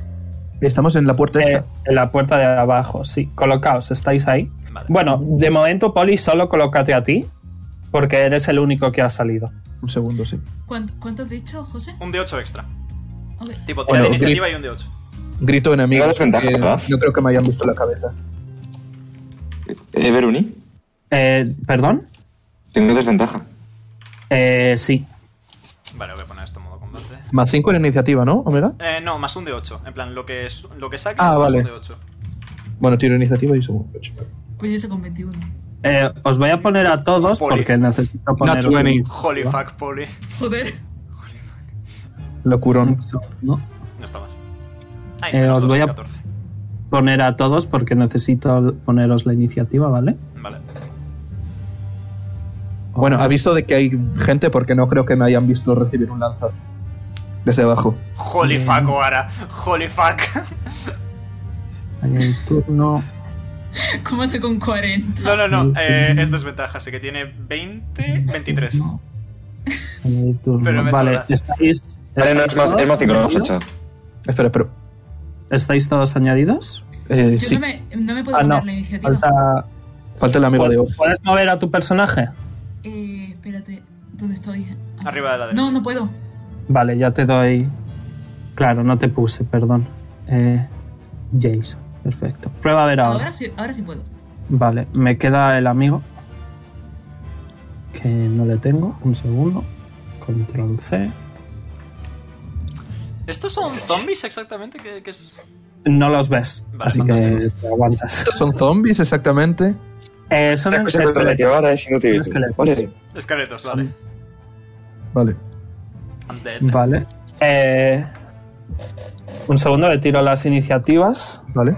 Speaker 3: Estamos en la puerta
Speaker 1: Eh,
Speaker 3: esta.
Speaker 1: en la puerta de abajo, sí. Colocaos, estáis ahí.
Speaker 2: Vale.
Speaker 1: Bueno, de momento, Poli, solo colócate a ti, porque eres el único que ha salido.
Speaker 3: Un segundo, sí.
Speaker 4: ¿Cuánto, cuánto has dicho, José?
Speaker 2: Un D8 extra.
Speaker 4: Ok.
Speaker 2: Tipo,
Speaker 3: Bueno,
Speaker 2: tirada de iniciativa y un D8.
Speaker 3: Grito enemigo.
Speaker 5: Tengo desventaja, ¿verdad?
Speaker 3: no creo que me hayan visto la cabeza.
Speaker 5: Eh, Veruni,
Speaker 1: Eh, ¿Perdón?
Speaker 5: tengo desventaja.
Speaker 1: Eh, sí.
Speaker 2: Vale, voy a poner esto en modo combate.
Speaker 3: Más 5 en iniciativa, ¿no, Omega?
Speaker 2: Eh, no, más un D8. En plan, lo que, su- lo que saques
Speaker 3: Ah,
Speaker 2: más
Speaker 3: vale.
Speaker 2: un D8.
Speaker 3: Bueno, tiro iniciativa y segundo.
Speaker 4: Pues yo hice con 21.
Speaker 1: Eh, os voy a poner a todos
Speaker 2: Poli.
Speaker 1: porque necesito poneros...
Speaker 3: Not 20.
Speaker 2: Holy fuck, Poli.
Speaker 4: Joder.
Speaker 3: Locurón.
Speaker 1: un segundo.
Speaker 2: No está mal. Ay,
Speaker 1: Eh,
Speaker 2: menos
Speaker 1: os
Speaker 2: dos,
Speaker 1: voy a-
Speaker 2: 14.
Speaker 1: Poner a todos porque necesito poneros la iniciativa, ¿vale?
Speaker 2: Vale.
Speaker 3: Bueno, aviso de que hay gente porque no creo que me hayan visto recibir un lanzazo. Desde abajo.
Speaker 2: Holy
Speaker 1: Bien.
Speaker 2: fuck, Oara. Holy fuck.
Speaker 1: Hay un turno...
Speaker 4: ¿Cómo hace con 40?
Speaker 2: No, no, no. Eh, es desventaja, así que tiene 20, 23.
Speaker 1: No. Hay un turno.
Speaker 2: Pero me ha hecho
Speaker 1: vale,
Speaker 2: gracia.
Speaker 1: estáis...
Speaker 5: Vale, no, es más, es más 5, no,
Speaker 1: ¿Añadidos?
Speaker 5: 8.
Speaker 3: Espera, pero.
Speaker 1: ¿Estáis todos añadidos?
Speaker 3: eh,
Speaker 4: Yo
Speaker 3: sí,
Speaker 4: no, me, no me puedo
Speaker 1: Ah,
Speaker 4: poner
Speaker 1: no.
Speaker 4: la iniciativa.
Speaker 1: Falta...
Speaker 3: falta el amigo de Oz.
Speaker 1: ¿Puedes mover a tu personaje?
Speaker 4: Eh, espérate, ¿dónde estoy? Ah.
Speaker 2: Arriba de la derecha.
Speaker 4: No, no puedo.
Speaker 1: Vale, ya te doy. Claro, no te puse, perdón. Eh, James, perfecto. Prueba a ver ahora.
Speaker 4: Ahora sí, ahora sí puedo.
Speaker 1: Vale, me queda el amigo. Que no le tengo. Un segundo. Control C.
Speaker 2: ¿Estos son zombies exactamente? ¿Qué, qué es?
Speaker 1: No los ves,
Speaker 2: Vale,
Speaker 1: así que
Speaker 2: fantástico.
Speaker 1: te aguantas.
Speaker 3: Son zombies, exactamente.
Speaker 1: Eh, son
Speaker 5: La cosa contra la que
Speaker 1: esqueletos.
Speaker 5: ahora es inútil.
Speaker 1: Es que le-
Speaker 5: Vale.
Speaker 2: Esqueletos, vale.
Speaker 3: Vale.
Speaker 2: I'm dead.
Speaker 1: Vale. Eh, un segundo, le tiro las iniciativas.
Speaker 3: Vale.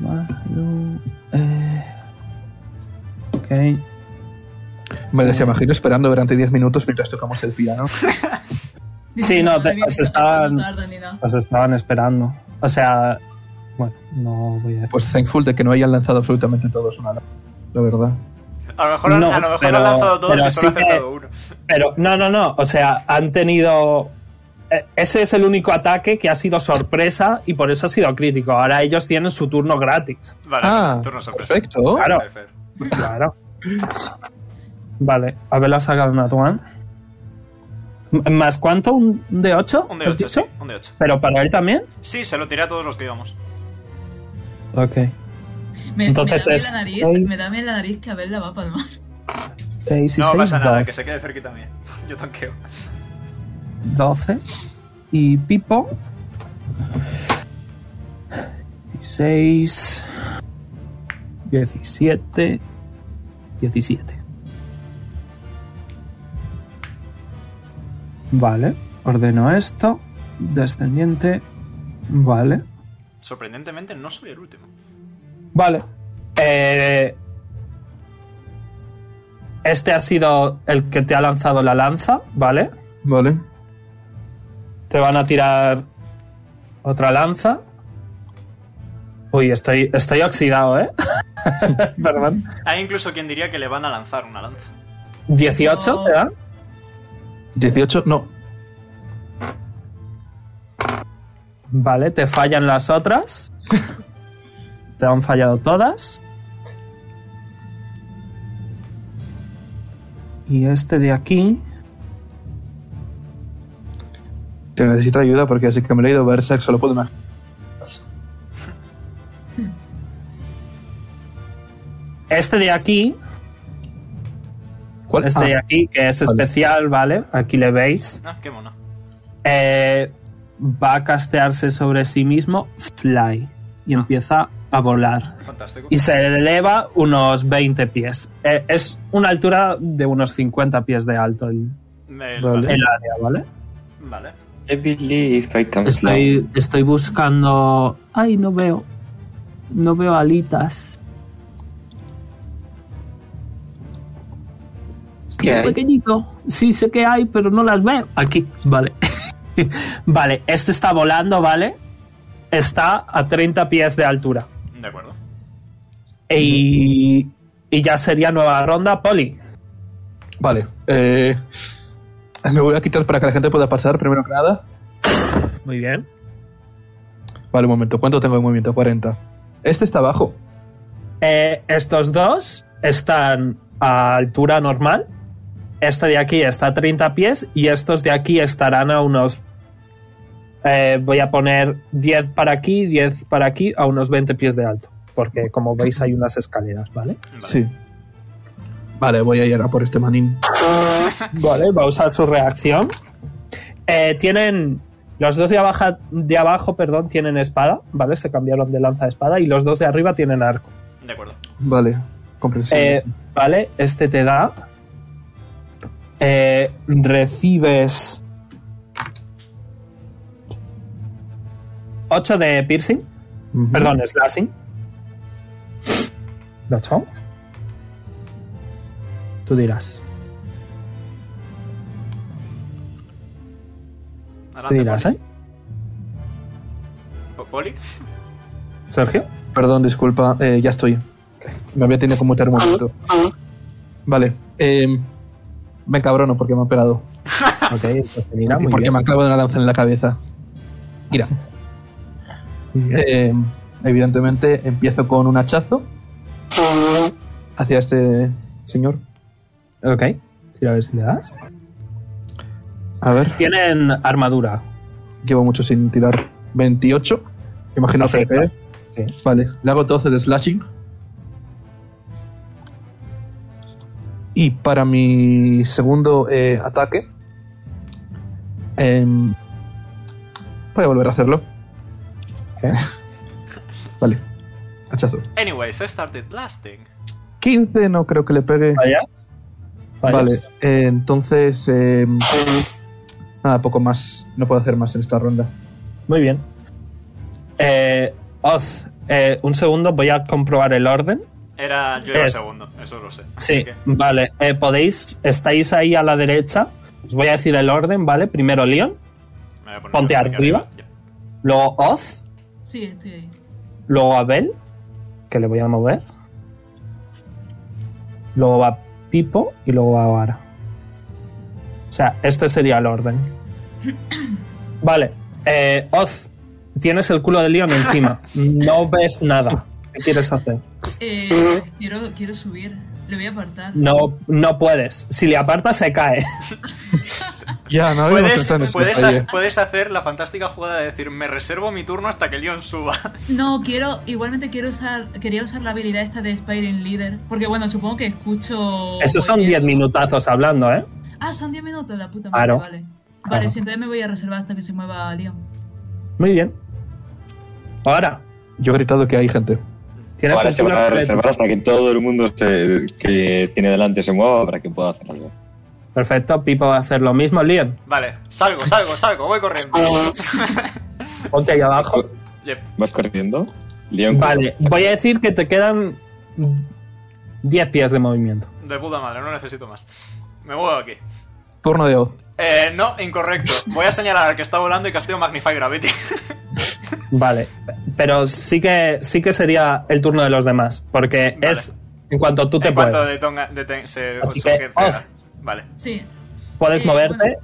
Speaker 1: Mario, eh, ok.
Speaker 3: Me les imagino esperando durante 10 minutos mientras tocamos el piano.
Speaker 1: Sí, no, te-
Speaker 4: Madre mía,
Speaker 1: os
Speaker 4: que
Speaker 1: estaban-
Speaker 4: No tarda ni nada.
Speaker 1: Os estaban esperando. O sea, bueno, no voy a decir.
Speaker 3: Pues thankful de que no hayan lanzado absolutamente todos una lanza, La verdad.
Speaker 2: A lo mejor, han-
Speaker 1: No,
Speaker 2: a lo mejor
Speaker 1: pero-
Speaker 2: han lanzado todos
Speaker 1: pero
Speaker 2: y solo han
Speaker 1: sí que-
Speaker 2: acertado uno.
Speaker 1: Pero no, no, no. O sea, han tenido. eh, Ese es el único ataque que ha sido sorpresa y por eso ha sido crítico. Ahora ellos tienen su turno gratis.
Speaker 2: Vale,
Speaker 3: Ah,
Speaker 2: turno sorpresa.
Speaker 3: perfecto.
Speaker 1: Claro.
Speaker 2: Fair, fair.
Speaker 1: Claro. Vale, a ver la saga de Natuan. ¿Más cuánto? ¿Un de 8?
Speaker 2: Un de 8, sí. Un de 8.
Speaker 1: ¿Pero para él también?
Speaker 2: Sí, se lo tiré a todos los que íbamos.
Speaker 1: Ok.
Speaker 4: Me,
Speaker 1: Entonces
Speaker 4: me da
Speaker 1: es-
Speaker 4: bien la nariz,
Speaker 1: Ahí.
Speaker 4: me da bien la nariz que a ver la va a palmar.
Speaker 1: Seis y
Speaker 2: no
Speaker 1: seis,
Speaker 2: pasa nada,
Speaker 1: doce.
Speaker 2: que se quede cerquita mía. Yo tanqueo.
Speaker 1: 12 y Pipo 16 17 17 Vale, ordeno esto descendiente vale
Speaker 2: Sorprendentemente no soy el último.
Speaker 1: Vale. Eh, este ha sido el que te ha lanzado la lanza, ¿vale?
Speaker 3: Vale.
Speaker 1: Te van a tirar otra lanza. Uy, estoy, estoy oxidado, ¿eh? Perdón.
Speaker 2: Hay incluso quien diría que le van a lanzar una lanza.
Speaker 1: 18,
Speaker 4: Dios.
Speaker 1: ¿verdad?
Speaker 3: 18, no.
Speaker 1: Vale, te fallan las otras. Te han fallado todas. Y este de aquí.
Speaker 3: Te necesito ayuda porque así que me he leído Berserk, solo puedo imaginar.
Speaker 1: Este de aquí
Speaker 3: ¿Cuál
Speaker 1: Este de
Speaker 3: Ah,
Speaker 1: aquí, que es
Speaker 3: Vale.
Speaker 1: especial, ¿vale? Aquí le veis.
Speaker 2: Ah, qué mono.
Speaker 1: Eh, va a castearse sobre sí mismo Fly. y
Speaker 3: Ah.
Speaker 1: empieza a volar.
Speaker 2: Fantástico.
Speaker 1: Y se eleva unos 20 pies. Eh, es una altura de unos 50 pies de alto el,
Speaker 2: Me-
Speaker 3: Vale.
Speaker 1: el área, ¿vale?
Speaker 2: Vale.
Speaker 5: I believe I can fly.
Speaker 1: Estoy, estoy buscando... Ay, no veo. No veo alitas.
Speaker 5: ¿Qué hay?
Speaker 1: pequeñito. Sí, sé que hay, pero no las veo. Aquí, vale. vale, este está volando, ¿vale? Está a 30 pies de altura.
Speaker 2: De acuerdo.
Speaker 1: Y, y ya sería nueva ronda, Poli.
Speaker 3: Vale. eh, me voy a quitar para que la gente pueda pasar, primero que nada.
Speaker 1: Muy bien.
Speaker 3: Vale, un momento. ¿Cuánto tengo de movimiento? 40. Este está abajo.
Speaker 1: Eh, estos dos están a altura normal. Este de aquí está a 30 pies y estos de aquí estarán a unos... eh, voy a poner 10 para aquí, 10 para aquí, a unos 20 pies de alto. Porque como veis hay unas escaleras, ¿vale?
Speaker 2: Vale.
Speaker 3: Sí. Vale, voy a ir a por este manín.
Speaker 1: Vale, va a usar su reacción. Eh, tienen. Los dos de, abajo de abajo, perdón, tienen espada, ¿vale? Se cambiaron de lanza a espada. Y los dos de arriba tienen arco.
Speaker 2: De acuerdo.
Speaker 3: Vale, comprensible.
Speaker 1: Eh, Vale, este te da. eh, recibes. 8 de piercing.
Speaker 3: Ujú.
Speaker 1: Perdón, slashing. ¿Lo hecho? Tú dirás. Tú
Speaker 2: Adelante,
Speaker 1: dirás, ¿eh?
Speaker 2: Po- Poli.
Speaker 1: Sergio.
Speaker 3: Perdón, disculpa, eh, ya estoy. Me había tenido como mutar un momento. Vale, eh, me cabrono porque me han pegado.
Speaker 1: Ok, pues te mira
Speaker 3: y
Speaker 1: muy
Speaker 3: porque
Speaker 1: bien.
Speaker 3: me han clavado una lanza en la cabeza. Mira,
Speaker 1: Muy bien.
Speaker 3: eh, evidentemente empiezo con un hachazo hacia este señor.
Speaker 1: Ok, tira a ver si le das.
Speaker 3: A ver,
Speaker 1: Tienen armadura.
Speaker 3: llevo mucho sin tirar. 28. Imagino que le pegue.
Speaker 1: Sí.
Speaker 3: Vale, le hago 12 de slashing. Y para mi segundo eh, ataque, em, voy a volver a hacerlo.
Speaker 1: ¿Qué?
Speaker 3: Vale, hachazo.
Speaker 2: Anyways, I started blasting.
Speaker 3: 15 no creo que le pegue.
Speaker 1: ¿Fallas? ¿Fallas?
Speaker 3: Vale, eh, entonces... em, nada, poco más. No puedo hacer más en esta ronda.
Speaker 1: Muy bien. Eh, Oz, eh, un segundo, voy a comprobar el orden.
Speaker 2: Era yo era
Speaker 1: Eh.
Speaker 2: segundo, eso lo sé.
Speaker 1: Sí,
Speaker 2: Así que-
Speaker 1: vale. eh, Podéis, estáis ahí a la derecha. Os voy a decir el orden, ¿vale? Primero Leon,
Speaker 2: Me voy a poner
Speaker 1: Ponte
Speaker 2: aquí
Speaker 1: arriba. luego Oz,
Speaker 4: Sí, estoy ahí.
Speaker 1: luego Abel, que le voy a mover. Luego va Pipo y luego va Vara. O sea, este sería el orden. Vale, eh, Oz, tienes el culo de Leon encima. No ves nada. ¿Qué quieres hacer?
Speaker 4: Eh, quiero, quiero subir. Le voy a apartar.
Speaker 1: No, no puedes. Si le apartas, se cae.
Speaker 3: Ya, no habíamos
Speaker 2: Puedes,
Speaker 3: pensado en esto. eh.
Speaker 2: puedes,
Speaker 3: Oye,
Speaker 2: ha- puedes hacer la fantástica jugada de decir me reservo mi turno hasta que Leon suba.
Speaker 4: No, quiero. Igualmente quiero usar. Quería usar la habilidad esta de Spiring Leader. Porque bueno, supongo que
Speaker 2: Oh,
Speaker 4: escucho.
Speaker 1: Esos son 10 minutazos hablando, ¿eh?
Speaker 4: Ah, son 10 minutos, la puta madre.
Speaker 1: Claro.
Speaker 4: Vale. Vale,
Speaker 1: Claro.
Speaker 4: sí, entonces me voy a reservar hasta que se mueva Leon.
Speaker 1: Muy bien. Ahora,
Speaker 3: yo he gritado que hay gente.
Speaker 1: tienes
Speaker 5: Ahora
Speaker 1: el
Speaker 5: se van
Speaker 1: culo
Speaker 5: a
Speaker 1: de-
Speaker 5: reservar hasta que todo el mundo se- que tiene delante se mueva para que pueda hacer algo.
Speaker 1: Perfecto, Pipo va a hacer lo mismo. Leon,
Speaker 2: Vale, salgo, salgo, salgo, voy corriendo.
Speaker 1: ponte ahí abajo.
Speaker 2: Yep.
Speaker 5: ¿Vas corriendo? Leon,
Speaker 1: Vale, voy a decir que te quedan 10 pies de movimiento.
Speaker 2: De puta madre, no necesito más. Me muevo aquí.
Speaker 3: Turno de Oz.
Speaker 2: Eh, no, incorrecto. Voy a señalar al que está volando y castigo Magnify Gravity.
Speaker 1: Vale, pero sí que sí que sería el turno de los demás, porque
Speaker 2: Vale.
Speaker 1: es en cuanto tú te
Speaker 2: en cuanto
Speaker 1: puedes.
Speaker 2: de Tonga de Ten- se
Speaker 1: Así
Speaker 2: su-
Speaker 1: que,
Speaker 2: que-
Speaker 1: off.
Speaker 2: Vale.
Speaker 4: Sí.
Speaker 1: Puedes
Speaker 4: Eh,
Speaker 1: moverte,
Speaker 4: bueno.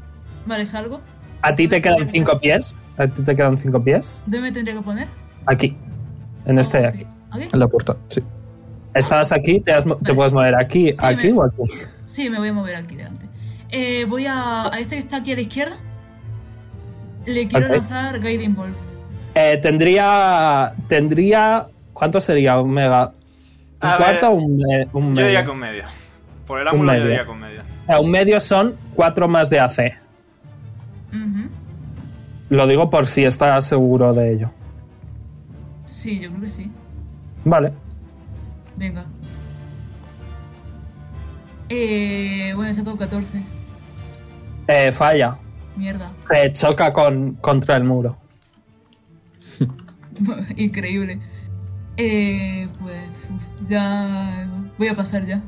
Speaker 4: Vale, salgo.
Speaker 1: a ti te quedan
Speaker 4: bueno.
Speaker 1: 5 pies, a ti te quedan 5 pies
Speaker 4: ¿Dónde me tendría que poner?
Speaker 1: aquí. En este de
Speaker 4: Ok,
Speaker 1: aquí.
Speaker 4: ok.
Speaker 3: En la puerta, sí.
Speaker 1: Estabas aquí, te, has mo- te
Speaker 2: Pues
Speaker 4: Vale.
Speaker 1: puedes mover aquí,
Speaker 4: Sí,
Speaker 1: aquí
Speaker 4: me-
Speaker 1: o aquí.
Speaker 4: Sí, me voy a mover aquí delante. Eh, voy a, a este que está aquí a la izquierda. Le quiero
Speaker 1: Ok.
Speaker 4: lanzar Guiding Bolt.
Speaker 1: Eh, tendría. Tendría. ¿Cuánto sería? ¿Un mega? ¿Un
Speaker 2: A ver,
Speaker 1: cuarto o un, me- un
Speaker 2: Yo
Speaker 1: medio?
Speaker 2: diría con medio. Por el ángulo yo
Speaker 1: medio.
Speaker 2: diría con medio.
Speaker 1: Eh, un medio son 4 más de AC.
Speaker 4: Ujú.
Speaker 1: Lo digo por si estás seguro de ello.
Speaker 4: Sí, yo creo que sí.
Speaker 1: Vale.
Speaker 4: Venga. Eh, bueno, he sacado 14.
Speaker 1: Eh, falla.
Speaker 4: Mierda.
Speaker 1: Eh, choca con, contra el muro.
Speaker 4: Increíble. Eh, pues uf, ya voy a pasar ya.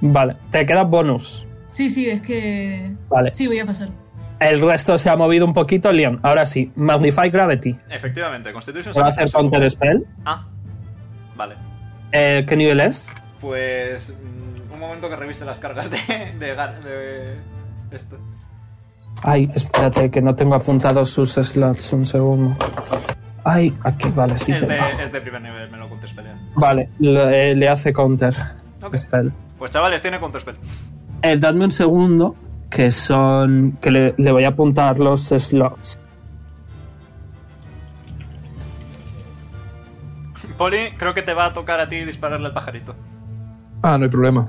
Speaker 1: Vale. Te queda bonus.
Speaker 4: Sí, sí, es que...
Speaker 1: Vale.
Speaker 4: Sí, voy a pasar.
Speaker 1: El resto se ha movido un poquito, Leon. Ahora sí. Magnify Gravity.
Speaker 2: Efectivamente, Constitution
Speaker 1: ¿Puedo
Speaker 2: Saving
Speaker 1: hacer
Speaker 2: Throw, supongo.
Speaker 1: Counter Spell?
Speaker 2: Ah, vale.
Speaker 1: Eh, ¿Qué nivel es?
Speaker 2: Pues. mm, Un momento que revise las cargas de. de, Gar- de esto.
Speaker 1: Ay, espérate, que no tengo apuntados sus slots. Un segundo. Ay, aquí, vale, sí.
Speaker 2: es,
Speaker 1: tengo.
Speaker 2: de, es de primer nivel, me lo counterspelea.
Speaker 1: Vale, le, eh, le hace counter
Speaker 2: Ok.
Speaker 1: spell.
Speaker 2: Pues chavales, tiene counterspell.
Speaker 1: Eh, dadme un segundo, que son. que le, le voy a apuntar los slots.
Speaker 2: Poli, creo que te va a tocar a ti dispararle al pajarito.
Speaker 3: Ah, no hay problema.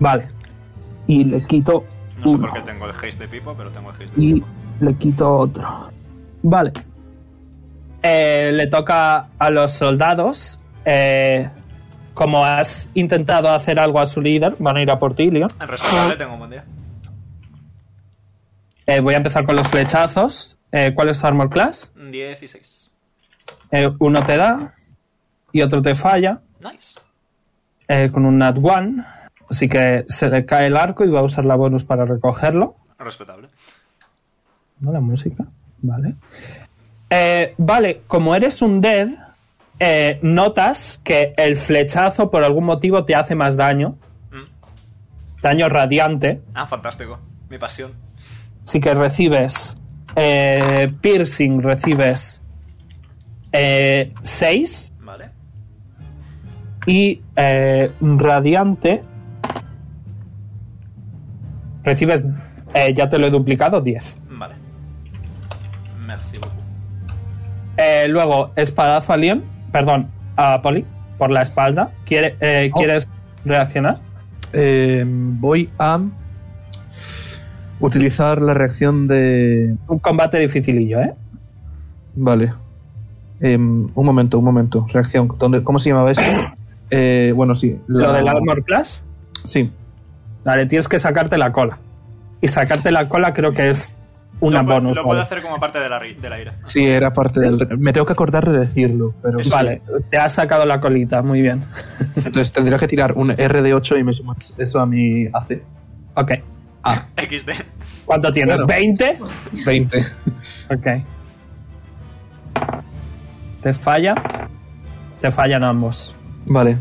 Speaker 1: Vale. Y le quito.
Speaker 2: No sé
Speaker 1: uno.
Speaker 2: por qué tengo el haste de Pipo, pero tengo el haste de
Speaker 1: Y
Speaker 2: Pipo.
Speaker 1: le quito otro. Vale. Eh, le toca a los soldados. Eh, como has intentado hacer algo a su líder, van a ir a por ti, Leon.
Speaker 2: El responsable tengo un buen día.
Speaker 1: Eh, voy a empezar con los flechazos. Eh, ¿Cuál es tu armor class?
Speaker 2: 16.
Speaker 1: Eh, uno te da y otro te falla.
Speaker 2: Nice.
Speaker 1: eh, con un nat 1. Así que se le cae el arco y va a usar la bonus para recogerlo.
Speaker 2: Respetable.
Speaker 1: ¿No? La música. Vale. Eh, vale, como eres un dead, eh, notas que el flechazo por algún motivo te hace más daño.
Speaker 2: Mm.
Speaker 1: Daño radiante.
Speaker 2: Ah, fantástico. Mi pasión.
Speaker 1: Así que recibes. eh, piercing recibes. eh, 6.
Speaker 2: Vale.
Speaker 1: Y eh, radiante. Recibes. eh, ya te lo he duplicado, 10.
Speaker 2: Vale. Merci beaucoup.
Speaker 1: Eh, luego, espadazo a Leon. Perdón, a Poli. Por la espalda. Quiere, eh,
Speaker 3: Oh.
Speaker 1: ¿Quieres reaccionar?
Speaker 3: Eh, voy a utilizar la reacción de...
Speaker 1: Un combate dificilillo, ¿eh?
Speaker 3: Vale. Em, un momento, un momento. Reacción. ¿Dónde- ¿Cómo se llamaba eso? Eh, bueno, sí.
Speaker 1: Lo
Speaker 3: la-
Speaker 1: del Armor Clash.
Speaker 3: Sí.
Speaker 1: Vale, tienes que sacarte la cola. Y sacarte la cola creo que es una
Speaker 2: lo, pu-
Speaker 1: bonus.
Speaker 2: Lo puedo
Speaker 1: ¿vale?
Speaker 2: hacer como parte de la, ri- de la ira.
Speaker 3: Sí, era parte del... Me tengo que acordar de decirlo, pero...
Speaker 2: Eso.
Speaker 1: Vale, te has sacado la colita, muy bien.
Speaker 3: Entonces tendría que tirar un R de 8 y me sumas eso a mi AC.
Speaker 1: Ok.
Speaker 3: Ah,
Speaker 2: XD.
Speaker 1: ¿Cuánto tienes?
Speaker 3: Claro.
Speaker 1: ¿20?
Speaker 4: Hostia.
Speaker 3: 20.
Speaker 1: Ok. Te falla. Te fallan ambos.
Speaker 3: Vale.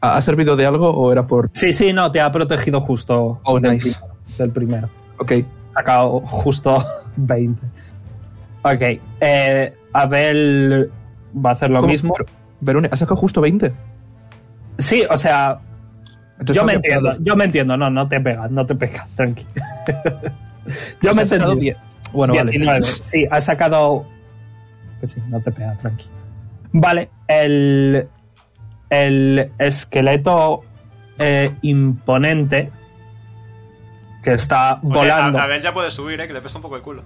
Speaker 3: ¿Ha ha servido de algo o era por...?
Speaker 1: Sí, sí, no, te ha protegido justo
Speaker 3: Oh,
Speaker 1: del,
Speaker 3: nice.
Speaker 1: primero, del primero.
Speaker 3: Ok.
Speaker 1: Sacado justo 20. Ok. Eh, Abel va a hacer lo
Speaker 3: ¿Cómo?
Speaker 1: mismo.
Speaker 3: Pero- Verone, ¿has sacado justo 20?
Speaker 1: Sí, o sea,
Speaker 3: Entonces
Speaker 1: yo
Speaker 3: no
Speaker 1: me
Speaker 3: habría
Speaker 1: entiendo,
Speaker 3: pegado.
Speaker 1: yo me entiendo. No, no te pega, no te pega, tranqui. yo
Speaker 3: Pues
Speaker 1: me
Speaker 3: has sacado
Speaker 1: entiendo.
Speaker 3: 10. Bueno,
Speaker 1: 19.
Speaker 3: Ah, vale.
Speaker 1: Sí, ha sacado. que Sí, no te pega, tranqui. Vale, el. El esqueleto eh, imponente que está volando.
Speaker 2: a, a ver, ya puede subir, eh, que le pesa un poco el culo.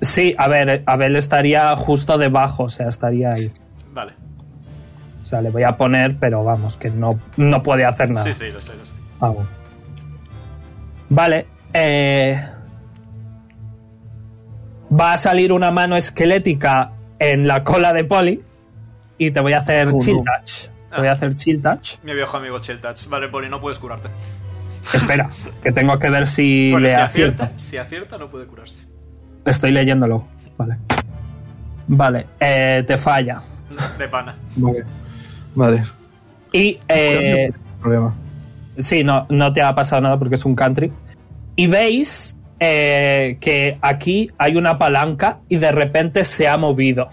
Speaker 1: Sí, a ver, Abel estaría justo debajo, o sea, estaría ahí.
Speaker 2: Vale.
Speaker 1: O sea, le voy a poner, pero vamos, que no, no puede hacer nada.
Speaker 2: Sí, sí, lo sé, lo sé.
Speaker 1: Ah, bueno. Vale. eh, va a salir una mano esquelética en la cola de Polly. Y te voy a hacer
Speaker 3: Oh, no.
Speaker 1: chill touch. Te voy a hacer chill touch.
Speaker 2: Mi viejo amigo Chill Touch. Vale, Poli, no puedes curarte.
Speaker 1: Espera, que tengo que ver si
Speaker 2: Bueno,
Speaker 1: le
Speaker 2: si
Speaker 1: acierto.
Speaker 2: acierta, si acierta, no puede curarse.
Speaker 1: Estoy leyéndolo. Vale. Vale, eh, te falla.
Speaker 2: De pana.
Speaker 3: Vale. Vale.
Speaker 1: Y eh,
Speaker 3: Problema.
Speaker 1: Sí, no, no te ha pasado nada porque es un country. Y veis eh, que aquí hay una palanca y de repente se ha movido.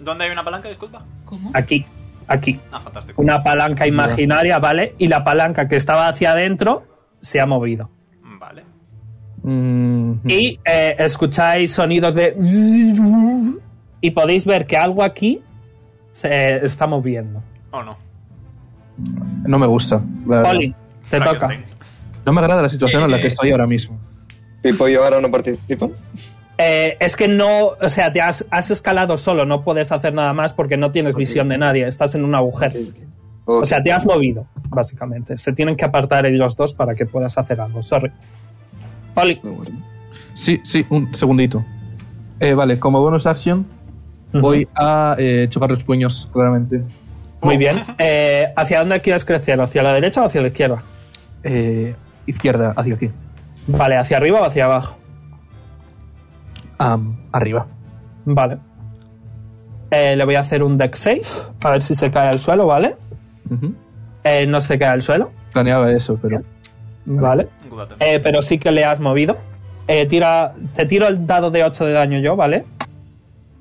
Speaker 2: ¿Dónde hay una palanca, disculpa?
Speaker 4: ¿Cómo?
Speaker 1: Aquí, aquí.
Speaker 2: Ah, fantástico.
Speaker 1: Una palanca imaginaria, ¿vale? Y la palanca que estaba hacia adentro se ha movido.
Speaker 2: Vale.
Speaker 3: Mm,
Speaker 1: Y eh, escucháis sonidos de... Y podéis ver que algo aquí se está moviendo.
Speaker 2: ¿O no?
Speaker 3: No me gusta. la verdad.
Speaker 1: Oli, Eh. te toca.
Speaker 2: Frankenstein.
Speaker 3: No me agrada la situación en la que estoy ahora mismo.
Speaker 5: ¿Tipo yo ahora no participo?
Speaker 1: Eh, es que no, o sea, te has, has escalado solo, no puedes hacer nada más porque no tienes
Speaker 5: Ok.
Speaker 1: visión de nadie, estás en un agujero.
Speaker 5: Ok.
Speaker 1: O sea, te has movido, básicamente. Se tienen que apartar ellos dos para que puedas hacer algo. Sorry. Oli.
Speaker 5: No, bueno.
Speaker 3: Sí, sí, un segundito. Eh, vale, como bonus action voy a eh, chocar los puños, claramente. Oh.
Speaker 1: Muy bien. Eh, ¿Hacia dónde quieres crecer? ¿Hacia la derecha o hacia la izquierda?
Speaker 3: Eh, izquierda, hacia aquí.
Speaker 1: Vale, ¿hacia arriba o hacia abajo?
Speaker 3: Am, arriba.
Speaker 1: Vale. Eh, le voy a hacer un deck save, a ver si se cae al suelo, ¿vale?
Speaker 3: Ujú.
Speaker 1: Eh, no se cae al suelo,
Speaker 3: Planeaba eso, pero.
Speaker 1: ¿vale?
Speaker 2: Good attempt.
Speaker 1: Eh, pero sí que le has movido. Eh, tira, te tiro el dado de 8 de daño yo, ¿vale?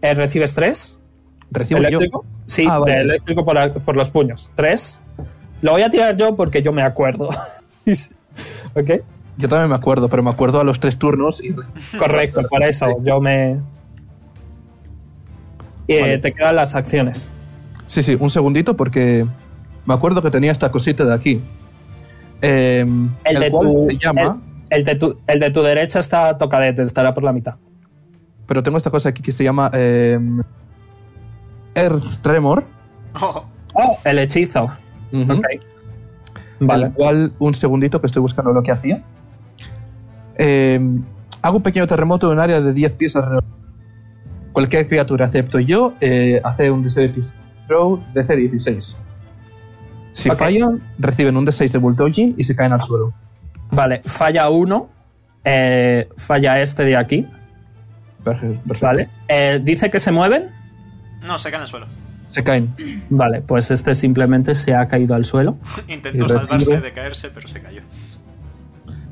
Speaker 1: Eh, recibes 3.
Speaker 3: Recibo
Speaker 1: eléctrico.
Speaker 3: yo.
Speaker 1: Sí,
Speaker 3: Ah, vale.
Speaker 1: de eléctrico por, por los puños. 3. Lo voy a tirar yo porque yo me acuerdo. ¿Ok?
Speaker 3: Yo también me acuerdo, pero me acuerdo a los tres turnos y
Speaker 1: Correcto, por eso yo me... Eh,
Speaker 3: Vale.
Speaker 1: Te quedan las acciones.
Speaker 3: Sí, sí, un segundito porque me acuerdo que tenía esta cosita de aquí. Em, el, cual se llama,
Speaker 1: El, el de tu, el de tu derecha está tocadete, estará por la mitad.
Speaker 3: pero tengo esta cosa aquí que se llama em, Earth Tremor,
Speaker 2: Oh,
Speaker 1: Oh, el hechizo.
Speaker 3: ujú,
Speaker 1: Ok.
Speaker 3: vale.
Speaker 1: Vale.
Speaker 3: el cual un segundito que estoy buscando lo que hacía. Em, hago un pequeño terremoto en un área de 10 pies alrededor. Cualquier criatura, excepto yo, eh, hace un DC throw DC 16. Si
Speaker 1: Ok.
Speaker 3: fallan, reciben un D6 de Bultoji y se caen al suelo.
Speaker 1: Vale, falla uno. eh, falla este de aquí.
Speaker 3: Perfe- Perfecto.
Speaker 1: Vale. Eh, Dice que se mueven.
Speaker 2: no, se cae en el suelo.
Speaker 3: Se caen.
Speaker 1: Vale, pues este simplemente se ha caído al suelo.
Speaker 2: Intentó
Speaker 3: Y
Speaker 2: salvarse
Speaker 3: recibe.
Speaker 2: de caerse, pero se cayó.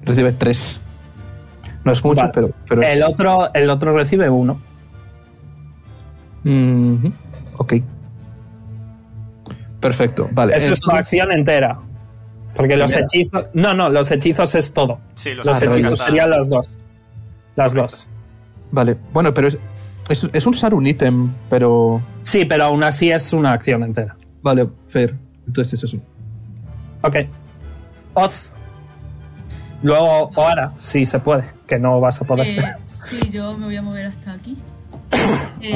Speaker 3: Recibe 3. No es mucho,
Speaker 1: Vale.
Speaker 3: pero. pero es-
Speaker 1: El otro, el otro recibe uno.
Speaker 3: Mhm. Ok. Perfecto, vale.
Speaker 1: Eso es tu
Speaker 3: entonces-
Speaker 1: acción entera. Porque los
Speaker 3: Primera.
Speaker 1: hechizos. No, no, los hechizos es todo.
Speaker 2: Sí, los
Speaker 1: Los
Speaker 3: Ah,
Speaker 2: hechizos
Speaker 1: hechizos
Speaker 3: rayos.
Speaker 1: serían las dos. Las dos.
Speaker 3: Vale, bueno, pero es, es, es usar un ítem, pero.
Speaker 1: Sí, pero aún así es una acción entera.
Speaker 3: Vale, fair. Entonces eso es un.
Speaker 1: Ok. Oz. Luego Oara, si se puede, que no vas a poder.
Speaker 4: Eh, sí, yo me voy a mover hasta aquí. Eh,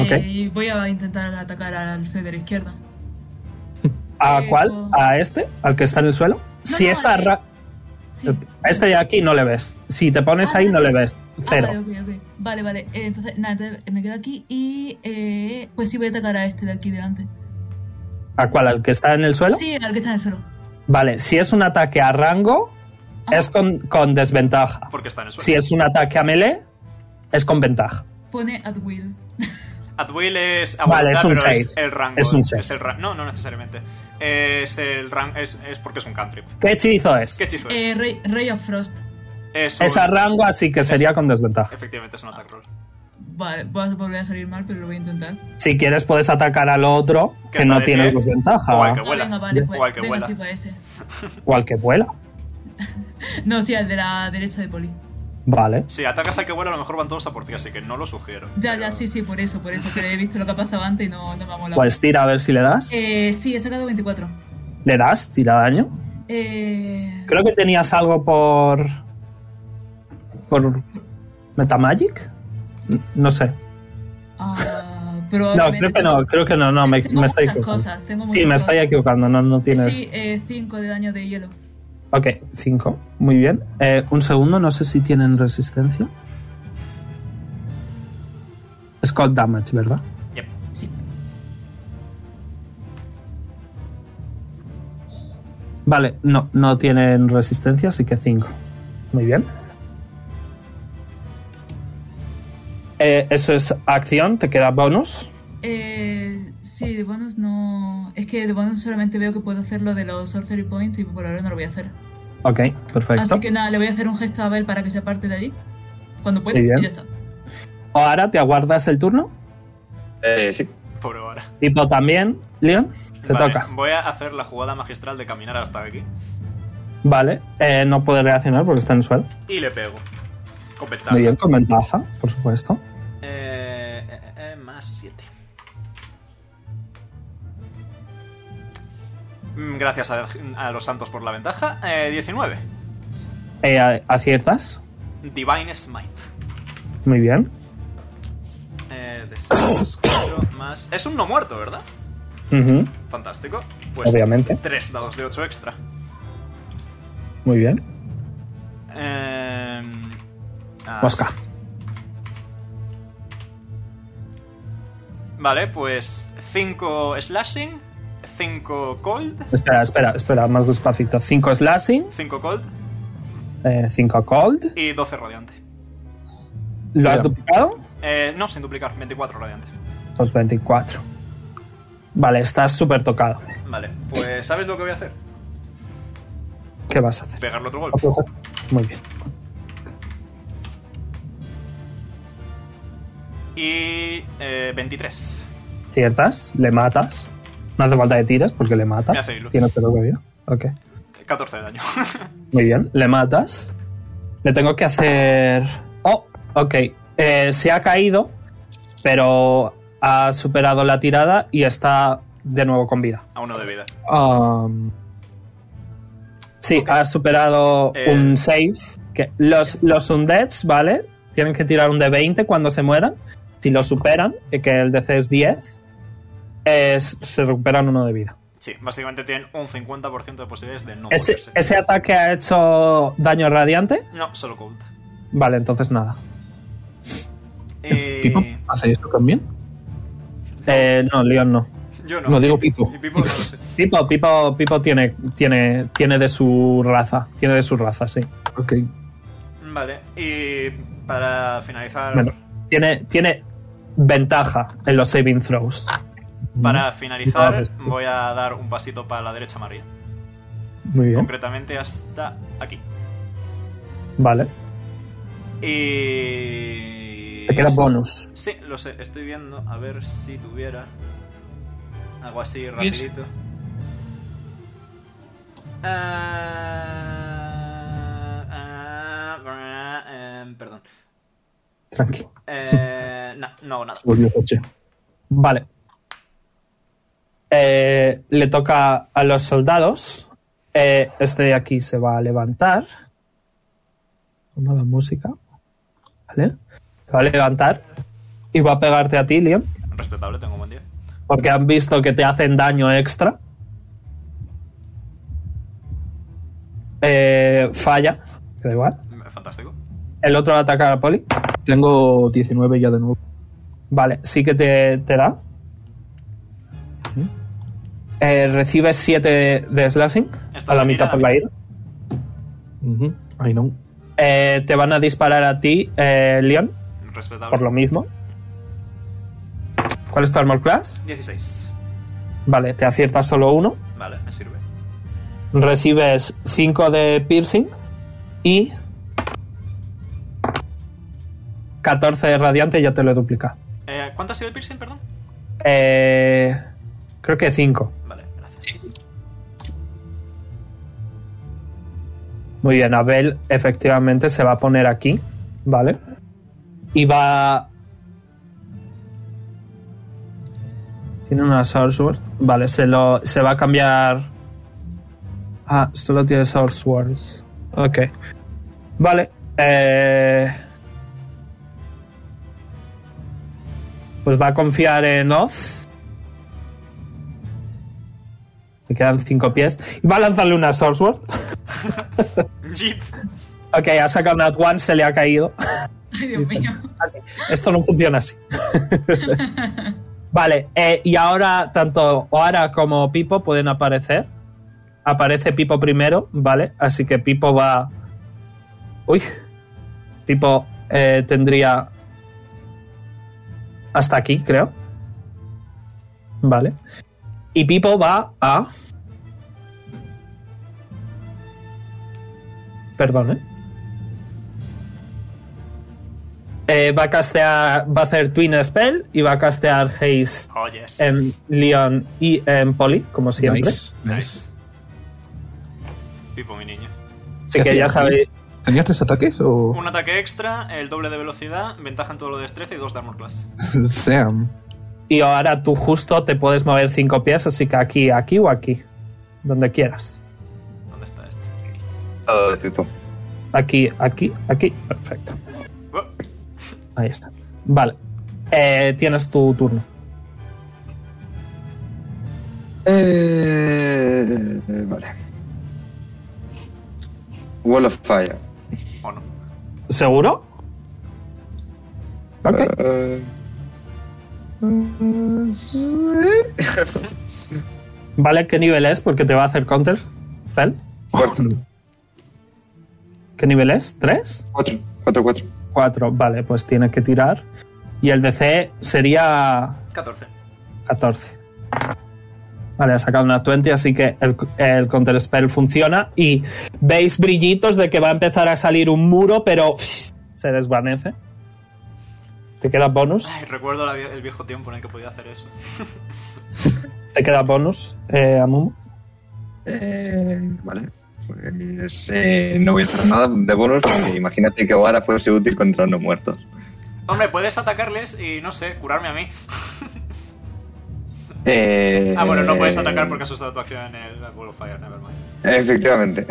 Speaker 1: Ok.
Speaker 4: Y voy a intentar atacar al fe de la izquierda.
Speaker 1: ¿A
Speaker 4: eh,
Speaker 1: cuál?
Speaker 4: con-
Speaker 1: ¿A este? ¿Al que está en el suelo? si
Speaker 4: no,
Speaker 1: es a,
Speaker 4: eh,
Speaker 1: ra-
Speaker 4: Sí.
Speaker 1: a este de aquí no le ves. Si te pones
Speaker 4: Ah,
Speaker 1: ahí
Speaker 4: vale.
Speaker 1: no le ves. Cero.
Speaker 4: Ah, vale, ok, ok. Vale, vale. Eh, entonces, nada, entonces me quedo aquí y eh, pues sí voy a atacar a este de aquí delante.
Speaker 1: ¿A cuál? ¿Al que está en el suelo?
Speaker 4: Sí, al que está en el suelo.
Speaker 1: Vale, si es un ataque a rango,
Speaker 4: Ajá.
Speaker 1: es con, con desventaja.
Speaker 2: porque está en el suelo.
Speaker 1: Si es un ataque a melee, es con ventaja.
Speaker 4: Pone at will.
Speaker 2: At will es a
Speaker 1: Vale,
Speaker 2: voluntad,
Speaker 1: es un
Speaker 2: pero es
Speaker 1: save.
Speaker 2: el rango.
Speaker 1: Es un save.
Speaker 2: el ra- no, no necesariamente. Es el rango. Es, es porque es un cantrip.
Speaker 1: ¿Qué hechizo es?
Speaker 2: ¿Qué hechizo es?
Speaker 4: Eh, Ray, Ray of Frost.
Speaker 2: Es,
Speaker 1: Es
Speaker 2: un-
Speaker 1: a rango, así que sería con desventaja.
Speaker 2: Efectivamente, es un attack roll.
Speaker 4: Vale, voy a volver a salir mal, pero lo voy a intentar.
Speaker 1: Si quieres, puedes atacar al otro
Speaker 2: Que
Speaker 1: que
Speaker 2: está
Speaker 1: no
Speaker 2: de
Speaker 1: tienes
Speaker 2: pie.
Speaker 1: desventaja.
Speaker 2: O al que
Speaker 4: Ah,
Speaker 2: vuela.
Speaker 4: venga, vale,
Speaker 2: O
Speaker 4: pues.
Speaker 2: al que
Speaker 4: venga,
Speaker 2: vuela.
Speaker 4: sí, para ese.
Speaker 1: O al que vuela.
Speaker 4: No, sí, al de la derecha de Poli.
Speaker 1: Vale.
Speaker 2: Si atacas al que vuela, a lo mejor van todos a por ti, así que no lo sugiero.
Speaker 4: Ya,
Speaker 2: Pero-
Speaker 4: ya, sí, sí, por eso, por eso, que he visto lo que ha pasado antes y no, no me ha molado.
Speaker 1: Pues tira a ver si le das.
Speaker 4: Eh, sí, he sacado 24.
Speaker 1: ¿Le das? Tira daño.
Speaker 4: Eh,
Speaker 1: Creo que tenías algo por. por. Metamagic? No sé.
Speaker 4: ah,
Speaker 1: No,
Speaker 4: probablemente
Speaker 1: creo que
Speaker 4: tengo-
Speaker 1: no, creo que no, no, me,
Speaker 4: tengo
Speaker 1: me estoy
Speaker 4: muchas
Speaker 1: equivocando.
Speaker 4: cosas, tengo muchas
Speaker 1: Sí, me estoy
Speaker 4: cosas.
Speaker 1: equivocando, no, no tienes.
Speaker 4: Sí, 5 de daño de hielo.
Speaker 1: Ok, 5. Muy bien. Eh, un segundo, no sé si tienen resistencia. Es cold damage, ¿verdad?
Speaker 2: Yep.
Speaker 4: Sí.
Speaker 1: Vale, no, no tienen resistencia, así que 5. Muy bien. Eh, eso es acción, te queda bonus.
Speaker 4: Eh, sí, de bonus no. Es que de bonus solamente veo que puedo hacer lo de los Sorcery Points y por ahora no lo voy a hacer.
Speaker 1: Ok, perfecto.
Speaker 4: Así que nada, le voy a hacer un gesto a Abel para que se aparte de allí. Cuando pueda,
Speaker 1: Muy
Speaker 4: y
Speaker 1: bien.
Speaker 4: ya está.
Speaker 1: Ahora te aguardas el turno.
Speaker 5: Eh, sí.
Speaker 2: Pobre ahora.
Speaker 1: Tipo también, Leon, te toca.
Speaker 2: Voy a hacer la jugada magistral de caminar hasta aquí.
Speaker 1: Vale, eh, no puede reaccionar porque está en el suelo.
Speaker 2: Y le pego. Con ventaja.
Speaker 1: Muy bien, con ventaja, por supuesto.
Speaker 2: Eh, eh, eh, eh, más 7. Mm, Gracias a, a los santos por la ventaja. Eh, 19.
Speaker 1: Eh, a- aciertas.
Speaker 2: Divine Smite.
Speaker 1: Muy bien.
Speaker 2: Eh, de seis, más cuatro, más. Es un no muerto, ¿verdad?
Speaker 1: Ujú,
Speaker 2: Fantástico. Pues
Speaker 1: Obviamente.
Speaker 2: Tres dados de 8 extra.
Speaker 1: Muy bien.
Speaker 2: Eh, ah,
Speaker 1: Mosca.
Speaker 2: sí. Vale, pues 5 slashing, 5 cold,
Speaker 1: Espera, espera, espera, más despacito. 5 slashing,
Speaker 2: 5 cold
Speaker 1: 5 eh, cold.
Speaker 2: y 12 radiante.
Speaker 1: ¿Lo has
Speaker 3: Mira.
Speaker 1: duplicado?
Speaker 2: Eh, no, sin duplicar, 24 radiante.
Speaker 1: Pues 24. Vale, estás súper tocado.
Speaker 2: Vale, pues ¿sabes lo que voy a hacer?
Speaker 1: ¿Qué vas a hacer?
Speaker 2: Pegarle otro golpe.
Speaker 1: Aprieta. Muy bien.
Speaker 2: Y eh, 23.
Speaker 1: Ciertas, le matas. No hace falta que tires porque le
Speaker 2: Me
Speaker 1: matas.
Speaker 2: hace ilusión.
Speaker 1: Tienes cero de vida. Ok.
Speaker 2: 14 de daño.
Speaker 1: Muy bien, le matas. Le tengo que hacer. Oh, ok. Eh, se ha caído, pero ha superado la tirada y está de nuevo con vida.
Speaker 2: A uno de vida.
Speaker 3: Am,
Speaker 1: Sí, ha superado
Speaker 2: Eh,
Speaker 1: un save. Que los, los undeads, ¿vale? Tienen que tirar un de 20 cuando se mueran. Si lo superan, eh, que el DC es 10, es- se recuperan uno de vida.
Speaker 2: Sí, básicamente tienen un 50% de posibilidades de no
Speaker 1: Ese,
Speaker 2: morirse.
Speaker 1: ese ataque ha hecho daño radiante.
Speaker 2: No, solo cold.
Speaker 1: Vale, entonces nada.
Speaker 2: Eh,
Speaker 3: ¿Pipo? ¿Hace esto también?
Speaker 1: Eh, no, Leon no.
Speaker 2: Yo no.
Speaker 3: No, digo Pipo.
Speaker 2: Y Pipo no lo sé.
Speaker 1: Pipo, Pipo, Pipo tiene, tiene, tiene de su raza. Tiene de su raza, sí.
Speaker 3: Ok.
Speaker 2: Vale, y para finalizar.
Speaker 1: Bueno, tiene, tiene ventaja en los saving throws.
Speaker 2: Para finalizar,
Speaker 1: Vale.
Speaker 2: voy a dar un pasito para la derecha, María.
Speaker 1: Muy bien.
Speaker 2: Concretamente hasta aquí.
Speaker 1: Vale.
Speaker 2: Y.
Speaker 1: Te queda bonus.
Speaker 2: Sí, lo sé, estoy viendo a ver si tuviera algo así rapidito. Ah, ah, ah, em, perdón.
Speaker 1: Tranquilo.
Speaker 2: Eh, no, no hago nada.
Speaker 3: Se volvió coche.
Speaker 1: Vale. Eh, le toca a los soldados. Eh, este de aquí se va a levantar. Onda la música. Vale. Se va a levantar. Y va a pegarte a ti, Liam.
Speaker 2: Respetable, tengo buen día.
Speaker 1: Porque han visto que te hacen daño extra. Eh, falla. Que da igual.
Speaker 2: Fantástico.
Speaker 1: El otro ataca a la poli.
Speaker 3: Tengo 19 ya de nuevo.
Speaker 1: Vale, sí que te, te da. Eh, recibes 7 de, de slashing
Speaker 2: Estás
Speaker 1: a la
Speaker 2: en
Speaker 1: mitad
Speaker 2: ira,
Speaker 1: por la ira.
Speaker 3: Ujú. Ay, no.
Speaker 1: Eh, te van a disparar a ti, eh, Leon,
Speaker 2: Respetable.
Speaker 1: por lo mismo. ¿Cuál es tu armor class?
Speaker 2: 16.
Speaker 1: Vale, te acierta solo uno.
Speaker 2: Vale, me sirve.
Speaker 1: Recibes 5 de piercing y 14 de radiante, ya te lo he duplicado.
Speaker 2: Eh, ¿Cuánto ha sido el piercing, perdón?
Speaker 1: Eh, creo que 5.
Speaker 2: Vale, gracias.
Speaker 1: Muy bien, Abel efectivamente se va a poner aquí, ¿vale? Y va... Tiene una Soul Sword. Vale, se, lo, se va a cambiar... Ah, solo tiene Soul Swords. Ok. Vale. eh, Pues va a confiar en Oz. Le quedan cinco pies. Y va a lanzarle una Soul Sword.
Speaker 2: Jit.
Speaker 1: Ok, ha sacado una at one, se le ha caído.
Speaker 4: Ay, Dios mío.
Speaker 1: Esto no funciona así. vale, eh, y ahora tanto Oara como Pipo pueden aparecer. Aparece Pipo primero, ¿vale? Así que Pipo va... Uy. Pipo eh, tendría... Hasta aquí, creo. Vale. Y Pipo va a... Perdón, ¿eh? Eh, va a castear, va a hacer Twin Spell y va a castear Haze
Speaker 2: Oh, yes.
Speaker 1: en Leon y en Polly, como siempre.
Speaker 3: Nice.
Speaker 2: nice. Pipo, mi niño.
Speaker 1: Así
Speaker 3: ¿Qué
Speaker 1: que
Speaker 3: hacía
Speaker 1: ya
Speaker 3: Haze?
Speaker 1: sabéis.
Speaker 3: ¿Tenías tres ataques o...?
Speaker 2: Un ataque extra, el doble de velocidad, ventaja en todo lo de destreza y dos de armor class.
Speaker 3: Sam.
Speaker 1: Y ahora tú justo te puedes mover cinco pies, así que aquí, aquí o aquí. Donde quieras.
Speaker 2: ¿Dónde está este?
Speaker 5: Todo de Pipo.
Speaker 1: aquí, aquí, aquí. Perfecto.
Speaker 2: Oh,
Speaker 1: Ahí está. Vale. Eh, tienes tu turno.
Speaker 5: Eh, vale. Wall of Fire.
Speaker 2: o oh, no.
Speaker 1: ¿Seguro? Ok.
Speaker 5: Eh,
Speaker 1: Vale, ¿qué nivel es? Porque te va a hacer counter. Fel.
Speaker 5: cuatro,
Speaker 1: ¿Qué nivel es? ¿Tres?
Speaker 5: cuatro, cuatro, cuatro.
Speaker 1: Cuatro. Vale, pues tiene que tirar. Y el DC sería
Speaker 2: 14.
Speaker 1: 14. Vale, ha sacado una 20, así que el, el Counter Spell funciona. Y veis brillitos de que va a empezar a salir un muro, pero pff, se desvanece. ¿Te queda bonus?
Speaker 2: Ay, recuerdo la vie- el viejo tiempo en el que podía hacer eso.
Speaker 1: ¿Te queda bonus, eh, Amumu?
Speaker 5: Eh, vale. Pues, eh, no voy a hacer nada de bonus. porque Imagínate que ahora fuese útil contra no muertos.
Speaker 2: Hombre, puedes atacarles y no sé, curarme a mí.
Speaker 5: Eh,
Speaker 2: Ah, bueno, no puedes atacar porque has usado tu acción en el Wall of Fire, nevermind.
Speaker 5: Efectivamente.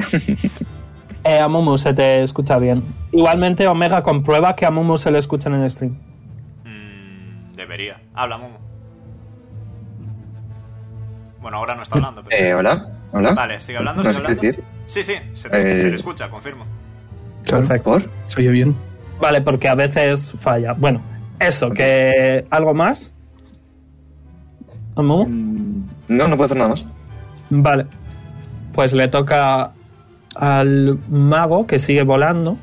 Speaker 1: Eh, Amumu, se te escucha bien. Igualmente, Omega comprueba que a Amumu se le escucha en el stream.
Speaker 2: Mm, debería. Habla, Momo. Bueno, ahora no está hablando, pero.
Speaker 5: Eh, hola, hola.
Speaker 2: Vale, sigue hablando,
Speaker 5: ¿No
Speaker 2: sigue
Speaker 5: sé
Speaker 2: hablando.
Speaker 5: qué decir?
Speaker 2: Sí, sí, se, te-
Speaker 5: Eh.
Speaker 2: se le escucha, confirmo.
Speaker 3: Claro,
Speaker 1: Perfecto.
Speaker 5: ¿Por?
Speaker 3: se oye bien.
Speaker 1: Vale, porque a veces falla. Bueno, eso, que. ¿Algo más? Amumu.
Speaker 5: Mm, No, no puedo hacer nada más.
Speaker 1: Vale. Pues le toca al mago que sigue volando.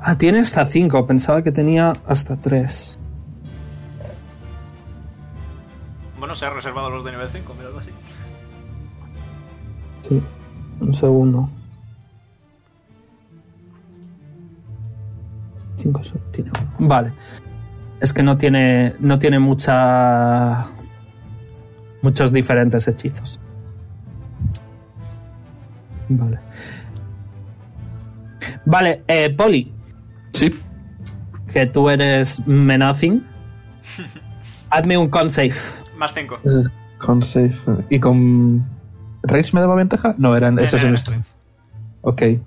Speaker 1: Ah, tiene hasta 5. Pensaba que tenía hasta 3.
Speaker 2: Bueno, se ha reservado los de nivel 5, mira algo así.
Speaker 1: Sí. Un segundo. 5 tiene. uno. Vale. Es que no tiene no tiene mucha muchos diferentes hechizos. Vale. Vale, eh, Poli,
Speaker 3: Sí.
Speaker 1: que tú eres menacing. Hazme un con save.
Speaker 2: Más 5.
Speaker 3: Es Con save. ¿Y con. ¿Rage me daba ventaja? No, eran. Este
Speaker 2: Eh,
Speaker 3: es un extra. Ok. Eh,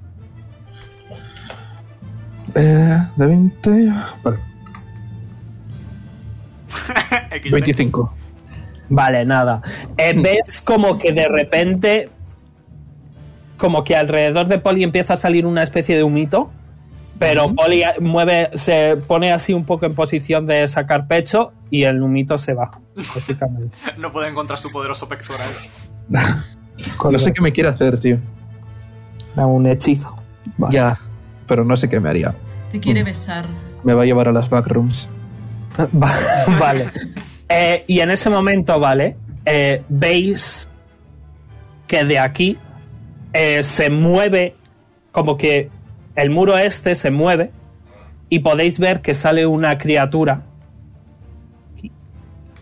Speaker 3: Eh, de 20. Vale, 25.
Speaker 1: Vale, nada. Eh,
Speaker 3: Hmm.
Speaker 1: ves como que de repente, como que alrededor de Polly empieza a salir una especie de humito, pero Polly a- mueve, se pone así un poco en posición de sacar pecho y el humito se va. básicamente.
Speaker 2: No puede encontrar su poderoso pectoral.
Speaker 3: No sé qué me quiere hacer, tío.
Speaker 1: Era un hechizo. Vale.
Speaker 3: Ya. Pero no sé qué me haría.
Speaker 4: Te quiere
Speaker 3: Mm.
Speaker 4: besar.
Speaker 3: Me va a llevar a las backrooms.
Speaker 1: Va- vale. Eh, y en ese momento, vale, eh, veis que de aquí eh, se mueve, como que el muro este se mueve y podéis ver que sale una criatura.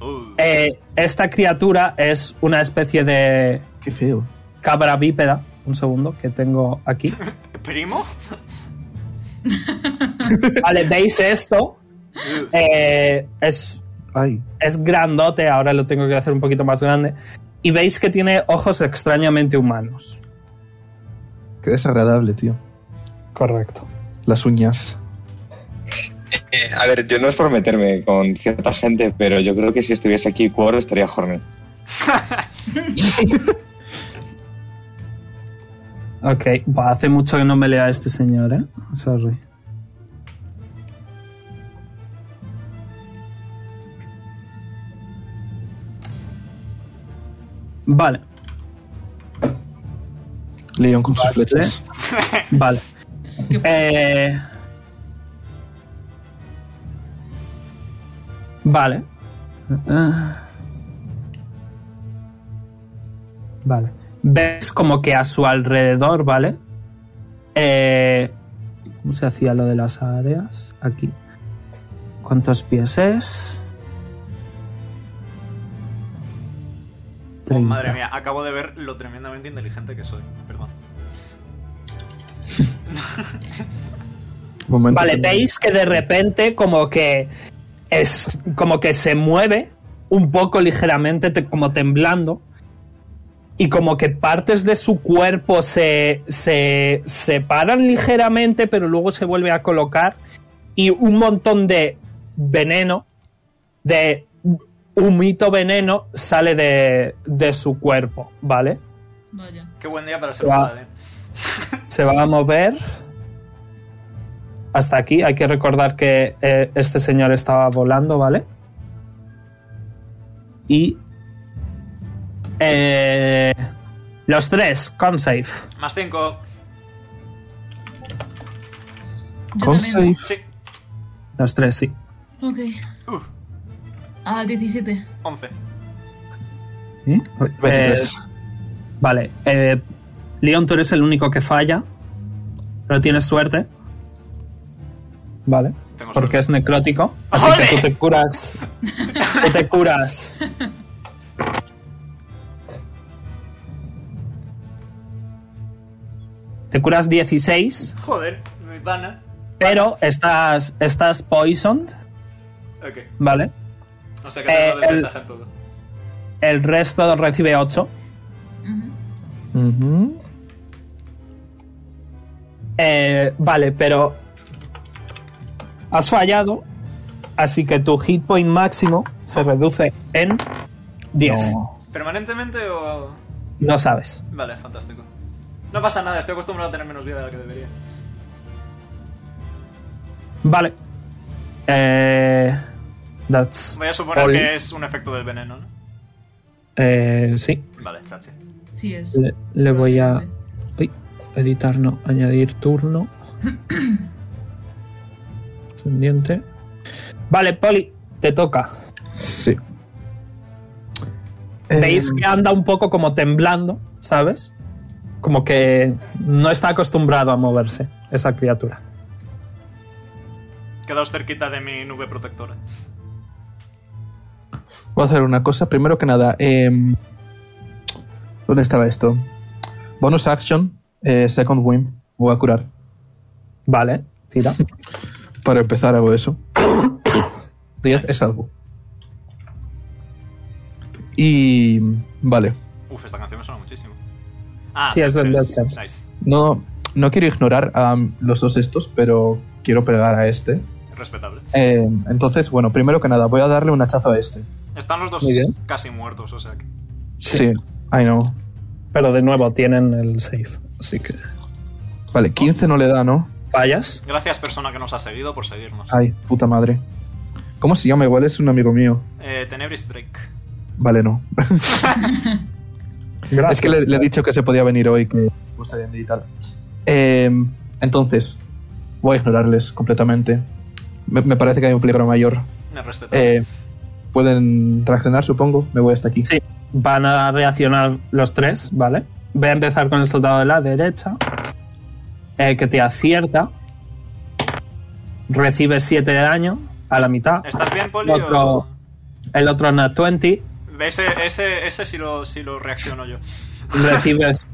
Speaker 2: Uh,
Speaker 1: Eh, esta criatura es una especie de
Speaker 3: Qué feo.
Speaker 1: cabra bípeda. Un segundo, que tengo aquí.
Speaker 2: ¿Primo?
Speaker 1: Vale, veis esto.
Speaker 2: Uh,
Speaker 1: Eh, es
Speaker 3: Ay.
Speaker 1: es grandote, ahora lo tengo que hacer un poquito más grande. Y veis que tiene ojos extrañamente humanos.
Speaker 3: Qué desagradable, tío.
Speaker 1: Correcto.
Speaker 3: Las uñas.
Speaker 5: Eh, a ver, yo no es por meterme con cierta gente, pero yo creo que si estuviese aquí Quoro estaría horny.
Speaker 1: Ok, Buah, hace mucho que no me lea este señor, ¿eh? Sorry. Vale,
Speaker 3: Leon con sus
Speaker 1: Vale.
Speaker 3: flechas.
Speaker 1: vale.
Speaker 4: Qué-
Speaker 1: Eh, Vale. Ah. Vale. Ves como que a su alrededor, ¿vale? Eh, ¿Cómo se hacía lo de las áreas? Aquí. ¿Cuántos pies es?
Speaker 2: oh,
Speaker 1: 30.
Speaker 2: madre mía, acabo de ver lo tremendamente inteligente que soy. Perdón.
Speaker 3: Momento
Speaker 1: Vale,
Speaker 3: que-
Speaker 1: veis que de repente como que es como que se mueve un poco ligeramente, te- como temblando, y como que partes de su cuerpo se, se separan ligeramente, pero luego se vuelve a colocar y un montón de veneno, de humito veneno, sale de, de su cuerpo, ¿vale?
Speaker 4: Vaya.
Speaker 2: Qué buen día para ser
Speaker 1: Guau.
Speaker 2: paladín.
Speaker 1: Se va a mover hasta aquí. Hay que recordar que eh, este señor estaba volando, ¿vale? Y... eh, los tres, con safe.
Speaker 2: Más 5.
Speaker 4: Yo
Speaker 3: Con
Speaker 4: también.
Speaker 2: Sí.
Speaker 1: Los tres, sí.
Speaker 4: Ok.
Speaker 2: Uf.
Speaker 4: Ah, 17.
Speaker 2: 11.
Speaker 1: ¿Mm?
Speaker 3: 23.
Speaker 1: Vale. Eh, Leon, tú eres el único que falla. Pero tienes suerte. Vale.
Speaker 2: Tengo
Speaker 1: Porque
Speaker 2: suerte.
Speaker 1: es necrótico. Así
Speaker 2: ¡Ole!
Speaker 1: que tú te curas. tú te curas. Te curas 16,
Speaker 2: Joder, mi pana.
Speaker 1: pero estás, estás poisoned,
Speaker 2: Ok.
Speaker 1: ¿vale?
Speaker 2: O sea que tengo
Speaker 1: Eh,
Speaker 2: desventaja en todo.
Speaker 1: El resto recibe 8.
Speaker 4: Ujú.
Speaker 3: Ujú.
Speaker 1: Eh, vale, pero has fallado, así que tu hit point máximo se reduce en 10. No,
Speaker 3: No.
Speaker 2: ¿Permanentemente o.?
Speaker 1: sabes.
Speaker 2: Vale, fantástico. No pasa nada, estoy acostumbrado a tener menos vida de la que debería.
Speaker 1: Vale. Eh, that's
Speaker 2: Voy a suponer
Speaker 1: all.
Speaker 2: que es un efecto del veneno, ¿no?
Speaker 1: Eh, sí,
Speaker 2: Vale, chachi.
Speaker 4: Sí es.
Speaker 1: le, le voy a... Uy, editar no, añadir turno. Pendiente. Vale, Poli, te toca.
Speaker 3: Sí.
Speaker 1: Veis
Speaker 3: Em,
Speaker 1: que anda un poco como temblando, ¿sabes? Como que no está acostumbrado a moverse esa criatura.
Speaker 2: Quedaos cerquita de mi nube protectora.
Speaker 3: Voy a hacer una cosa. Primero que nada, em, ¿dónde estaba esto? Bonus action, eh, second wind. Voy a curar.
Speaker 1: Vale, tira.
Speaker 3: Para empezar hago eso. 10 es algo. Y... Vale.
Speaker 2: Uf, esta canción me suena muchísimo. Ah,
Speaker 1: Sí, es de
Speaker 2: Dead Cells.
Speaker 1: Dead Cells.
Speaker 2: Nice.
Speaker 3: No, no quiero ignorar a los dos estos, pero quiero pegar a este.
Speaker 2: Respetable.
Speaker 3: Eh, entonces, bueno, primero que nada, voy a darle un hachazo a este.
Speaker 2: Están los dos
Speaker 1: Muy bien.
Speaker 2: casi muertos, o sea que.
Speaker 3: Sí, I know.
Speaker 1: Pero de nuevo tienen el save. Así que...
Speaker 3: Vale, 15 no le da, ¿no?
Speaker 1: Fallas.
Speaker 2: Gracias, persona que nos ha seguido, por seguirnos.
Speaker 1: Ah.
Speaker 3: Ay, puta madre. ¿Cómo se llama? Igual es un amigo mío.
Speaker 2: Eh, Tenebris Drake.
Speaker 3: Vale, no.
Speaker 1: Gracias.
Speaker 3: Es que le, le he dicho que se podía venir hoy, que gustaría digital. Eh, entonces, voy a ignorarles completamente. Me, me parece que hay un peligro mayor.
Speaker 2: Me respeta.
Speaker 3: Eh, Pueden reaccionar, supongo. Me voy hasta aquí.
Speaker 1: Sí, van a reaccionar los tres, ¿vale? Voy a empezar con el soldado de la derecha, eh, que te acierta, recibe 7 de daño a la mitad,
Speaker 2: ¿Estás bien, Poli?
Speaker 1: otro-
Speaker 2: o-
Speaker 1: el otro Nat 20
Speaker 2: Ese, ese, ese sí, lo, sí lo reacciono yo.
Speaker 1: recibes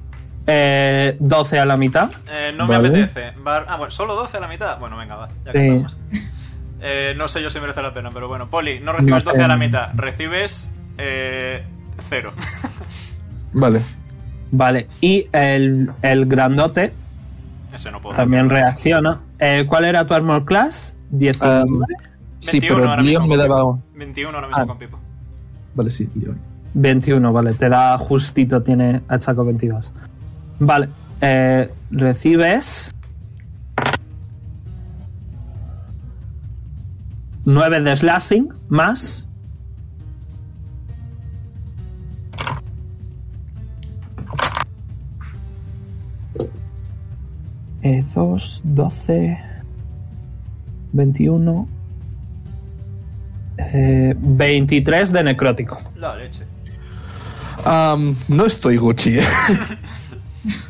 Speaker 1: eh, 12 a la mitad,
Speaker 2: Eh, no me
Speaker 3: Vale.
Speaker 2: apetece. Bar- Ah, bueno, solo 12 a la mitad. Bueno, venga, va. Ya que
Speaker 1: Sí.
Speaker 2: estamos. Eh, no sé yo si merece la pena, pero bueno. Poli, no recibes
Speaker 1: No,
Speaker 2: 12 a la
Speaker 1: eh.
Speaker 2: mitad. Recibes. Eh, cero.
Speaker 3: Vale.
Speaker 1: ¿vale? Y el, el grandote
Speaker 2: ese no puedo.
Speaker 1: también reacciona. Eh, ¿Cuál era tu armor class? 19.
Speaker 3: Um, sí,
Speaker 2: 21
Speaker 3: pero
Speaker 2: ahora
Speaker 3: Leon
Speaker 2: mismo
Speaker 3: me
Speaker 2: con
Speaker 3: daba.
Speaker 2: Pipo. 21 ahora mismo
Speaker 1: Ah.
Speaker 2: con Pipo.
Speaker 3: Vale, sí, Leon.
Speaker 1: 21, vale. Te da justito, tiene achaco 22. Vale. eh, recibes... 9 de slashing más... Eh, 2, 12, 21, eh, 23 de necrótico.
Speaker 2: La leche.
Speaker 3: Am, Um, no estoy Gucci. eh.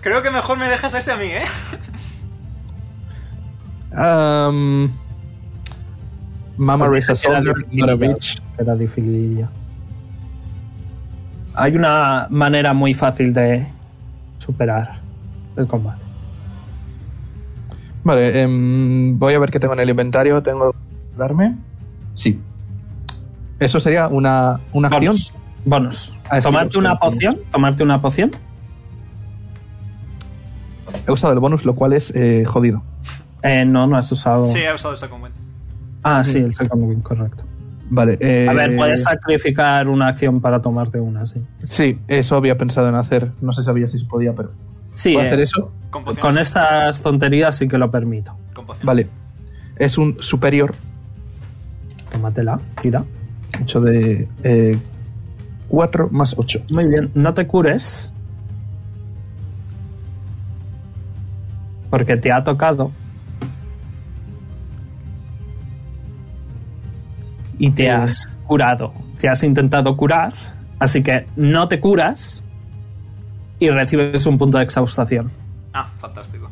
Speaker 2: Creo que mejor me dejas a ese a mí, ¿eh?
Speaker 3: Am, Um, Mama
Speaker 1: Pues
Speaker 3: raised a
Speaker 1: era
Speaker 3: soldier,
Speaker 1: difícil,
Speaker 3: not a
Speaker 1: claro.
Speaker 3: bitch.
Speaker 1: Era difícil ya. Hay una manera muy fácil de superar el combate.
Speaker 3: Vale, em, voy a ver qué tengo en el inventario. ¿Tengo que darme? Sí. Eso sería una, una acción.
Speaker 1: Bonus. Bonus.
Speaker 3: Ah, es que
Speaker 1: tomarte
Speaker 3: no
Speaker 1: una
Speaker 3: sé,
Speaker 1: poción. Tomarte una poción.
Speaker 3: He usado el bonus, lo cual es eh, jodido.
Speaker 1: Eh, no, no has
Speaker 3: Oh.
Speaker 1: usado.
Speaker 2: Sí, he usado esa común.
Speaker 1: Ah, sí, el second wind, correcto.
Speaker 3: Vale. eh,
Speaker 1: A ver, puedes sacrificar una acción para tomarte una, sí.
Speaker 3: Sí, eso había pensado en hacer. No se sabía si se podía, pero.
Speaker 1: Sí,
Speaker 3: ¿Puedo
Speaker 1: eh,
Speaker 3: hacer eso?
Speaker 2: Con pociones.
Speaker 1: con estas tonterías sí que lo permito.
Speaker 2: Con pociones.
Speaker 3: este. Vale. Es un superior
Speaker 1: Tómatela, tira.
Speaker 3: 8 de. 4 más 8.
Speaker 1: Muy bien, no te cures. Porque te ha tocado. Y te
Speaker 3: Eh.
Speaker 1: has curado. Te has intentado curar. Así que no te curas. Y recibes un punto de exhaustación.
Speaker 2: Ah, fantástico.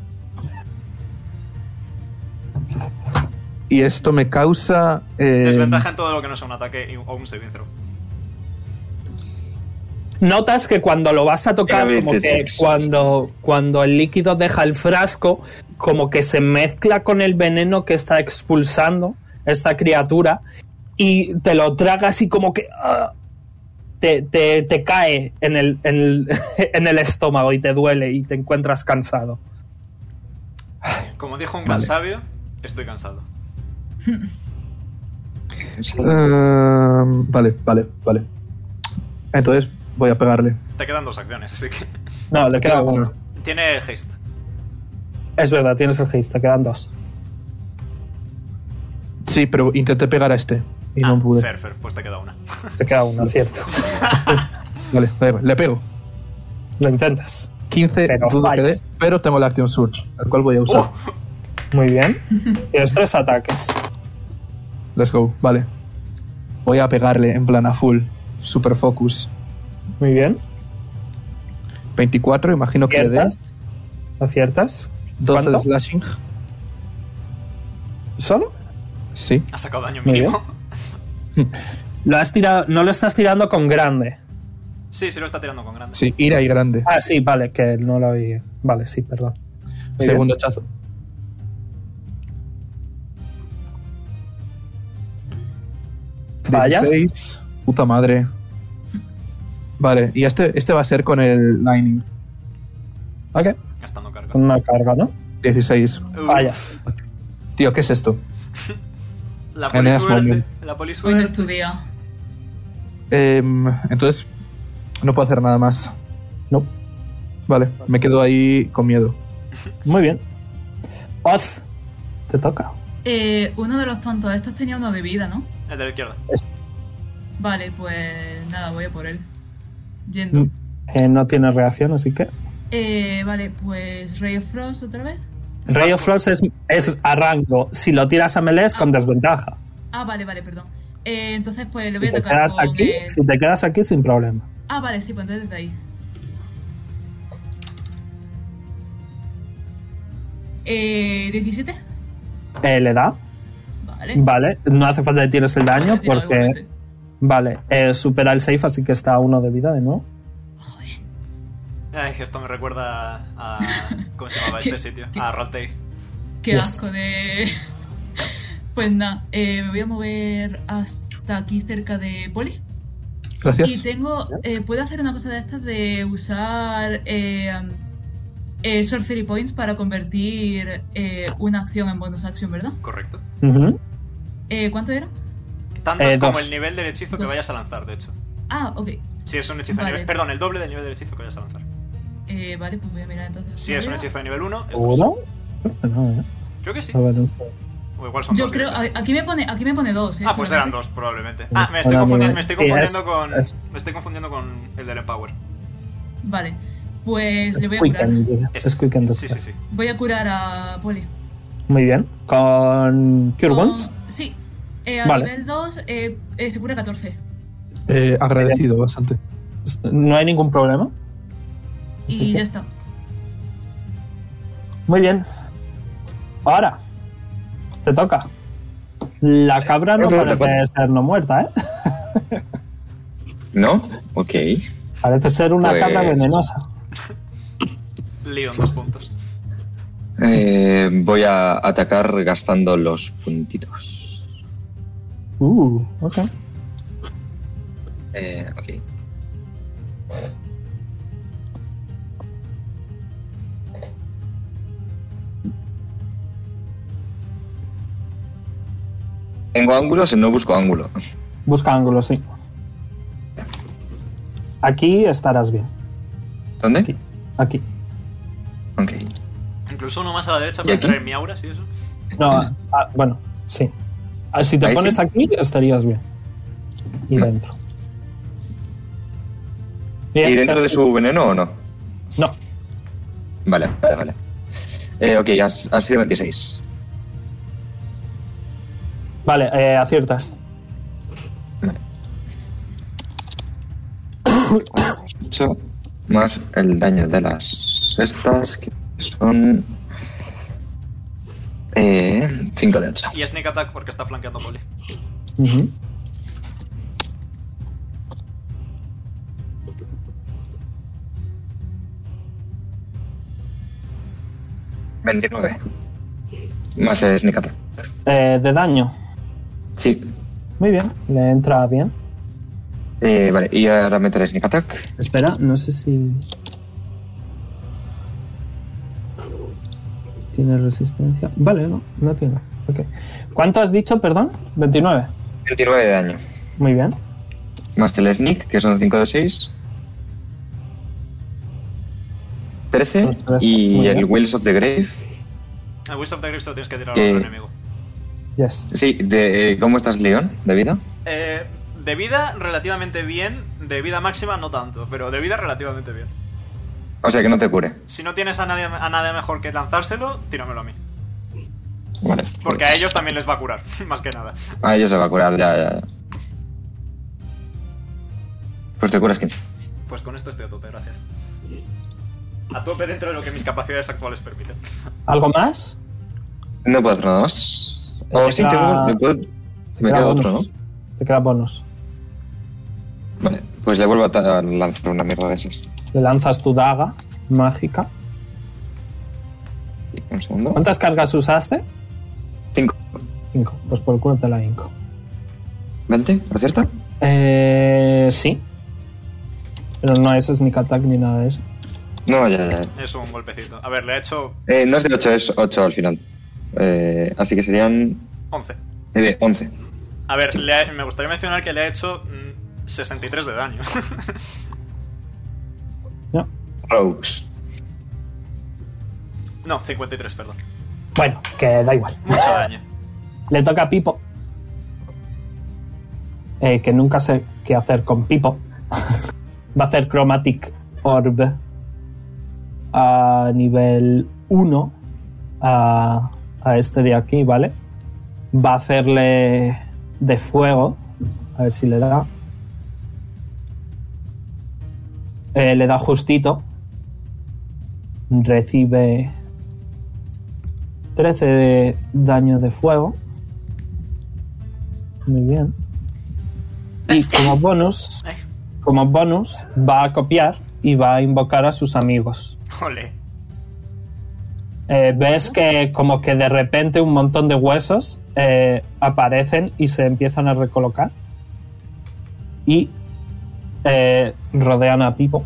Speaker 3: Y esto me causa. eh,
Speaker 2: Desventaja en todo lo que no sea un ataque y- o un saving throw.
Speaker 1: Notas que cuando lo vas a tocar,
Speaker 5: Era
Speaker 1: como que
Speaker 5: 26.
Speaker 1: cuando, cuando el líquido deja el frasco, como que se mezcla con el veneno que está expulsando esta criatura y te lo tragas y como que ah, te, te- te cae en el, en, el, en el estómago y te duele y te encuentras cansado.
Speaker 2: Como dijo un gran
Speaker 3: Vale.
Speaker 2: sabio, estoy cansado.
Speaker 3: eh, vale, vale, vale. Entonces voy a pegarle.
Speaker 2: Te quedan dos acciones, así que.
Speaker 1: No, le queda
Speaker 3: Queda
Speaker 1: uno.
Speaker 3: uno.
Speaker 2: Tiene haste.
Speaker 1: Es verdad, tienes el haste, te quedan dos.
Speaker 3: Sí, pero intenté pegar a este. Y
Speaker 2: Ah,
Speaker 3: no pude.
Speaker 2: Fair, fair, pues te queda una.
Speaker 1: Te queda uno, cierto.
Speaker 3: Vale, da igual, le pego.
Speaker 1: Lo intentas.
Speaker 3: 15,
Speaker 1: Pero Oh.
Speaker 3: dudo que dé,
Speaker 1: fallas.
Speaker 3: pero tengo la acción Surge, el cual voy a usar.
Speaker 1: Muy bien. Tienes tres ataques.
Speaker 3: Let's go, vale. Voy a pegarle en plan a full. Super focus.
Speaker 1: Muy bien.
Speaker 3: 24, imagino que le dé.
Speaker 1: ¿Aciertas? ¿Aciertas?
Speaker 3: 12
Speaker 1: ¿Cuánto?
Speaker 3: de slashing.
Speaker 1: ¿Solo?
Speaker 3: Sí.
Speaker 2: Ha sacado daño
Speaker 1: Muy
Speaker 2: mínimo.
Speaker 1: Lo has tirado, no lo estás tirando con grande.
Speaker 2: Sí, sí lo está tirando con grande.
Speaker 3: Sí, ira y grande.
Speaker 1: Ah, sí, vale, que no lo había. Vale, sí, perdón. Muy
Speaker 3: Segundo chazo.
Speaker 1: Fallas.
Speaker 3: 16. Puta madre. Vale, y este, este va a ser con el Lightning.
Speaker 1: bien. Ok,
Speaker 2: Gastando carga.
Speaker 1: con una carga, ¿no?
Speaker 3: 16.
Speaker 2: Uh,
Speaker 1: Fallas.
Speaker 3: Tío, ¿qué es esto?
Speaker 2: La
Speaker 3: En ese
Speaker 2: polisuerte.
Speaker 3: momento.
Speaker 2: La
Speaker 4: Hoy no
Speaker 2: polisuerte.
Speaker 4: estudia.
Speaker 3: Em, entonces, no puedo hacer nada más.
Speaker 1: No.
Speaker 3: Vale, me quedo ahí con miedo.
Speaker 1: Muy bien. Oz, te toca.
Speaker 4: Eh, uno de los tontos, estos tenía uno de vida, ¿no?
Speaker 2: El de la izquierda.
Speaker 4: Vale, pues nada, voy a por él. Yendo.
Speaker 1: Eh, no tiene reacción, así que.
Speaker 4: Eh, vale, pues Ray of Frost otra vez.
Speaker 1: Ray of Frost es, es a rango. Si lo tiras a melee es con desventaja.
Speaker 4: Ah, vale, vale, perdón. Eh, entonces, pues le voy
Speaker 1: Si
Speaker 4: a
Speaker 1: te,
Speaker 4: tocar
Speaker 1: quedas
Speaker 4: con
Speaker 1: aquí,
Speaker 4: el-
Speaker 1: si te quedas aquí, sin problema.
Speaker 4: Ah, vale, sí, pues entonces desde ahí. Eh, 17.
Speaker 1: Eh, le da.
Speaker 4: Vale. Pues,
Speaker 1: Vale, no hace falta que tires el daño
Speaker 4: Vale, tira
Speaker 1: porque.
Speaker 4: igualmente.
Speaker 1: Vale, eh, supera el safe, así que está a uno de vida de nuevo.
Speaker 4: Joder.
Speaker 2: Ay, esto me recuerda a. ¿Cómo se llamaba este sitio? A Raltei.
Speaker 4: Qué
Speaker 1: Yes.
Speaker 4: asco de. pues nada, eh, me voy a mover hasta aquí cerca de Poli. Y
Speaker 3: Gracias.
Speaker 4: tengo. Eh, puedo hacer una cosa de estas de usar. Eh, um, eh, Sorcery Points para convertir eh, una acción en bonus action, ¿verdad?
Speaker 2: Correcto.
Speaker 1: Ujú.
Speaker 4: Eh, ¿Cuánto era?
Speaker 2: Tanto
Speaker 1: Eh,
Speaker 2: es como
Speaker 1: dos.
Speaker 2: el nivel del hechizo que
Speaker 4: Dos.
Speaker 2: vayas a lanzar, de hecho.
Speaker 4: Ah, ok.
Speaker 2: Si es un hechizo
Speaker 4: Vale.
Speaker 2: de nivel. Perdón, el doble del nivel del hechizo que vayas a lanzar.
Speaker 4: Eh, vale, pues voy a mirar entonces.
Speaker 2: Si es un hechizo de nivel 1,
Speaker 1: ¿Uno? No, eh.
Speaker 2: Creo que sí.
Speaker 1: A ver, un segundo.
Speaker 2: O igual son
Speaker 4: Yo
Speaker 2: dos
Speaker 4: creo,
Speaker 2: directos.
Speaker 4: a- aquí me pone, aquí me pone dos, ¿eh?
Speaker 2: Ah, pues eran
Speaker 4: solamente.
Speaker 2: dos, probablemente.
Speaker 1: Sí.
Speaker 2: Ah, me estoy
Speaker 1: Ahora
Speaker 2: confundiendo,
Speaker 1: mismo.
Speaker 2: me estoy
Speaker 1: Sí, es-
Speaker 2: confundiendo con.
Speaker 1: es-
Speaker 2: Me estoy confundiendo con el del Empower.
Speaker 4: Vale. Pues le voy a curar.
Speaker 1: Quicken, yeah.
Speaker 2: Es-
Speaker 1: Es Quicken
Speaker 2: Sí,
Speaker 1: Despair.
Speaker 2: sí, sí.
Speaker 4: Voy a curar a Poli.
Speaker 1: Muy bien. Con Cure
Speaker 4: Con-
Speaker 1: Wounds.
Speaker 4: Sí. Eh, a
Speaker 1: Vale.
Speaker 4: nivel 2 eh, eh, se cura 14.
Speaker 3: Eh, agradecido bastante.
Speaker 1: No hay ningún problema.
Speaker 4: Y
Speaker 1: Perfecto.
Speaker 4: ya está.
Speaker 1: Muy bien. Ahora. Te toca. La cabra no
Speaker 5: Eh,
Speaker 1: parece
Speaker 5: eh,
Speaker 1: ser no muerta, ¿eh?
Speaker 5: ¿No? Ok.
Speaker 1: Parece ser una
Speaker 5: Pues-
Speaker 1: cabra venenosa.
Speaker 2: Leon, dos puntos.
Speaker 5: Eh, voy a atacar gastando los puntitos.
Speaker 1: Uh, ok.
Speaker 5: Eh, ok. Tengo ángulos y no busco ángulo.
Speaker 1: Busca ángulo, sí. Aquí estarás bien.
Speaker 5: ¿Dónde?
Speaker 1: Aquí. Aquí.
Speaker 5: Ok.
Speaker 2: Incluso uno más a la derecha
Speaker 5: ¿Y
Speaker 2: para
Speaker 5: aquí?
Speaker 2: traer mi aura, sí, eso.
Speaker 1: No, ah, bueno, sí. Ah, Si te
Speaker 5: Ahí
Speaker 1: pones
Speaker 5: sí.
Speaker 1: aquí, estarías bien. Y
Speaker 5: Mm.
Speaker 1: dentro. Bien,
Speaker 5: ¿Y dentro de su veneno o no?
Speaker 1: eh, No,
Speaker 5: Vale, vale, vale. Eh, ok, has, has sido 26.
Speaker 1: vale, eh, aciertas.
Speaker 5: Ocho, más el daño de las estas, que son. 5 de 8.
Speaker 2: Y Sneak Attack porque está flanqueando Poli.
Speaker 1: Ujú.
Speaker 5: Veintinueve. Más el sneak attack.
Speaker 1: Eh, de daño.
Speaker 5: Sí.
Speaker 1: Muy bien, le entra bien.
Speaker 5: Eh, vale, y ahora meto el sneak attack.
Speaker 1: Espera, no sé si. ¿Tiene resistencia? Vale, no, no tiene. Ok. ¿Cuánto has dicho, perdón? 29.
Speaker 5: 29 de daño.
Speaker 1: Muy bien.
Speaker 5: Más el sneak, que son 5 de 6. 13.
Speaker 1: Ostras, muy
Speaker 5: Y el
Speaker 1: bien.
Speaker 5: Wheels of the Grave.
Speaker 2: El Wisdom of the Grip se lo tienes que tirar
Speaker 5: Eh.
Speaker 2: al otro enemigo.
Speaker 1: Yes.
Speaker 5: Sí, de, eh, ¿cómo estás, León? ¿De vida?
Speaker 2: Eh, de vida, relativamente bien. De vida máxima, no tanto. Pero de vida, relativamente bien.
Speaker 5: O sea que no te cure.
Speaker 2: Si no tienes a nadie, a nadie mejor que lanzárselo, tíramelo a mí.
Speaker 5: Vale.
Speaker 2: Porque a ellos también les va a curar, más que nada.
Speaker 5: A ellos se va a curar, Ah, ya, ya, ya. Pues te curas 15.
Speaker 2: Pues con esto estoy a tope, gracias. A tope dentro de lo que mis capacidades actuales permiten.
Speaker 1: ¿Algo más?
Speaker 5: No puedo hacer nada más. O
Speaker 1: Te
Speaker 5: sí,
Speaker 1: queda-
Speaker 5: tengo. Me, puedo- me
Speaker 1: Te queda
Speaker 5: queda otro, ¿no?
Speaker 1: bonus. Te queda bonus.
Speaker 5: Vale, pues le vuelvo a, ta- a lanzar una mierda de esas.
Speaker 1: Le lanzas tu daga mágica.
Speaker 5: Un segundo.
Speaker 1: ¿Cuántas cargas usaste?
Speaker 5: Cinco.
Speaker 1: Cinco. Pues por el culo te la hinco.
Speaker 5: 20, ¿acierta?
Speaker 1: Eh, sí. Pero no es sneak attack ni nada de eso.
Speaker 5: No, ya, ya. ya.
Speaker 2: Es un golpecito. A ver, le he hecho
Speaker 5: Eh, no es de 8, es 8 al final. Eh, así que serían
Speaker 2: 11.
Speaker 5: eh, 11.
Speaker 2: A ver, le he- me gustaría mencionar que le he hecho mm, 63 de daño.
Speaker 1: ¿No?
Speaker 5: Rogues.
Speaker 2: no, 53, perdón.
Speaker 1: Bueno, que da igual.
Speaker 2: Mucho daño.
Speaker 1: Le toca a Pipo. Eh, que nunca sé qué hacer con Pipo. Va a hacer Chromatic Orb a nivel 1 a, a este de aquí, ¿vale? Va a hacerle de fuego. A ver si le da. Eh, le da justito. Recibe 13 de daño de fuego. Muy bien. Y como bonus,
Speaker 2: Eh,
Speaker 1: como bonus, va a copiar y va a invocar a sus amigos.
Speaker 2: ole.
Speaker 1: Eh, ves que como que de repente un montón de huesos eh, aparecen y se empiezan a recolocar y eh, rodean a Pipo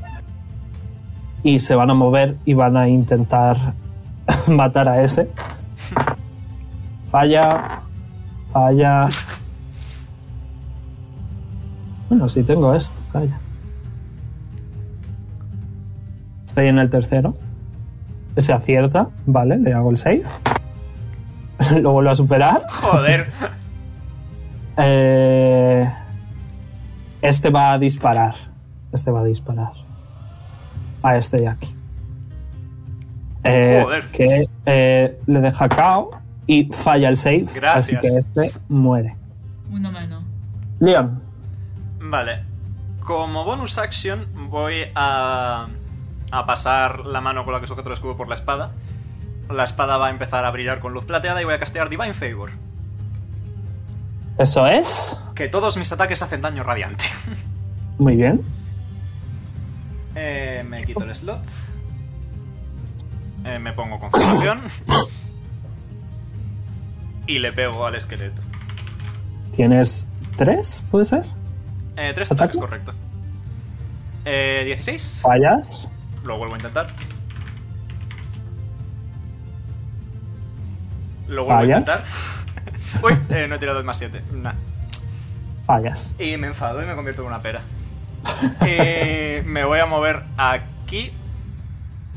Speaker 1: y se van a mover y van a intentar matar a ese. Falla, falla. Bueno, si tengo esto, calla. Estoy en el tercero. Se acierta, vale, le hago el save. lo vuelvo a superar.
Speaker 2: Joder.
Speaker 1: Eh, este va a disparar. Este va a disparar. A este de aquí. Eh,
Speaker 2: Oh, Joder.
Speaker 1: Que eh, le deja KO y falla el save. Así
Speaker 2: Gracias.
Speaker 1: que este muere.
Speaker 4: Uno menos.
Speaker 1: Leon,
Speaker 2: Vale. Como bonus action voy a, a pasar la mano con la que sujeto el escudo por la espada. La espada va a empezar a brillar con luz plateada y voy a castear Divine Favor.
Speaker 1: eso es.
Speaker 2: Que todos mis ataques hacen daño radiante.
Speaker 1: Muy bien.
Speaker 2: Eh, me quito el slot. Eh, me pongo confirmación. Y le pego al esqueleto.
Speaker 1: Tienes tres, ¿puede ser?
Speaker 2: Eh, tres
Speaker 1: ¿Ataque?
Speaker 2: ataques, correcto. Eh, 16.
Speaker 1: Fallas.
Speaker 2: Lo vuelvo a intentar. Lo vuelvo
Speaker 1: ¿Fallas?
Speaker 2: a intentar. Uy, eh, no he tirado el más 7. Nah.
Speaker 1: Fallas.
Speaker 2: Y me enfado y me convierto en una pera. Eh, me voy a mover aquí.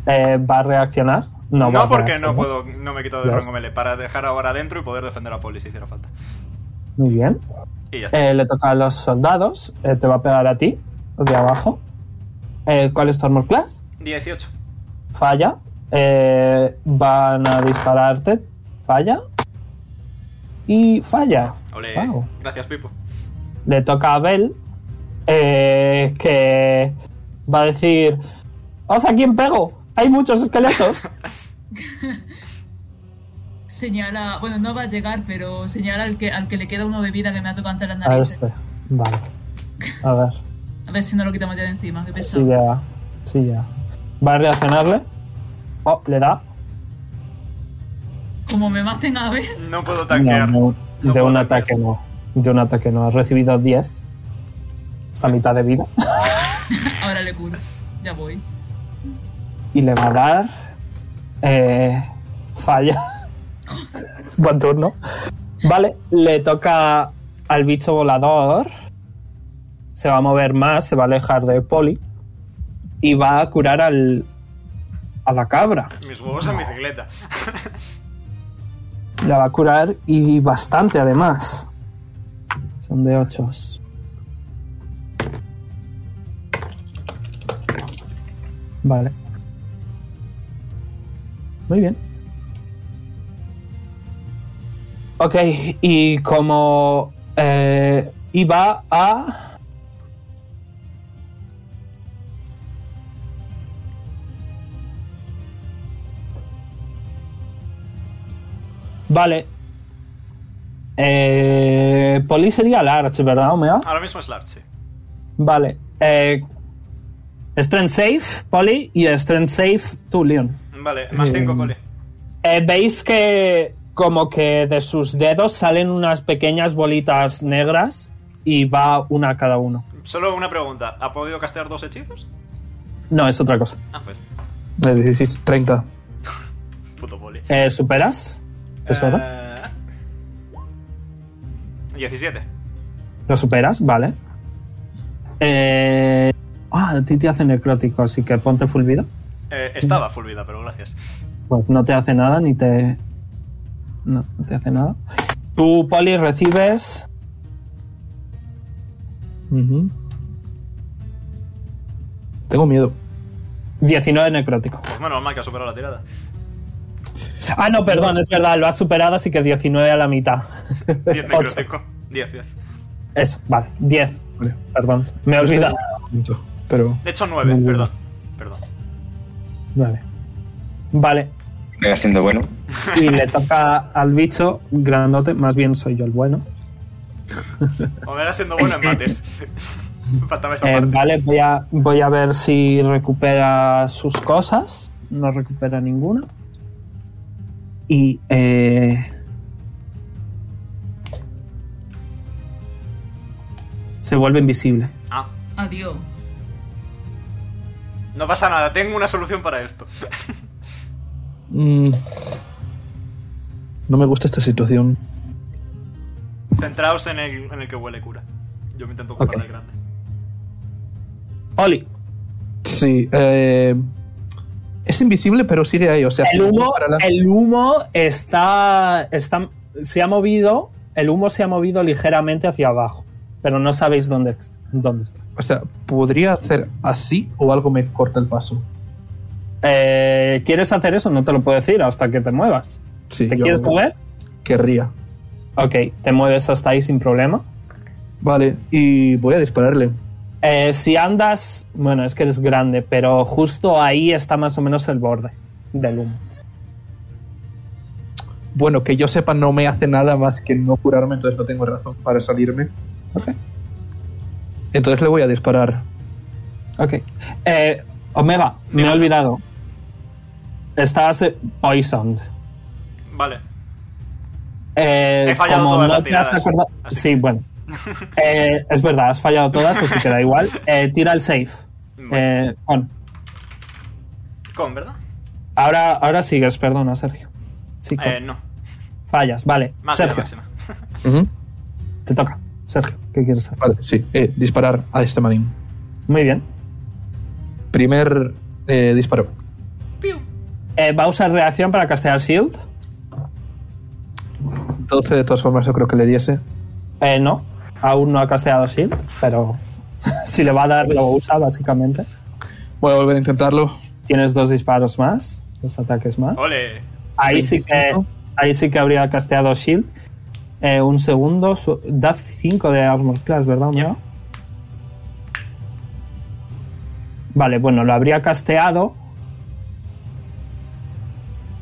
Speaker 1: Eh, ¿Va a reaccionar? No,
Speaker 2: No,
Speaker 1: va a
Speaker 2: porque no
Speaker 1: reaccionar.
Speaker 2: puedo, no me he quitado de
Speaker 1: Ya
Speaker 2: rango
Speaker 1: está.
Speaker 2: melee. Para dejar ahora adentro y poder defender a Poli si hiciera falta.
Speaker 1: Muy bien.
Speaker 2: Y ya está.
Speaker 1: Eh, le toca a los soldados. Eh, te va a pegar a ti, de abajo. Eh, ¿Cuál es tu armor class?
Speaker 2: 18.
Speaker 1: Falla. Eh, van a dispararte. Falla. Y falla.
Speaker 2: Ole.
Speaker 1: Wow.
Speaker 2: Gracias, Pipo.
Speaker 1: Le toca a Bell. eh, que va a decir: ¡Oz, a quién pego! ¡Hay muchos esqueletos!
Speaker 4: Señala, bueno, no va a llegar, pero señala al que, al que le queda una bebida que me ha tocado ante las
Speaker 1: a ver,
Speaker 4: narices.
Speaker 1: este. Vale. A ver.
Speaker 4: A ver si no lo quitamos ya de encima, que
Speaker 1: Sí,
Speaker 4: pesado.
Speaker 1: ya. Sí, ya. Va a reaccionarle. Oh, le da.
Speaker 4: Como me maten a ver.
Speaker 2: No puedo tanquear.
Speaker 1: No, no,
Speaker 2: No
Speaker 1: de
Speaker 2: puedo
Speaker 1: un
Speaker 2: tanquear.
Speaker 1: ataque no. De un ataque no. Has recibido 10. Esta mitad de vida.
Speaker 4: Ahora le curo. Ya voy.
Speaker 1: Y le va a dar. eh, falla. Buen turno. Vale, le toca al bicho volador. Se va a mover más, se va a alejar de Poli. Y va a curar al. a la cabra.
Speaker 2: Mis huevos en bicicleta.
Speaker 1: La va a curar y bastante además. Son de 8. Vale. Muy bien. Ok, y como eh, iba a... Vale. Eh, Poli sería large, ¿verdad, Omega?
Speaker 2: Ahora mismo es Larch, sí.
Speaker 1: Vale. Eh, strength safe, Poli, y strength safe, tú, Leon.
Speaker 2: Vale, más
Speaker 3: Eh,
Speaker 2: 5, Poli.
Speaker 1: Eh, Veis que como que de sus dedos salen unas pequeñas bolitas negras y va una a cada uno.
Speaker 2: Solo una pregunta. ¿Ha podido castear dos hechizos?
Speaker 1: No, es otra cosa.
Speaker 2: Ah, pues.
Speaker 3: De 16, 30.
Speaker 2: Puto Poli.
Speaker 1: Eh, ¿Superas? ¿Es verdad?
Speaker 2: Eh, 17.
Speaker 1: ¿Lo superas? Vale. Eh, ah, a ti te hace necrótico, así que ponte full vida.
Speaker 2: Eh, estaba full vida, pero gracias.
Speaker 1: Pues no te hace nada ni te... No, no te hace nada. Tú, Poli, recibes...
Speaker 3: Ujú. Tengo miedo.
Speaker 1: 19 necrótico.
Speaker 2: Pues menos mal que ha superado la tirada.
Speaker 1: Ah, no, perdón, es verdad, lo has superado, así que 19 a la mitad.
Speaker 2: 10
Speaker 1: Ocho.
Speaker 2: necroteco. 10, 10.
Speaker 1: Eso, vale, 10.
Speaker 3: Vale.
Speaker 1: Perdón, me he olvidado.
Speaker 3: Mucho, Pero.
Speaker 2: De hecho, 9,
Speaker 1: Muy bien.
Speaker 2: perdón. Perdón.
Speaker 1: Vale. Vale.
Speaker 5: Venga, siendo bueno.
Speaker 1: Y le toca al bicho grandote. Más bien soy yo el bueno.
Speaker 2: Omega siendo bueno en mates. Faltaba esa
Speaker 1: Eh,
Speaker 2: parte.
Speaker 1: vale, voy a, voy a ver si recupera sus cosas. No recupera ninguna. Y. eh, se vuelve invisible.
Speaker 2: Ah,
Speaker 4: Adiós.
Speaker 2: no pasa nada, tengo una solución para esto.
Speaker 3: mm, no me gusta esta situación.
Speaker 2: Centraos en el, en el que huele cura. Yo me intento ocupar
Speaker 1: Ok.
Speaker 2: del grande.
Speaker 1: Oli,
Speaker 3: Sí. eh, es invisible, pero sigue ahí. O sea, si
Speaker 1: el humo,
Speaker 3: para la-
Speaker 1: el humo está, está. Se ha movido. El humo se ha movido ligeramente hacia abajo. Pero no sabéis dónde, dónde está.
Speaker 3: O sea, podría hacer así o algo me corta el paso.
Speaker 1: Eh, ¿Quieres hacer eso? No te lo puedo decir hasta que te muevas.
Speaker 3: Sí,
Speaker 1: ¿Te
Speaker 3: yo
Speaker 1: quieres mover?
Speaker 3: Querría.
Speaker 1: Ok, te mueves hasta ahí sin problema.
Speaker 3: Vale, y voy a dispararle.
Speaker 1: Eh, si andas, bueno, es que eres grande, pero justo ahí está más o menos el borde del humo.
Speaker 3: Bueno, que yo sepa, no me hace nada más que no curarme, entonces no tengo razón para salirme.
Speaker 1: Ok.
Speaker 3: Entonces le voy a disparar.
Speaker 1: Ok. Eh, Omega, me he
Speaker 2: Dime.
Speaker 1: olvidado. Estás eh, poisoned.
Speaker 2: Vale,
Speaker 1: Eh,
Speaker 2: He fallado
Speaker 1: como
Speaker 2: todas
Speaker 1: no
Speaker 2: las
Speaker 1: te has
Speaker 2: tiradas,
Speaker 1: acordado-
Speaker 2: así
Speaker 1: Sí,
Speaker 2: que-
Speaker 1: bueno. Eh, es verdad, has fallado todas, así que da igual. Eh, tira el safe.
Speaker 2: Vale.
Speaker 1: Eh, con.
Speaker 2: Con, ¿verdad?
Speaker 1: Ahora, ahora sigues, perdona, Sergio. Sí, con.
Speaker 2: Eh, no.
Speaker 1: Fallas, vale.
Speaker 2: Más
Speaker 1: Sergio,
Speaker 2: máxima.
Speaker 3: Ujú.
Speaker 1: te toca. Sergio, ¿qué quieres hacer?
Speaker 3: Vale, sí. eh, disparar a este manín.
Speaker 1: Muy bien.
Speaker 3: Primer eh, disparo.
Speaker 2: Piu.
Speaker 1: Eh, va a usar reacción para castear Shield.
Speaker 3: 12 de todas formas yo creo que le diese.
Speaker 1: Eh, no, aún no ha casteado Shield, pero si le va a dar, lo usa básicamente.
Speaker 3: Voy a volver a intentarlo.
Speaker 1: Tienes dos disparos más, dos ataques más.
Speaker 2: Ole.
Speaker 1: Ahí sí, que,
Speaker 3: 25.
Speaker 1: ahí sí que habría casteado Shield. Eh, un segundo, su- da 5 de Armor Class, ¿verdad, Homero? Vale, bueno, lo habría casteado.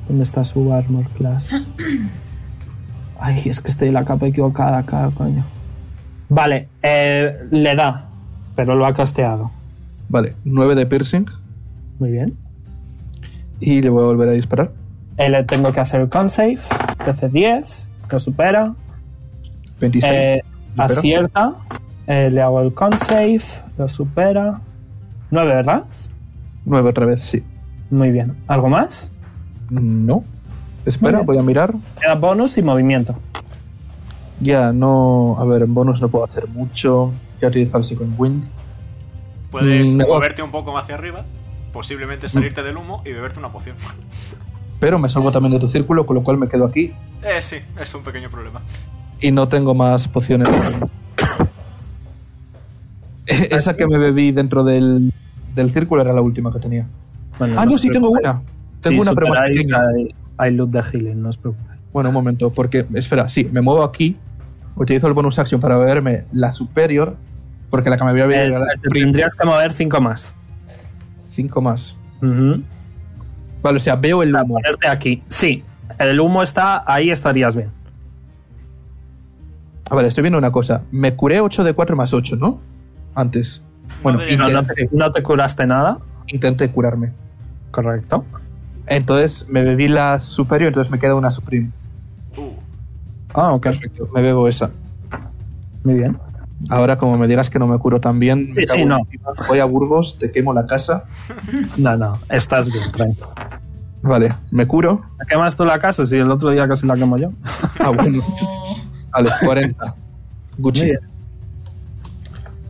Speaker 1: ¿Dónde está su Armor Class? Ay, es que estoy en la capa equivocada acá, coño. Vale, eh, le da, pero lo ha casteado.
Speaker 3: Vale, 9 de piercing.
Speaker 1: Muy bien.
Speaker 3: Y le voy a volver a disparar.
Speaker 1: Eh, le tengo que hacer el con save. DC10, lo supera.
Speaker 3: 26.
Speaker 1: Eh,
Speaker 3: supera.
Speaker 1: acierta. Eh, le hago el con save. Lo supera. 9, ¿verdad?
Speaker 3: 9 otra vez, sí.
Speaker 1: Muy bien. ¿Algo más?
Speaker 3: No. Espera,
Speaker 1: Muy bien.
Speaker 3: voy a mirar.
Speaker 1: Queda bonus y movimiento.
Speaker 3: Ya, no. A ver, en bonus no puedo hacer mucho. Ya he utilizado el Second Wind.
Speaker 2: Puedes
Speaker 3: Mm, me-
Speaker 2: moverte un poco hacia arriba,
Speaker 1: Mm.
Speaker 2: posiblemente salirte del humo y beberte una poción.
Speaker 3: Pero me salgo también de tu círculo, con lo cual me quedo aquí.
Speaker 2: Eh, sí, es un pequeño problema.
Speaker 3: Y no tengo más pociones. Esa que me bebí dentro del, del círculo era la última que tenía.
Speaker 1: Bueno,
Speaker 3: Ah, no,
Speaker 1: os
Speaker 3: sí, tengo
Speaker 1: preocupéis.
Speaker 3: una. Tengo
Speaker 1: Sí,
Speaker 3: una, pero más
Speaker 1: superáis,
Speaker 3: pequeña.
Speaker 1: Hay, hay loot de healing, no os preocupéis.
Speaker 3: Bueno, un momento, porque, espera, sí, me muevo aquí, utilizo el bonus action para beberme la superior, porque la que me voy a beber
Speaker 1: Eh,
Speaker 3: era la
Speaker 1: te tendrías que mover 5 más.
Speaker 3: 5 más.
Speaker 1: Ujú.
Speaker 3: Vale, o sea, veo el humo.
Speaker 1: Ponerte aquí. Sí, el humo está ahí, estarías bien.
Speaker 3: A ver, Ah, estoy viendo una cosa. Me curé 8 de 4 más 8, ¿no? Antes. Bueno,
Speaker 2: te llega,
Speaker 1: No,
Speaker 3: intenté,
Speaker 1: no te, no te curaste nada.
Speaker 3: intenté curarme.
Speaker 1: Correcto.
Speaker 3: Entonces me bebí la superior, entonces me queda una supreme.
Speaker 2: Uh,
Speaker 1: Ah, ok.
Speaker 3: Perfecto, me bebo esa.
Speaker 1: Muy bien.
Speaker 3: Ahora, como me digas que no me curo tan bien, me
Speaker 1: Sí,
Speaker 3: cago
Speaker 1: sí,
Speaker 3: en
Speaker 1: no.
Speaker 3: ti. voy a Burgos, te quemo la casa.
Speaker 1: No, no, estás bien, tranquilo.
Speaker 3: Vale, me curo.
Speaker 1: ¿La quemas tú la casa? Si el otro día casi la quemo yo.
Speaker 3: Ah, bueno.
Speaker 4: Oh,
Speaker 3: Vale, 40. Gucci.
Speaker 1: Muy bien.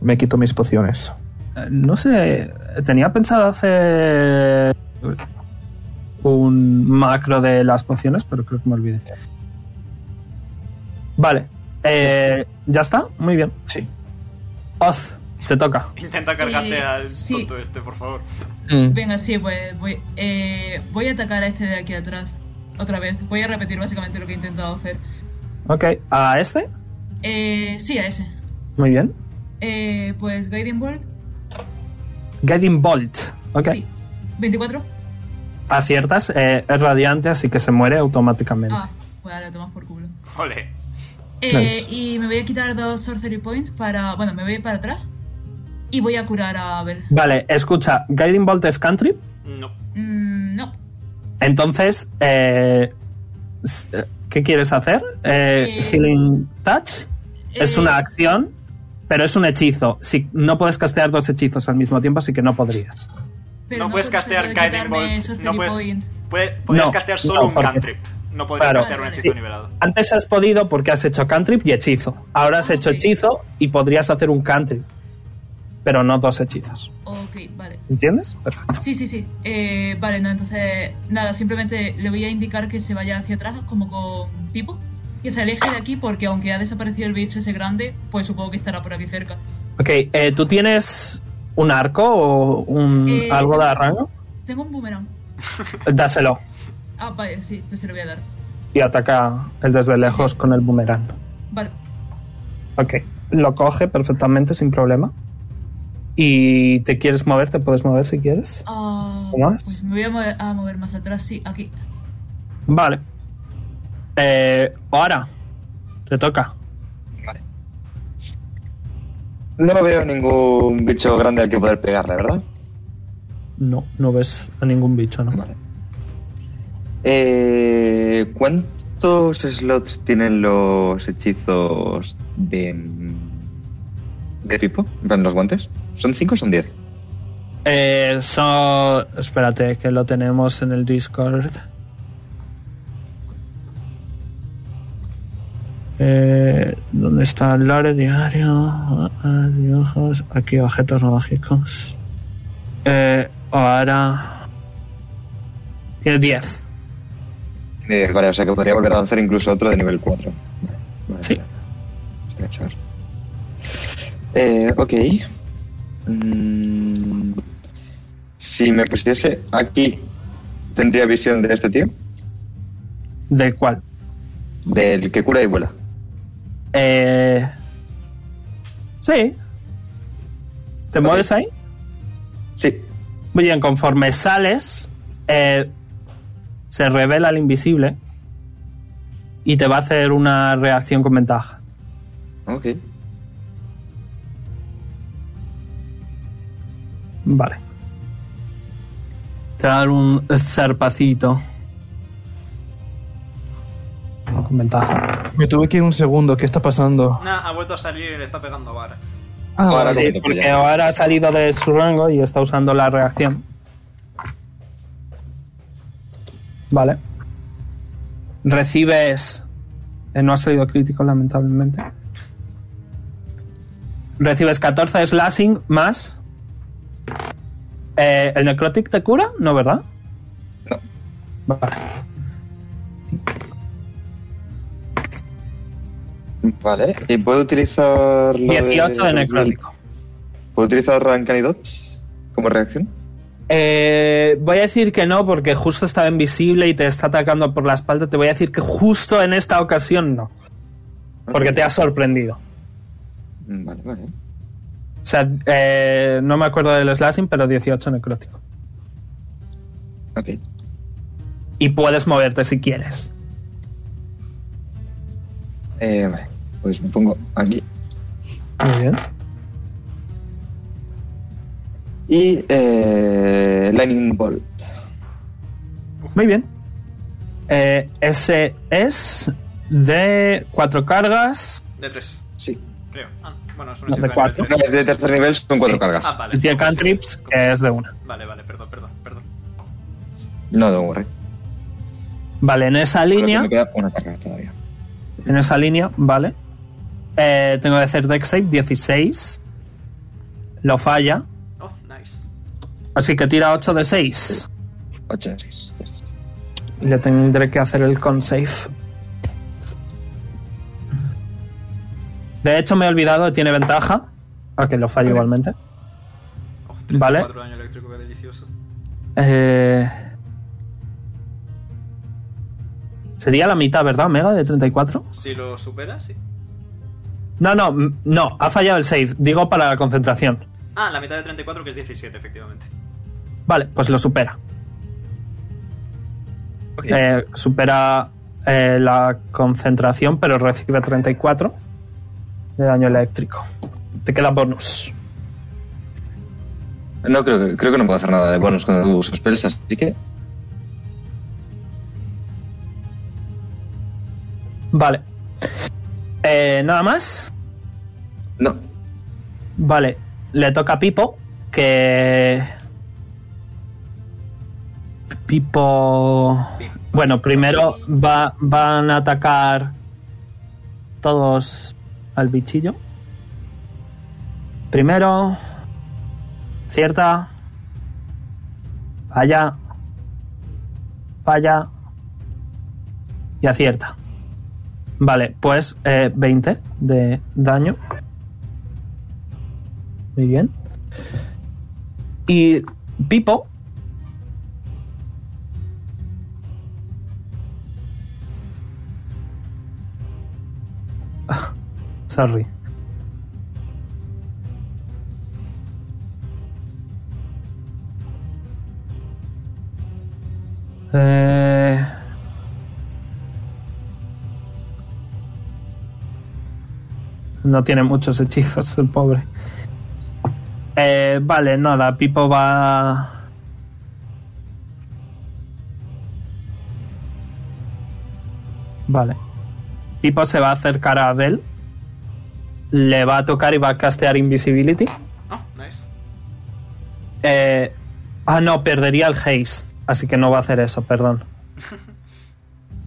Speaker 3: Me quito mis pociones.
Speaker 1: Eh, No sé, tenía pensado hacer un macro de las pociones, pero creo que me olvidé. Vale, eh, ya está, muy bien.
Speaker 3: Sí.
Speaker 1: Oz, te toca.
Speaker 2: intenta cargarte
Speaker 4: Eh,
Speaker 2: al
Speaker 4: sí.
Speaker 2: tonto este, por favor.
Speaker 3: Mm.
Speaker 4: Venga, sí, pues voy, eh, voy a atacar a este de aquí atrás. Otra vez. Voy a repetir básicamente lo que he intentado hacer.
Speaker 1: Ok, a este,
Speaker 4: Eh, sí, a ese.
Speaker 1: muy bien.
Speaker 4: Eh, pues Guiding World.
Speaker 1: Guiding Bolt, ok.
Speaker 4: Sí. 24.
Speaker 1: Aciertas, eh, es radiante, así que se muere automáticamente.
Speaker 4: Ah, pues ahora tomas por culo.
Speaker 2: Ole.
Speaker 4: Eh,
Speaker 3: Nice.
Speaker 4: Y me voy a quitar dos Sorcery Points para. Bueno, me voy a ir para atrás. Y voy a curar a Abel.
Speaker 1: Vale, escucha, Guiding Bolt es cantrip,
Speaker 2: No.
Speaker 4: Mm, no.
Speaker 1: entonces, eh, s- eh, ¿qué quieres hacer? Eh,
Speaker 4: Eh,
Speaker 1: healing Touch. Es una acción, pero es un hechizo. Si no puedes castear dos hechizos al mismo tiempo, así que no podrías.
Speaker 2: No puedes castear Guiding Bolt, no puedes- Puede, podrías
Speaker 1: No,
Speaker 2: castear solo
Speaker 1: no,
Speaker 2: un
Speaker 1: porque-
Speaker 2: cantrip. No podrías
Speaker 1: Claro.
Speaker 2: castear un hechizo
Speaker 1: Sí.
Speaker 2: nivelado.
Speaker 1: Antes has podido porque has hecho cantrip y hechizo. Ahora has hecho
Speaker 4: Ah, Ok.
Speaker 1: hechizo y podrías hacer un cantrip, pero no dos hechizos.
Speaker 4: Ok, vale.
Speaker 1: ¿Entiendes? Perfecto.
Speaker 4: Sí, sí, sí. Eh, vale, no, entonces. Nada, simplemente le voy a indicar que se vaya hacia atrás, como con Pipo. Que se aleje de aquí, porque aunque ha desaparecido el bicho ese grande, pues supongo que estará por aquí cerca.
Speaker 1: Ok, eh, ¿tú tienes un arco o un,
Speaker 4: Eh,
Speaker 1: algo de
Speaker 4: no.
Speaker 1: rango?
Speaker 4: Tengo un boomerang.
Speaker 1: Dáselo
Speaker 4: Ah, vale, sí, pues se lo voy a dar.
Speaker 1: y ataca el desde
Speaker 4: Sí,
Speaker 1: lejos
Speaker 4: sí.
Speaker 1: con el boomerang.
Speaker 4: Vale.
Speaker 1: Ok, lo coge perfectamente sin problema. Y te quieres mover, te puedes mover si quieres.
Speaker 4: Ah,
Speaker 1: ¿Algo más?
Speaker 4: Pues me voy a mover, a mover más atrás, sí, aquí.
Speaker 1: Vale. Eh, ahora, te toca.
Speaker 5: Vale. No veo ningún bicho grande al que poder pegarle, ¿verdad?
Speaker 1: No, no ves a ningún bicho, ¿no?
Speaker 5: Vale. Eh, ¿Cuántos slots tienen los hechizos de. de Pipo? En plan, los guantes. ¿Son 5 o son 10?
Speaker 1: Eh, so- espérate, que lo tenemos en el Discord. Eh, ¿Dónde está el lore diario? Ah, Dibujos. Aquí, objetos mágicos. Eh, ahora. Tiene 10.
Speaker 5: Eh, vale, o sea que podría volver a lanzar incluso otro de nivel 4. Vale, vale,
Speaker 1: Sí.
Speaker 5: vale. Hostia, chaval. Eh, ok. Mm, si me pusiese aquí, ¿tendría visión de este tío?
Speaker 1: ¿De cuál?
Speaker 5: Del que cura y vuela.
Speaker 1: Eh, sí. ¿Te
Speaker 5: Ok.
Speaker 1: mueves ahí?
Speaker 5: Sí.
Speaker 1: Muy bien, conforme sales, eh, se revela el invisible y te va a hacer una reacción con ventaja.
Speaker 5: Ok.
Speaker 1: Vale. Te va a dar un zarpacito. Con ventaja.
Speaker 3: Me tuve que ir un segundo. ¿Qué está pasando?
Speaker 2: Nah, ha vuelto a salir y le está pegando vara.
Speaker 3: Ah,
Speaker 5: Ahora
Speaker 3: vale.
Speaker 1: Sí,
Speaker 5: Poquito,
Speaker 1: porque
Speaker 5: pues ya.
Speaker 1: ahora ha salido de su rango y está usando la reacción. Vale. Recibes. eh, no ha salido crítico, lamentablemente. Recibes 14 slashing más. Eh, ¿El necrotic te cura? No, ¿verdad?
Speaker 5: No.
Speaker 1: Vale.
Speaker 5: Vale. ¿Y puedo utilizar. lo
Speaker 1: 18 de necrótico.
Speaker 5: ¿Puedo utilizar Uncanny Dots como reacción?
Speaker 1: Eh, voy a decir que no, porque justo estaba invisible y te está atacando por la espalda. Te voy a decir que justo en esta ocasión no. Porque te ha sorprendido.
Speaker 5: Mm, Vale, vale.
Speaker 1: O sea, eh, no me acuerdo del slashing, pero 18 necrótico.
Speaker 5: Ok.
Speaker 1: Y puedes moverte si quieres.
Speaker 5: Eh, vale. Pues me pongo aquí.
Speaker 1: Muy bien.
Speaker 5: Y eh, Lightning Bolt.
Speaker 1: Muy bien. Eh, ese es de cuatro cargas.
Speaker 2: De 3,
Speaker 5: Sí.
Speaker 2: creo. Ah, bueno, es un
Speaker 1: No,
Speaker 2: hechizo
Speaker 1: de
Speaker 2: nivel
Speaker 1: cuatro.
Speaker 5: No,
Speaker 2: tres.
Speaker 5: es de tercer nivel, son cuatro cargas.
Speaker 2: Ah, vale.
Speaker 1: Y tiene
Speaker 2: ¿Cómo se-
Speaker 1: cantrips,
Speaker 2: cómo
Speaker 1: que
Speaker 2: se-
Speaker 1: es de una.
Speaker 2: Vale, vale, perdón, perdón, perdón.
Speaker 5: No, no worry.
Speaker 1: Vale, en esa línea.
Speaker 5: Creo que Me queda una carga todavía.
Speaker 1: En esa línea, vale. Eh, tengo que hacer Dex Save 16. Lo falla.
Speaker 2: Oh, nice.
Speaker 1: Así que tira 8 de 6.
Speaker 5: 8 de 6.
Speaker 1: Y le tendré que hacer el con save. De hecho, me he olvidado, tiene ventaja. Aunque Ah, lo fallo
Speaker 5: Vale.
Speaker 1: igualmente.
Speaker 2: Oh,
Speaker 1: Vale.
Speaker 2: 34 daño eléctrico, qué delicioso.
Speaker 1: Eh, Sería la mitad, ¿verdad, Omega? De 34.
Speaker 2: Si lo supera, sí.
Speaker 1: No, no, m- no, ha fallado el save. Digo para la concentración.
Speaker 2: Ah, la mitad de 34 que es 17, efectivamente.
Speaker 1: Vale, pues lo supera.
Speaker 5: Ok.
Speaker 1: Eh, supera eh, la concentración, pero recibe 34 de daño eléctrico. Te queda bonus.
Speaker 5: No, creo que, creo que no puedo hacer nada de bonus cuando uso spells, así que.
Speaker 1: Vale. Eh, Nada más.
Speaker 5: No.
Speaker 1: Vale. Le toca a Pipo, que... Pipo... Bueno, primero va- van a atacar todos al bichillo. Primero, cierta. Falla. Falla. Y acierta. Vale, pues eh, 20 de daño. Muy bien. Y Pipo Ah, Sorry. Eh... No tiene muchos hechizos, el pobre. Eh, vale, nada, Pipo va... Vale. Pipo se va a acercar a Abel le va a tocar y va a castear Invisibility.
Speaker 2: Oh, nice.
Speaker 1: Eh, ah, no, perdería el haste. Así que no va a hacer eso, perdón.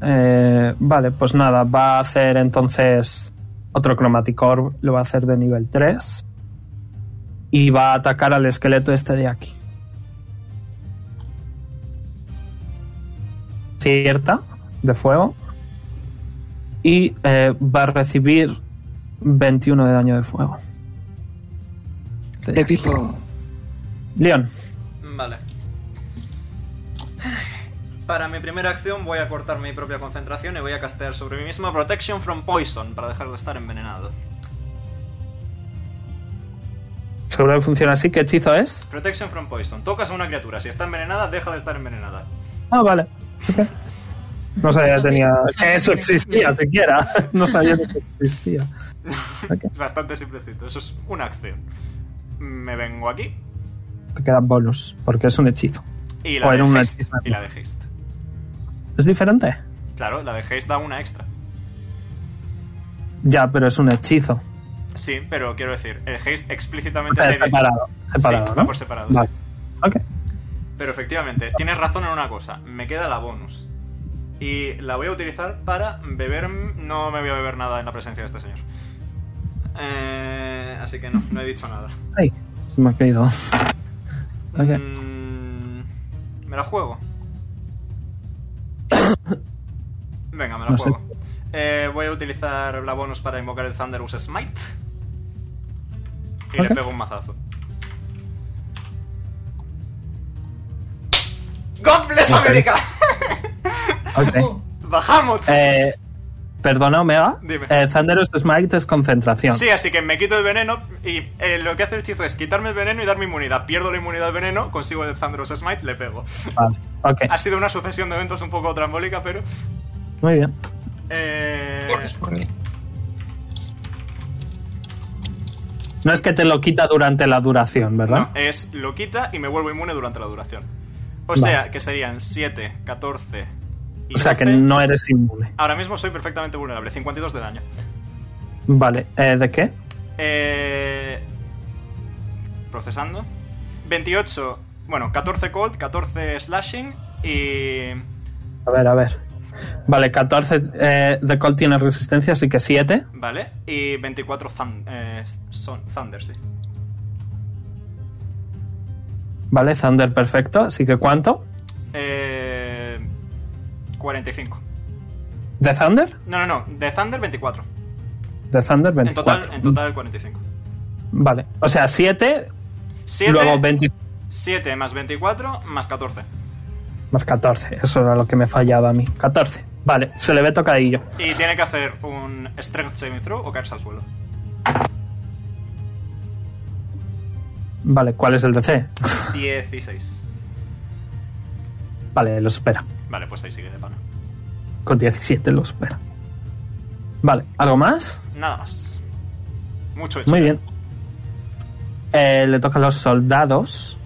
Speaker 1: Eh, vale, pues nada, va a hacer entonces otro Chromatic Orb, lo va a hacer de nivel 3. Y va a atacar al esqueleto este de aquí. Cierta, de fuego. Y eh, va a recibir 21 de daño de fuego. Este de aquí.
Speaker 5: Épico.
Speaker 1: Leon,
Speaker 2: Vale. Para mi primera acción voy a cortar mi propia concentración y voy a castear sobre mí mismo Protection from Poison para dejar de estar envenenado.
Speaker 1: seguro que funciona así. ¿Qué hechizo es?
Speaker 2: Protection from Poison. Tocas a una criatura. Si está envenenada, deja de estar envenenada.
Speaker 1: Ah, vale. Ok. No sabía que tenía. que eso existía siquiera. No sabía que eso existía. Ok.
Speaker 2: Bastante simplecito. Eso es una acción. Me vengo aquí
Speaker 1: Te queda bonus, porque es un hechizo.
Speaker 2: y la,
Speaker 1: Joder,
Speaker 2: de,
Speaker 1: una
Speaker 2: haste,
Speaker 1: hechiza.
Speaker 2: y la de Haste.
Speaker 1: ¿Es diferente?
Speaker 2: Claro, la de Haste da una extra.
Speaker 1: Ya, pero es un hechizo.
Speaker 2: Sí, pero quiero decir, el Haste
Speaker 1: O
Speaker 2: explícitamente...
Speaker 1: sea,
Speaker 2: te-
Speaker 1: es separado. Separado,
Speaker 2: Sí,
Speaker 1: ¿no?
Speaker 2: va por separado,
Speaker 1: Vale.
Speaker 2: sí.
Speaker 1: Ok.
Speaker 2: Pero efectivamente, tienes razón en una cosa. Me queda la bonus. Y la voy a utilizar para beber... No me voy a beber nada en la presencia de este señor. Eh, así que no, no he dicho nada.
Speaker 1: Ay, se me ha caído. Ok.
Speaker 2: Mm, me la juego. Venga, me la
Speaker 1: No sé.
Speaker 2: juego. Eh, voy a utilizar la bonus para invocar el Thunderous Smite. Y
Speaker 1: Ok.
Speaker 2: le pego un mazazo. God bless
Speaker 1: Ok.
Speaker 2: America!
Speaker 4: Oh,
Speaker 1: Ok.
Speaker 2: ¡Bajamos!
Speaker 1: Eh, perdona, Omega.
Speaker 2: Dime.
Speaker 1: Eh, Thunderous Smite es concentración.
Speaker 2: Sí, así que me quito el veneno y eh, lo que hace el hechizo es quitarme el veneno y darme inmunidad. Pierdo la inmunidad al veneno, consigo el Thunderous Smite, le pego.
Speaker 1: Vale. Ok.
Speaker 2: Ha sido una sucesión de eventos un poco trambólica, pero...
Speaker 1: Muy bien.
Speaker 2: Eh,
Speaker 1: No es que te lo quita durante la duración,
Speaker 2: No,
Speaker 1: ¿verdad?
Speaker 2: es lo quita y me vuelvo inmune durante la duración. O
Speaker 1: Vale.
Speaker 2: sea, que serían 7, 14 y
Speaker 1: o sea que
Speaker 2: 12.
Speaker 1: no eres inmune.
Speaker 2: Ahora mismo soy perfectamente vulnerable, 52 de daño.
Speaker 1: Vale. eh, ¿De qué?
Speaker 2: Eh, procesando. 28, bueno, 14 cold, 14 slashing y...
Speaker 1: A ver, a ver. Vale, 14 eh, de Colt tiene resistencia, así que 7.
Speaker 2: Vale, y 24 thun- eh, son thunder, sí.
Speaker 1: Vale, Thunder perfecto. Así que ¿cuánto?
Speaker 2: Eh, 45.
Speaker 1: ¿De Thunder?
Speaker 2: No, no, no, de thunder 24.
Speaker 1: De Thunder
Speaker 2: En
Speaker 1: 24.
Speaker 2: total, en total 45.
Speaker 1: Vale. O sea, 7,
Speaker 2: 7,
Speaker 1: luego 20
Speaker 2: 7 más 24 más 14.
Speaker 1: más 14. Eso era lo que me fallaba a mí. 14. Vale, se le ve tocadillo.
Speaker 2: Y tiene que hacer un Strength Saving Throw o caerse al suelo.
Speaker 1: Vale, ¿cuál es el DC?
Speaker 2: 16.
Speaker 1: Vale, lo supera.
Speaker 2: Vale, pues ahí sigue de pana.
Speaker 1: Con 17 lo supera. Vale, ¿algo más?
Speaker 2: Nada más. Mucho hecho.
Speaker 1: Muy
Speaker 2: ya.
Speaker 1: bien. Eh, le toca a los soldados.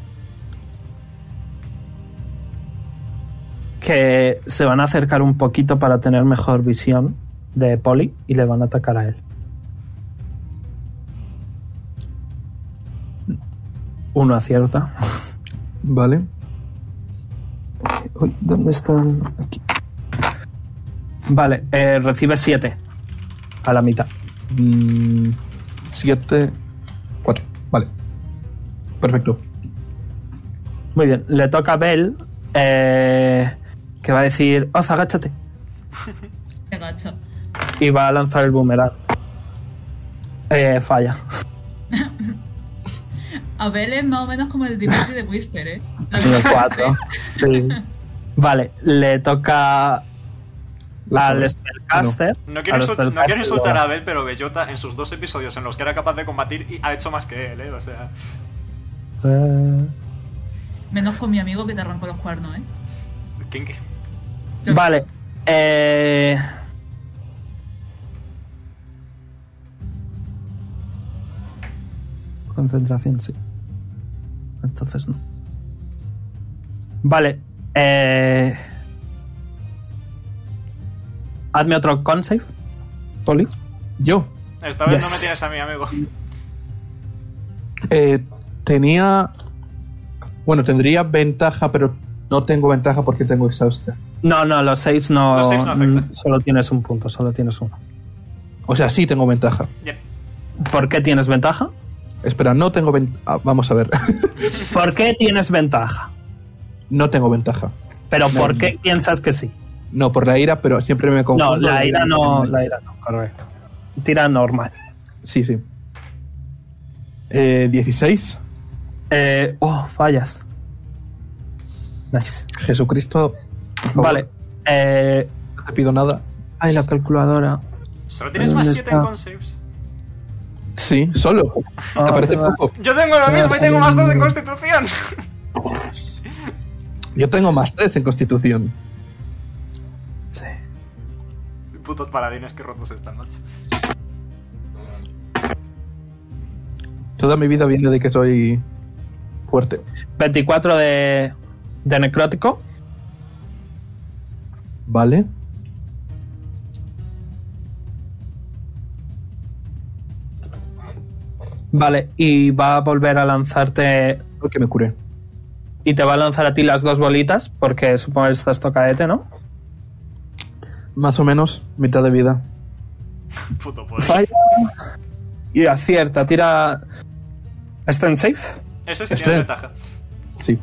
Speaker 1: Que se van a acercar un poquito para tener mejor visión de Poli y le van a atacar a él. Uno acierta.
Speaker 3: Vale.
Speaker 1: Uy, ¿dónde están? Aquí. Vale, eh, recibe 7 a la mitad.
Speaker 3: 7, 4. Mm, Vale. Perfecto.
Speaker 1: Muy bien, le toca a Bell, eh, que va a decir, Oz, agáchate.
Speaker 4: Se agacha.
Speaker 1: Y va a lanzar el boomerang. Eh, falla.
Speaker 4: Abel es más o menos como el Dimitri de Whisper, ¿eh? La
Speaker 1: Tiene
Speaker 4: verdad.
Speaker 1: cuatro. Sí. Vale, le toca al Spellcaster.
Speaker 2: No quiero,
Speaker 1: Al
Speaker 2: insult- no
Speaker 1: spellcaster
Speaker 2: quiero insultar
Speaker 1: le
Speaker 2: a
Speaker 1: va-
Speaker 2: Abel, pero Bellota en sus dos episodios en los que era capaz de combatir y ha hecho más que él, ¿eh? O sea,
Speaker 1: Eh,
Speaker 4: Menos con mi amigo que te arrancó los cuernos, ¿eh?
Speaker 2: Kinky.
Speaker 4: Yo-
Speaker 1: Vale. Eh... Concentración, sí. Entonces no. Vale. Eh... Hazme otro con save. Poli.
Speaker 3: Yo.
Speaker 2: Esta vez no
Speaker 1: Yes.
Speaker 2: me tienes a mí, amigo.
Speaker 3: Eh, tenía Bueno, tendría ventaja, pero no tengo ventaja porque tengo exhausta.
Speaker 1: No, no, los saves no.
Speaker 2: Los saves no afectan.
Speaker 1: mm, Solo tienes un punto, solo tienes uno.
Speaker 3: O sea, sí tengo ventaja.
Speaker 2: Yep.
Speaker 1: ¿Por qué tienes ventaja?
Speaker 3: Espera, no tengo ventaja. vamos a ver.
Speaker 1: ¿Por qué tienes ventaja?
Speaker 3: no tengo ventaja.
Speaker 1: Pero ¿por qué piensas que sí?
Speaker 3: No, por la ira, pero siempre me confundo. Eh,
Speaker 1: No, la ira no, la ira no, correcto. Tira normal.
Speaker 3: Sí, sí. Eh, 16.
Speaker 1: Eh, oh, fallas. Nice.
Speaker 3: Jesucristo. por favor,
Speaker 1: Vale. Eh, Ah,
Speaker 3: No te pido nada.
Speaker 1: ay, la calculadora.
Speaker 2: Solo tienes más
Speaker 1: ¿Dónde
Speaker 2: 7 en
Speaker 1: está?
Speaker 2: con saves.
Speaker 3: Sí, solo.
Speaker 1: Ah,
Speaker 3: te parece
Speaker 1: te va.
Speaker 3: poco.
Speaker 2: Yo tengo lo mismo y tengo más 2 en constitución.
Speaker 3: Yo tengo más 3 en constitución.
Speaker 1: Sí.
Speaker 2: Putos paladines que rotos están, macho.
Speaker 3: Toda mi vida viene de que soy fuerte.
Speaker 1: 24 de, de necrótico.
Speaker 3: Vale.
Speaker 1: Vale, y va a volver a lanzarte.
Speaker 3: Lo que me curé.
Speaker 1: Y te va a lanzar a ti las dos bolitas, porque supongo que estás tocadete, ¿no?
Speaker 3: Más o menos mitad de vida.
Speaker 2: Puto poder.
Speaker 1: Falla. Y acierta, tira. ¿Está en safe?
Speaker 2: Eso sí
Speaker 3: Este-
Speaker 2: tiene ventaja.
Speaker 3: Sí.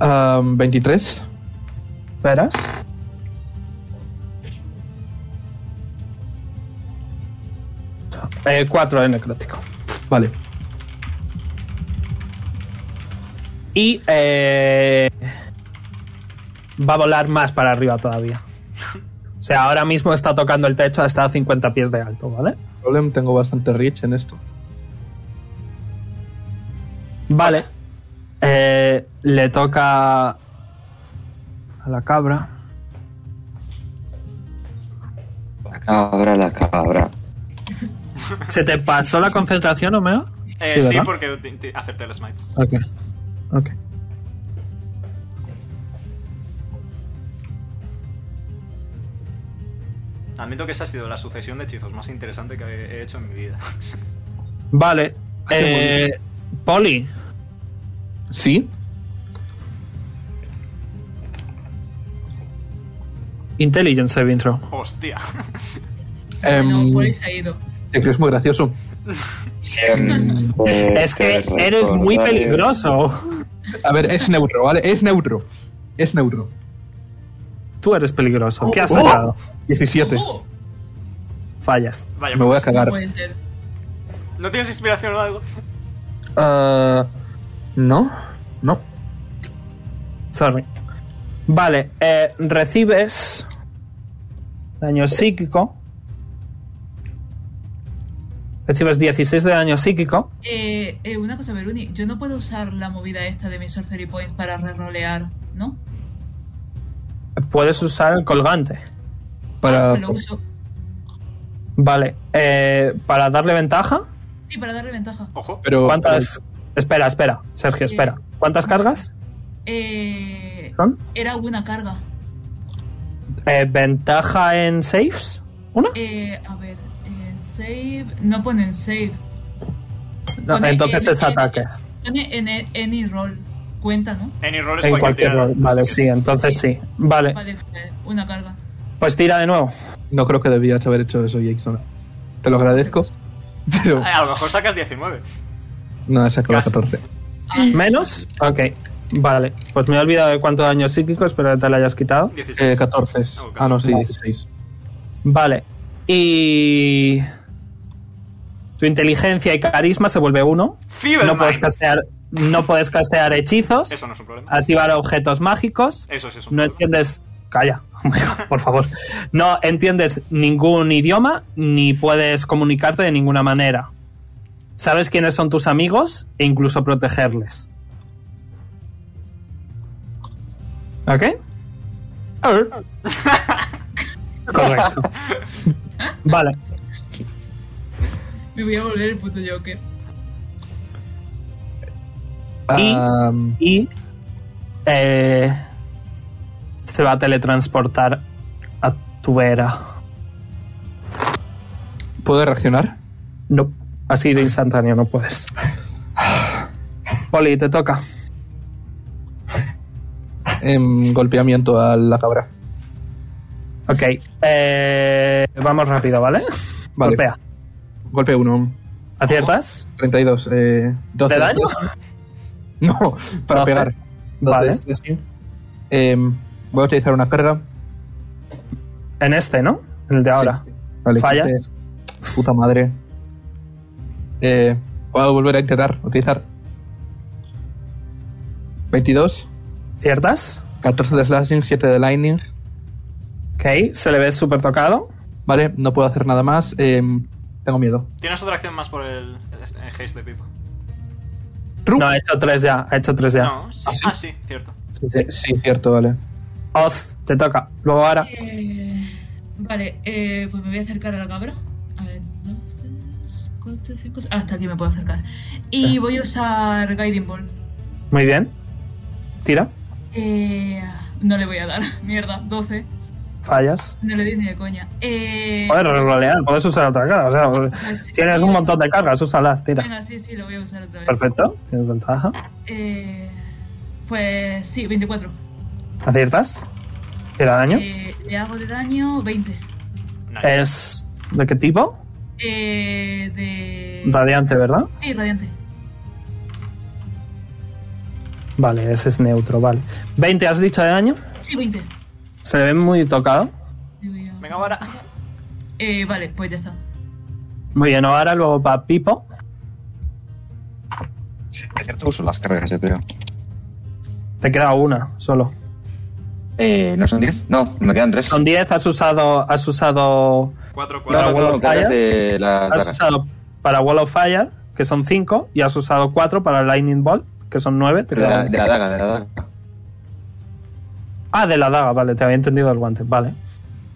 Speaker 3: Am, 23.
Speaker 1: Verás. Eh, 4 de necrótico.
Speaker 3: Vale.
Speaker 1: Y eh, va a volar más para arriba todavía. O sea, ahora mismo está tocando el techo hasta a 50 pies de alto, ¿vale?
Speaker 3: Problem, tengo bastante rich en esto.
Speaker 1: Vale. Eh, le toca a la cabra.
Speaker 5: La cabra, la cabra.
Speaker 1: ¿Se te pasó la concentración, Omega?
Speaker 2: Eh, sí,
Speaker 1: ¿verdad?
Speaker 2: porque te- te- acerté el smite.
Speaker 1: Ok. Ok.
Speaker 2: Admito que esa ha sido la sucesión de hechizos más interesante que he hecho en mi vida.
Speaker 1: Vale. Eh, Poli,
Speaker 3: Sí.
Speaker 1: Intelligence Saving Throw.
Speaker 2: Hostia.
Speaker 3: Em,
Speaker 4: No, Poli se ha ido.
Speaker 3: es que es muy gracioso.
Speaker 5: Em, Siempre
Speaker 1: Es que
Speaker 5: te
Speaker 1: eres muy
Speaker 5: recordaré.
Speaker 1: peligroso.
Speaker 3: A ver, es neutro, ¿vale? Es neutro. Es neutro.
Speaker 1: Tú eres peligroso. ¿Qué has
Speaker 3: Oh.
Speaker 1: sacado?
Speaker 3: 17.
Speaker 4: Ojo,
Speaker 1: Fallas.
Speaker 2: Vaya,
Speaker 3: Me voy a
Speaker 2: pues.
Speaker 3: cagar.
Speaker 4: Oh, puede ser.
Speaker 2: ¿No tienes inspiración o algo?
Speaker 3: Ah, no. No.
Speaker 1: Sorry. Vale, eh, recibes daño psíquico. Recibes 16 de daño psíquico.
Speaker 4: Eh, eh, una cosa, Veruni, yo no puedo usar la movida esta de mis Sorcery Points para rerolear, ¿no?
Speaker 1: Puedes usar el colgante.
Speaker 3: Para.
Speaker 4: Pues lo uso.
Speaker 1: Vale, eh, para darle ventaja.
Speaker 4: Sí, para darle ventaja.
Speaker 2: Ojo.
Speaker 3: Pero.
Speaker 1: ¿Cuántas? Espera, espera, Sergio, espera. ¿Cuántas cargas
Speaker 4: Eh,
Speaker 1: son?
Speaker 4: era una carga.
Speaker 1: Eh, ¿Ventaja en saves? ¿Una?
Speaker 4: Eh, a ver, en save. No ponen save.
Speaker 1: No,
Speaker 4: pone
Speaker 1: entonces
Speaker 4: en-
Speaker 1: es ataques.
Speaker 4: Pone en en any roll. Cuenta, ¿no?
Speaker 2: Any roll es
Speaker 1: En cualquier
Speaker 2: tirada.
Speaker 1: rol. Vale,
Speaker 2: Así que-
Speaker 1: sí, entonces sí. Vale,
Speaker 4: Vale, eh, una carga.
Speaker 1: pues tira de nuevo.
Speaker 3: No creo que debías haber hecho eso, Jason. Te lo agradezco. Pero.
Speaker 2: Eh, A lo mejor sacas 19.
Speaker 3: No, he sacado
Speaker 2: Casi.
Speaker 3: 14.
Speaker 1: ¿Menos? Ok, vale. Pues me he olvidado de cuánto daño psíquico, espero que te lo hayas quitado.
Speaker 2: 16.
Speaker 3: Eh, 14.
Speaker 2: Oh,
Speaker 3: Ah, no, sí,
Speaker 1: No.
Speaker 3: 16.
Speaker 1: Vale. Y... Tu inteligencia y carisma se vuelve uno.
Speaker 2: Feeble
Speaker 1: No puedes
Speaker 2: Mind.
Speaker 1: castear, no puedes castear hechizos,
Speaker 2: Eso no es un problema.
Speaker 1: activar objetos mágicos.
Speaker 2: Eso sí es un
Speaker 1: Ah, No
Speaker 2: problema.
Speaker 1: entiendes... Calla, por favor. No entiendes ningún idioma ni puedes comunicarte de ninguna manera. Sabes quiénes son tus amigos e incluso protegerles. ¿Ok? Correcto. Vale,
Speaker 4: Me voy a volver el puto Joker.
Speaker 1: Y-
Speaker 3: Am,
Speaker 1: y eh, se va a teletransportar a tu vera.
Speaker 3: ¿Puedo reaccionar?
Speaker 1: No. Así de instantáneo no puedes. Poli, te toca.
Speaker 3: Em, golpeamiento a la cabra.
Speaker 1: Ok. eh, vamos rápido, ¿vale?
Speaker 3: Vale.
Speaker 1: Golpea.
Speaker 3: Golpe 1.
Speaker 1: ¿Aciertas?
Speaker 3: 32. Eh, 12
Speaker 1: ¿De daño?
Speaker 3: No, para
Speaker 1: Doce.
Speaker 3: pegar. 12
Speaker 1: Vale.
Speaker 3: de este, así. Em, voy a utilizar una carga.
Speaker 1: En este, ¿no? En el de ahora.
Speaker 3: Sí, sí. Vale,
Speaker 1: Fallas.
Speaker 3: 15. Puta madre. Eh, puedo volver a intentar utilizar. 22,
Speaker 1: ¿Aciertas?
Speaker 3: 14 de slashing, 7 de lightning.
Speaker 1: Ok. Se le ve súper tocado.
Speaker 3: Vale, no puedo hacer nada más. em, tengo miedo.
Speaker 2: Tienes otra acción más por el, el- el haste de Pipo.
Speaker 3: Tru.
Speaker 1: No, ha hecho tres ya. Ha hecho tres ya.
Speaker 2: No, sí.
Speaker 3: ¿Ah, sí?
Speaker 2: Ah, sí, cierto.
Speaker 1: Sí, sí.
Speaker 3: Eh, sí, cierto, vale.
Speaker 1: Oz, te toca. Luego ahora.
Speaker 4: Eh, vale, eh, pues me voy a acercar a la cabra. A ver, dos, tres, cuatro, cinco. seis. Ah, Hasta aquí me puedo acercar. Y voy a usar Guiding Bolt.
Speaker 1: Muy bien. Tira.
Speaker 4: Eh, no le voy a dar, mierda, 12.
Speaker 1: Fallas.
Speaker 4: No le di ni de coña. Eh,
Speaker 1: Puedes rolear, puedes usar otra carga. O sea,
Speaker 4: pues,
Speaker 1: tienes
Speaker 4: sí,
Speaker 1: un montón de cargas, úsalas, tira.
Speaker 4: Venga, sí, sí, lo voy a usar otra vez.
Speaker 1: Perfecto, tienes ventaja.
Speaker 4: Eh, pues sí, 24.
Speaker 1: ¿Aciertas? ¿Tira daño?
Speaker 4: Eh, le hago de daño 20.
Speaker 2: Nice.
Speaker 1: ¿Es de qué tipo?
Speaker 4: Eh, de...
Speaker 1: Radiante, ¿verdad?
Speaker 4: Sí, radiante.
Speaker 1: Vale, ese es neutro, vale. 20 has dicho de daño.
Speaker 4: Sí, 20.
Speaker 1: Se le ve muy tocado.
Speaker 4: Le voy a-
Speaker 2: Venga, ahora.
Speaker 4: Eh, vale, pues ya está.
Speaker 1: Muy bien, ahora luego para Pipo.
Speaker 5: Sí, es cierto, uso las cargas, yo creo.
Speaker 1: Te queda una solo.
Speaker 5: Eh, ¿No son 10? No, me quedan 3.
Speaker 1: Con 10 has usado. Has usado.
Speaker 2: 4,
Speaker 5: No, no,
Speaker 2: 4.
Speaker 5: bueno, cargas
Speaker 1: falla.
Speaker 5: de las
Speaker 1: Has
Speaker 5: dagas.
Speaker 1: usado para Wall of Fire, que son 5, y has usado 4 para Lightning Ball, que son 9.
Speaker 5: De la, de la daga, de la daga.
Speaker 1: Ah, de la daga, vale, te había entendido el guante, vale.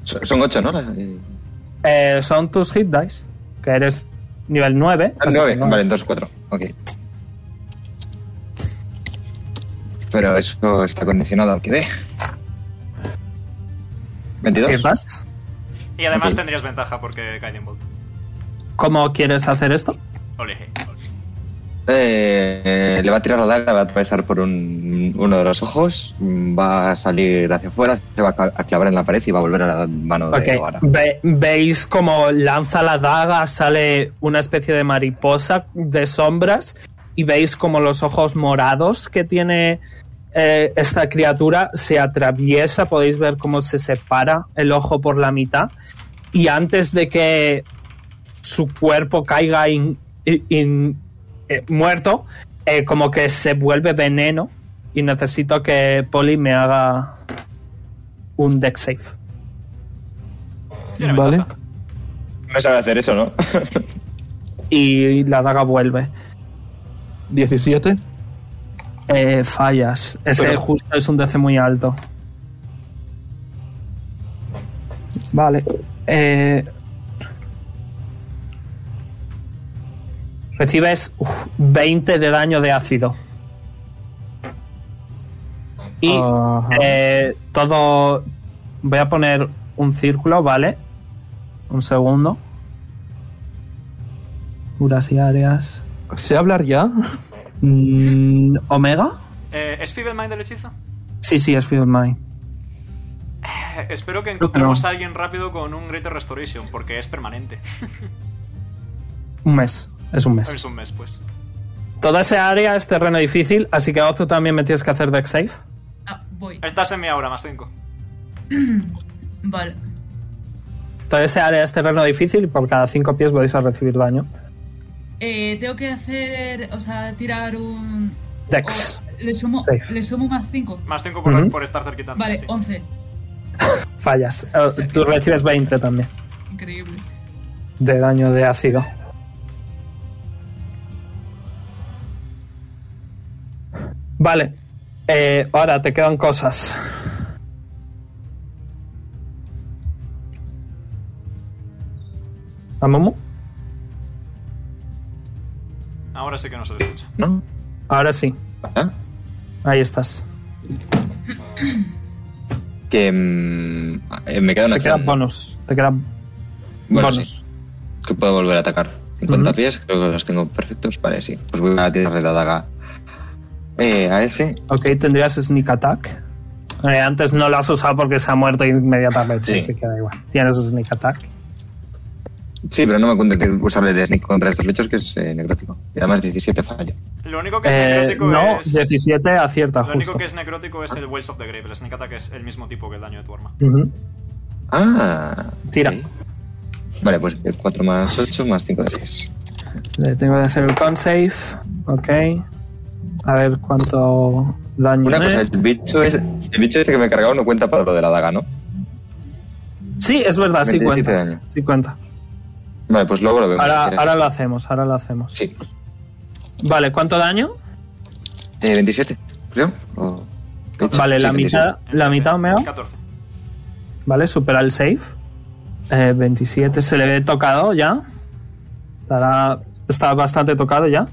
Speaker 5: Son son ocho, ¿no? Las- eh,
Speaker 1: Eh, son tus hit dice, que eres nivel 9.
Speaker 5: ah, nueve. Vale, entonces cuatro. Ok. Pero eso está condicionado al que dé. 22.
Speaker 1: ¿Ciertas?
Speaker 2: Y además
Speaker 5: Ok.
Speaker 2: tendrías ventaja porque Guiding Bolt.
Speaker 1: ¿Cómo quieres hacer esto?
Speaker 2: Oleje.
Speaker 5: Eh, eh, le va a tirar la daga, la va a atravesar por un, uno de los ojos, mm, va a salir hacia afuera, se va a ca- a clavar en la pared y va a volver a la mano de
Speaker 1: Ok,
Speaker 5: Oara.
Speaker 1: ve- veis como lanza la daga, sale una especie de mariposa de sombras y veis como los ojos morados que tiene eh, esta criatura se atraviesa, podéis ver cómo se separa el ojo por la mitad y antes de que su cuerpo caiga in- in- in- eh, muerto, eh, como que se vuelve veneno y necesito que Poli me haga un deck save.
Speaker 2: Tiene
Speaker 3: Vale.
Speaker 2: ventaja.
Speaker 5: No sabe hacer eso, ¿no?
Speaker 1: y la daga vuelve.
Speaker 3: 17.
Speaker 1: Eh, fallas. Ese
Speaker 5: Pero-
Speaker 1: justo es un DC muy alto. Vale. Eh, recibes uf, 20 de daño de ácido. Y
Speaker 3: Ajá.
Speaker 1: eh, todo... Voy a poner un círculo, ¿vale? Un segundo. Curas y áreas.
Speaker 3: ¿Sé hablar ya?
Speaker 1: Mm, ¿Omega?
Speaker 2: Eh, ¿Es Feeble Mind del hechizo?
Speaker 1: Sí, sí, es Field Mine.
Speaker 2: Eh, espero que encontremos a alguien rápido con un Greater Restoration, porque es permanente.
Speaker 1: Un mes, es un mes.
Speaker 2: Es un mes, pues.
Speaker 1: Toda esa área es terreno difícil, así que Ozu también me tienes que hacer deck safe.
Speaker 4: Ah, voy.
Speaker 2: Estás en mi aura, más 5.
Speaker 4: Vale.
Speaker 1: Toda esa área es terreno difícil y por cada 5 pies vais a recibir daño.
Speaker 4: Eh, tengo que hacer, o sea, tirar un...
Speaker 1: Dex.
Speaker 4: o- le, sumo,
Speaker 1: Safe.
Speaker 4: le sumo más 5.
Speaker 2: Más 5 por,
Speaker 1: Ujú.
Speaker 2: por estar cerquita. de mí,
Speaker 4: Vale,
Speaker 2: sí.
Speaker 4: 11.
Speaker 1: Fallas. Eh, Tú recibes 20 también
Speaker 4: Increíble.
Speaker 1: de daño de ácido. Vale. Eh, ahora te quedan cosas. ¿Amomo?
Speaker 2: Ahora sí que no se te escucha.
Speaker 5: ¿No?
Speaker 1: Ahora sí.
Speaker 5: ¿Ah?
Speaker 1: Ahí estás.
Speaker 5: Que mm, eh, me queda una
Speaker 1: Te queda
Speaker 5: acción.
Speaker 1: bonus. Te queda
Speaker 5: Bueno,
Speaker 1: bonus.
Speaker 5: sí, que puedo volver a atacar. 50
Speaker 3: Ujú.
Speaker 5: pies, creo que los tengo perfectos. Vale, sí. Pues voy a tirarle la daga eh, a ese.
Speaker 1: Ok, tendrías sneak attack. Eh, antes no lo has usado porque se ha muerto inmediatamente,
Speaker 5: Sí.
Speaker 1: así que da igual. Tienes sneak attack.
Speaker 5: Sí, pero no me cuenta que usarle el sneak contra estos bichos, que es eh, necrótico. Y además 17 fallo.
Speaker 2: Lo único que es
Speaker 1: Eh,
Speaker 2: necrótico
Speaker 1: no,
Speaker 2: es.
Speaker 1: 17 acierta
Speaker 2: Lo único
Speaker 1: justo.
Speaker 2: que es necrótico es el Wells of the Grave. El sneak attack es el mismo tipo que el daño de tu arma.
Speaker 1: Ujú.
Speaker 5: Ah.
Speaker 1: Tira.
Speaker 5: ok. Vale, pues 4 más 8 más 5 de 6.
Speaker 1: Le tengo que hacer el con save. Ok. A ver cuánto daño
Speaker 5: Una
Speaker 1: es.
Speaker 5: cosa, el bicho, es, el bicho este que me he cargado no cuenta para lo de la daga, ¿no?
Speaker 1: Sí, es verdad, sí
Speaker 5: 27
Speaker 1: cuenta.
Speaker 5: daño.
Speaker 1: Sí cuenta.
Speaker 5: Vale, pues luego lo vemos.
Speaker 1: Ahora,
Speaker 5: si quieres.
Speaker 1: ahora lo hacemos, ahora lo hacemos.
Speaker 5: Sí.
Speaker 1: Vale, ¿cuánto daño?
Speaker 5: Eh, 27, creo. o-
Speaker 1: Vale, la
Speaker 5: 27.
Speaker 1: mitad,
Speaker 2: Eh,
Speaker 1: la mitad, Omega.
Speaker 2: 14.
Speaker 1: Vale, supera el save. Eh, 27 se le ve tocado ya. Estará- está bastante tocado ya.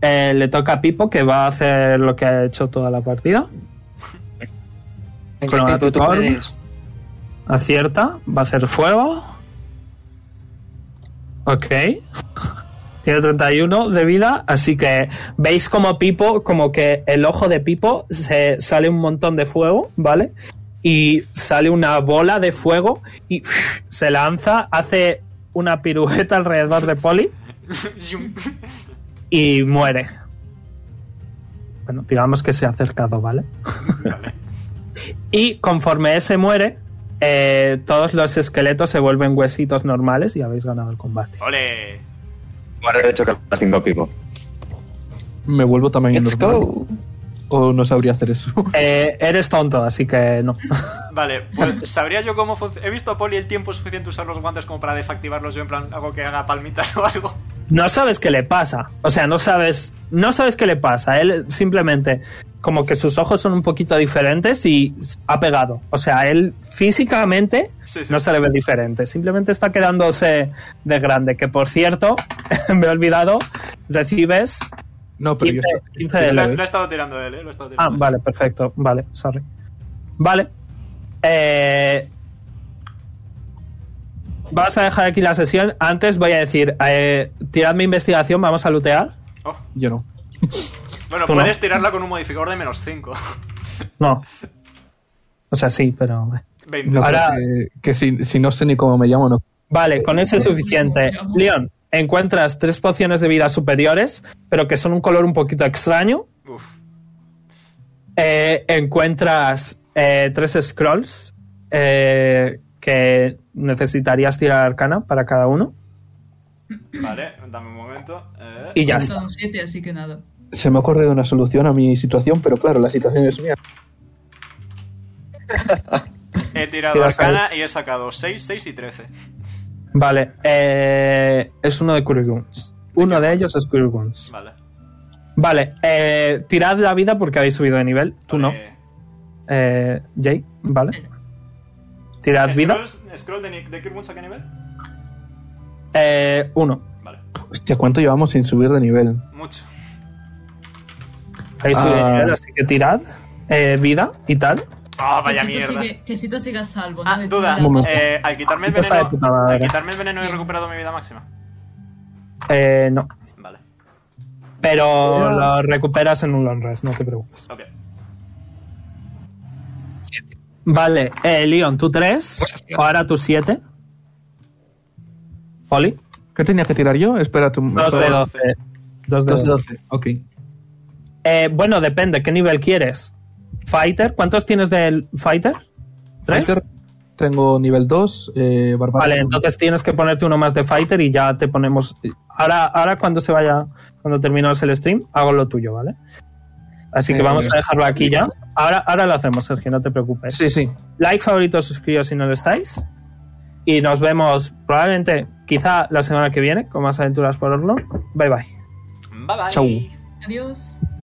Speaker 1: Eh, le toca a Pipo que va a hacer lo que ha hecho toda la partida.
Speaker 5: Venga,
Speaker 1: Con la
Speaker 5: Pipo, tú
Speaker 1: tutor.
Speaker 5: puedes.
Speaker 1: Acierta, va a hacer fuego. Ok. Tiene 31 de vida, así que veis como Pipo, como que el ojo de Pipo se sale un montón de fuego, ¿vale? Y sale una bola de fuego y se lanza, hace una pirueta alrededor de Poli
Speaker 2: Yum.
Speaker 1: y muere. Bueno, digamos que se ha acercado, ¿vale?
Speaker 2: vale.
Speaker 1: Y conforme ese muere, eh, todos los esqueletos se vuelven huesitos normales y habéis ganado el combate.
Speaker 2: ¡Ole!
Speaker 5: Ahora le he hecho las 5 Pipo.
Speaker 3: Me vuelvo tamaño
Speaker 5: Let's
Speaker 3: normal.
Speaker 5: go.
Speaker 3: O no sabría hacer eso.
Speaker 1: Eh, eres tonto, así que no.
Speaker 2: Vale, pues sabría yo cómo funciona. He visto a Poli el tiempo suficiente usar los guantes como para desactivarlos. Yo, en plan, hago que haga palmitas o algo.
Speaker 1: No sabes qué le pasa. O sea, no sabes, no sabes qué le pasa. Él simplemente, como que sus ojos son un poquito diferentes y ha pegado. O sea, él físicamente
Speaker 2: Sí, sí.
Speaker 1: no se le ve diferente. Simplemente está quedándose de grande. Que por cierto, me he olvidado, recibes.
Speaker 3: No, pero
Speaker 1: 15,
Speaker 3: yo.
Speaker 1: 15 de
Speaker 2: lo,
Speaker 1: la-
Speaker 2: lo he estado tirando de él, ¿eh? Lo he estado
Speaker 1: Ah,
Speaker 2: tirando.
Speaker 1: vale, perfecto. Vale, sorry. Vale. Eh, vamos a dejar aquí la sesión. Antes voy a decir, eh, tirad mi investigación, vamos a lootear.
Speaker 2: Oh,
Speaker 3: Yo no.
Speaker 2: Bueno,
Speaker 1: Tú no.
Speaker 2: puedes tirarla con un modificador de menos 5.
Speaker 1: No. O sea, sí, pero... eh.
Speaker 2: 20.
Speaker 3: No,
Speaker 1: Ahora-
Speaker 3: creo que, que si, si no sé ni cómo me llamo, no.
Speaker 1: Vale, con eso es suficiente. Leon, encuentras tres pociones de vida superiores, pero que son un color un poquito extraño.
Speaker 2: Uf.
Speaker 1: Eh, encuentras eh, tres scrolls eh, que necesitarías tirar arcana para cada uno.
Speaker 2: Vale, dame un momento. Eh,
Speaker 1: Y ya
Speaker 4: He
Speaker 1: está.
Speaker 4: sacado un 7, así que nada.
Speaker 3: Se me ha ocurrido una solución a mi situación, pero claro, la situación es mía.
Speaker 2: He tirado
Speaker 1: Tira
Speaker 2: arcana y he sacado 6, 6 y 13.
Speaker 1: Vale, eh, es uno de Curiguns. Uno de ellos es Curiguns.
Speaker 2: Vale.
Speaker 1: Vale, eh, tirad la vida porque habéis subido de nivel. Tú no,
Speaker 2: Eh,
Speaker 1: eh, Jay, ¿vale? Tirad vida.
Speaker 2: ¿Scrolls- ¿Scroll de, Nick- de Kirkwood a qué nivel?
Speaker 1: Eh, uno.
Speaker 2: Vale.
Speaker 3: Hostia, ¿cuánto llevamos sin subir de nivel?
Speaker 2: Mucho.
Speaker 1: Habéis subido de
Speaker 3: Ah.
Speaker 1: nivel, así que tirad eh, vida y tal.
Speaker 2: Ah, vaya
Speaker 4: que Sito
Speaker 2: mierda.
Speaker 4: sigue- pues que Sito siga salvo. ¿no?
Speaker 2: Ah,
Speaker 4: De
Speaker 2: duda.
Speaker 4: toda la-
Speaker 3: Momento.
Speaker 2: Eh, al quitarme el
Speaker 1: Esto está
Speaker 2: veneno.
Speaker 1: de puta madre.
Speaker 2: Al quitarme el veneno he recuperado mi vida máxima.
Speaker 1: Eh, no.
Speaker 2: Vale.
Speaker 1: Pero lo recuperas en un long rest, no te preocupes.
Speaker 2: Ok.
Speaker 1: Vale, eh, Leon, tú tres.
Speaker 5: Pues hacía.
Speaker 1: Ahora tú siete. Oli,
Speaker 3: ¿Qué tenía que tirar yo? Espera, tú.
Speaker 1: dos de doce. Dos de
Speaker 3: Dos de
Speaker 1: doce.
Speaker 3: 12. Ok.
Speaker 1: Eh, bueno, depende, ¿qué nivel quieres? ¿Fighter? ¿Cuántos tienes del Fighter? ¿Tres?
Speaker 3: Fighter, Tengo nivel 2, eh, barbaro.
Speaker 1: Vale, entonces tienes que ponerte uno más de Fighter y ya te ponemos. Ahora, ahora cuando se vaya, cuando terminemos el stream, hago lo tuyo, ¿vale? Así que
Speaker 3: Eh,
Speaker 1: vamos a dejarlo aquí ya. Ahora, ahora lo hacemos, Sergio, no te preocupes.
Speaker 3: Sí, sí.
Speaker 1: Like, favorito, suscribíos si no lo estáis. Y nos vemos probablemente, quizá la semana que viene, con más aventuras por Orlon. Bye bye.
Speaker 2: Bye bye.
Speaker 3: Chau.
Speaker 4: Adiós.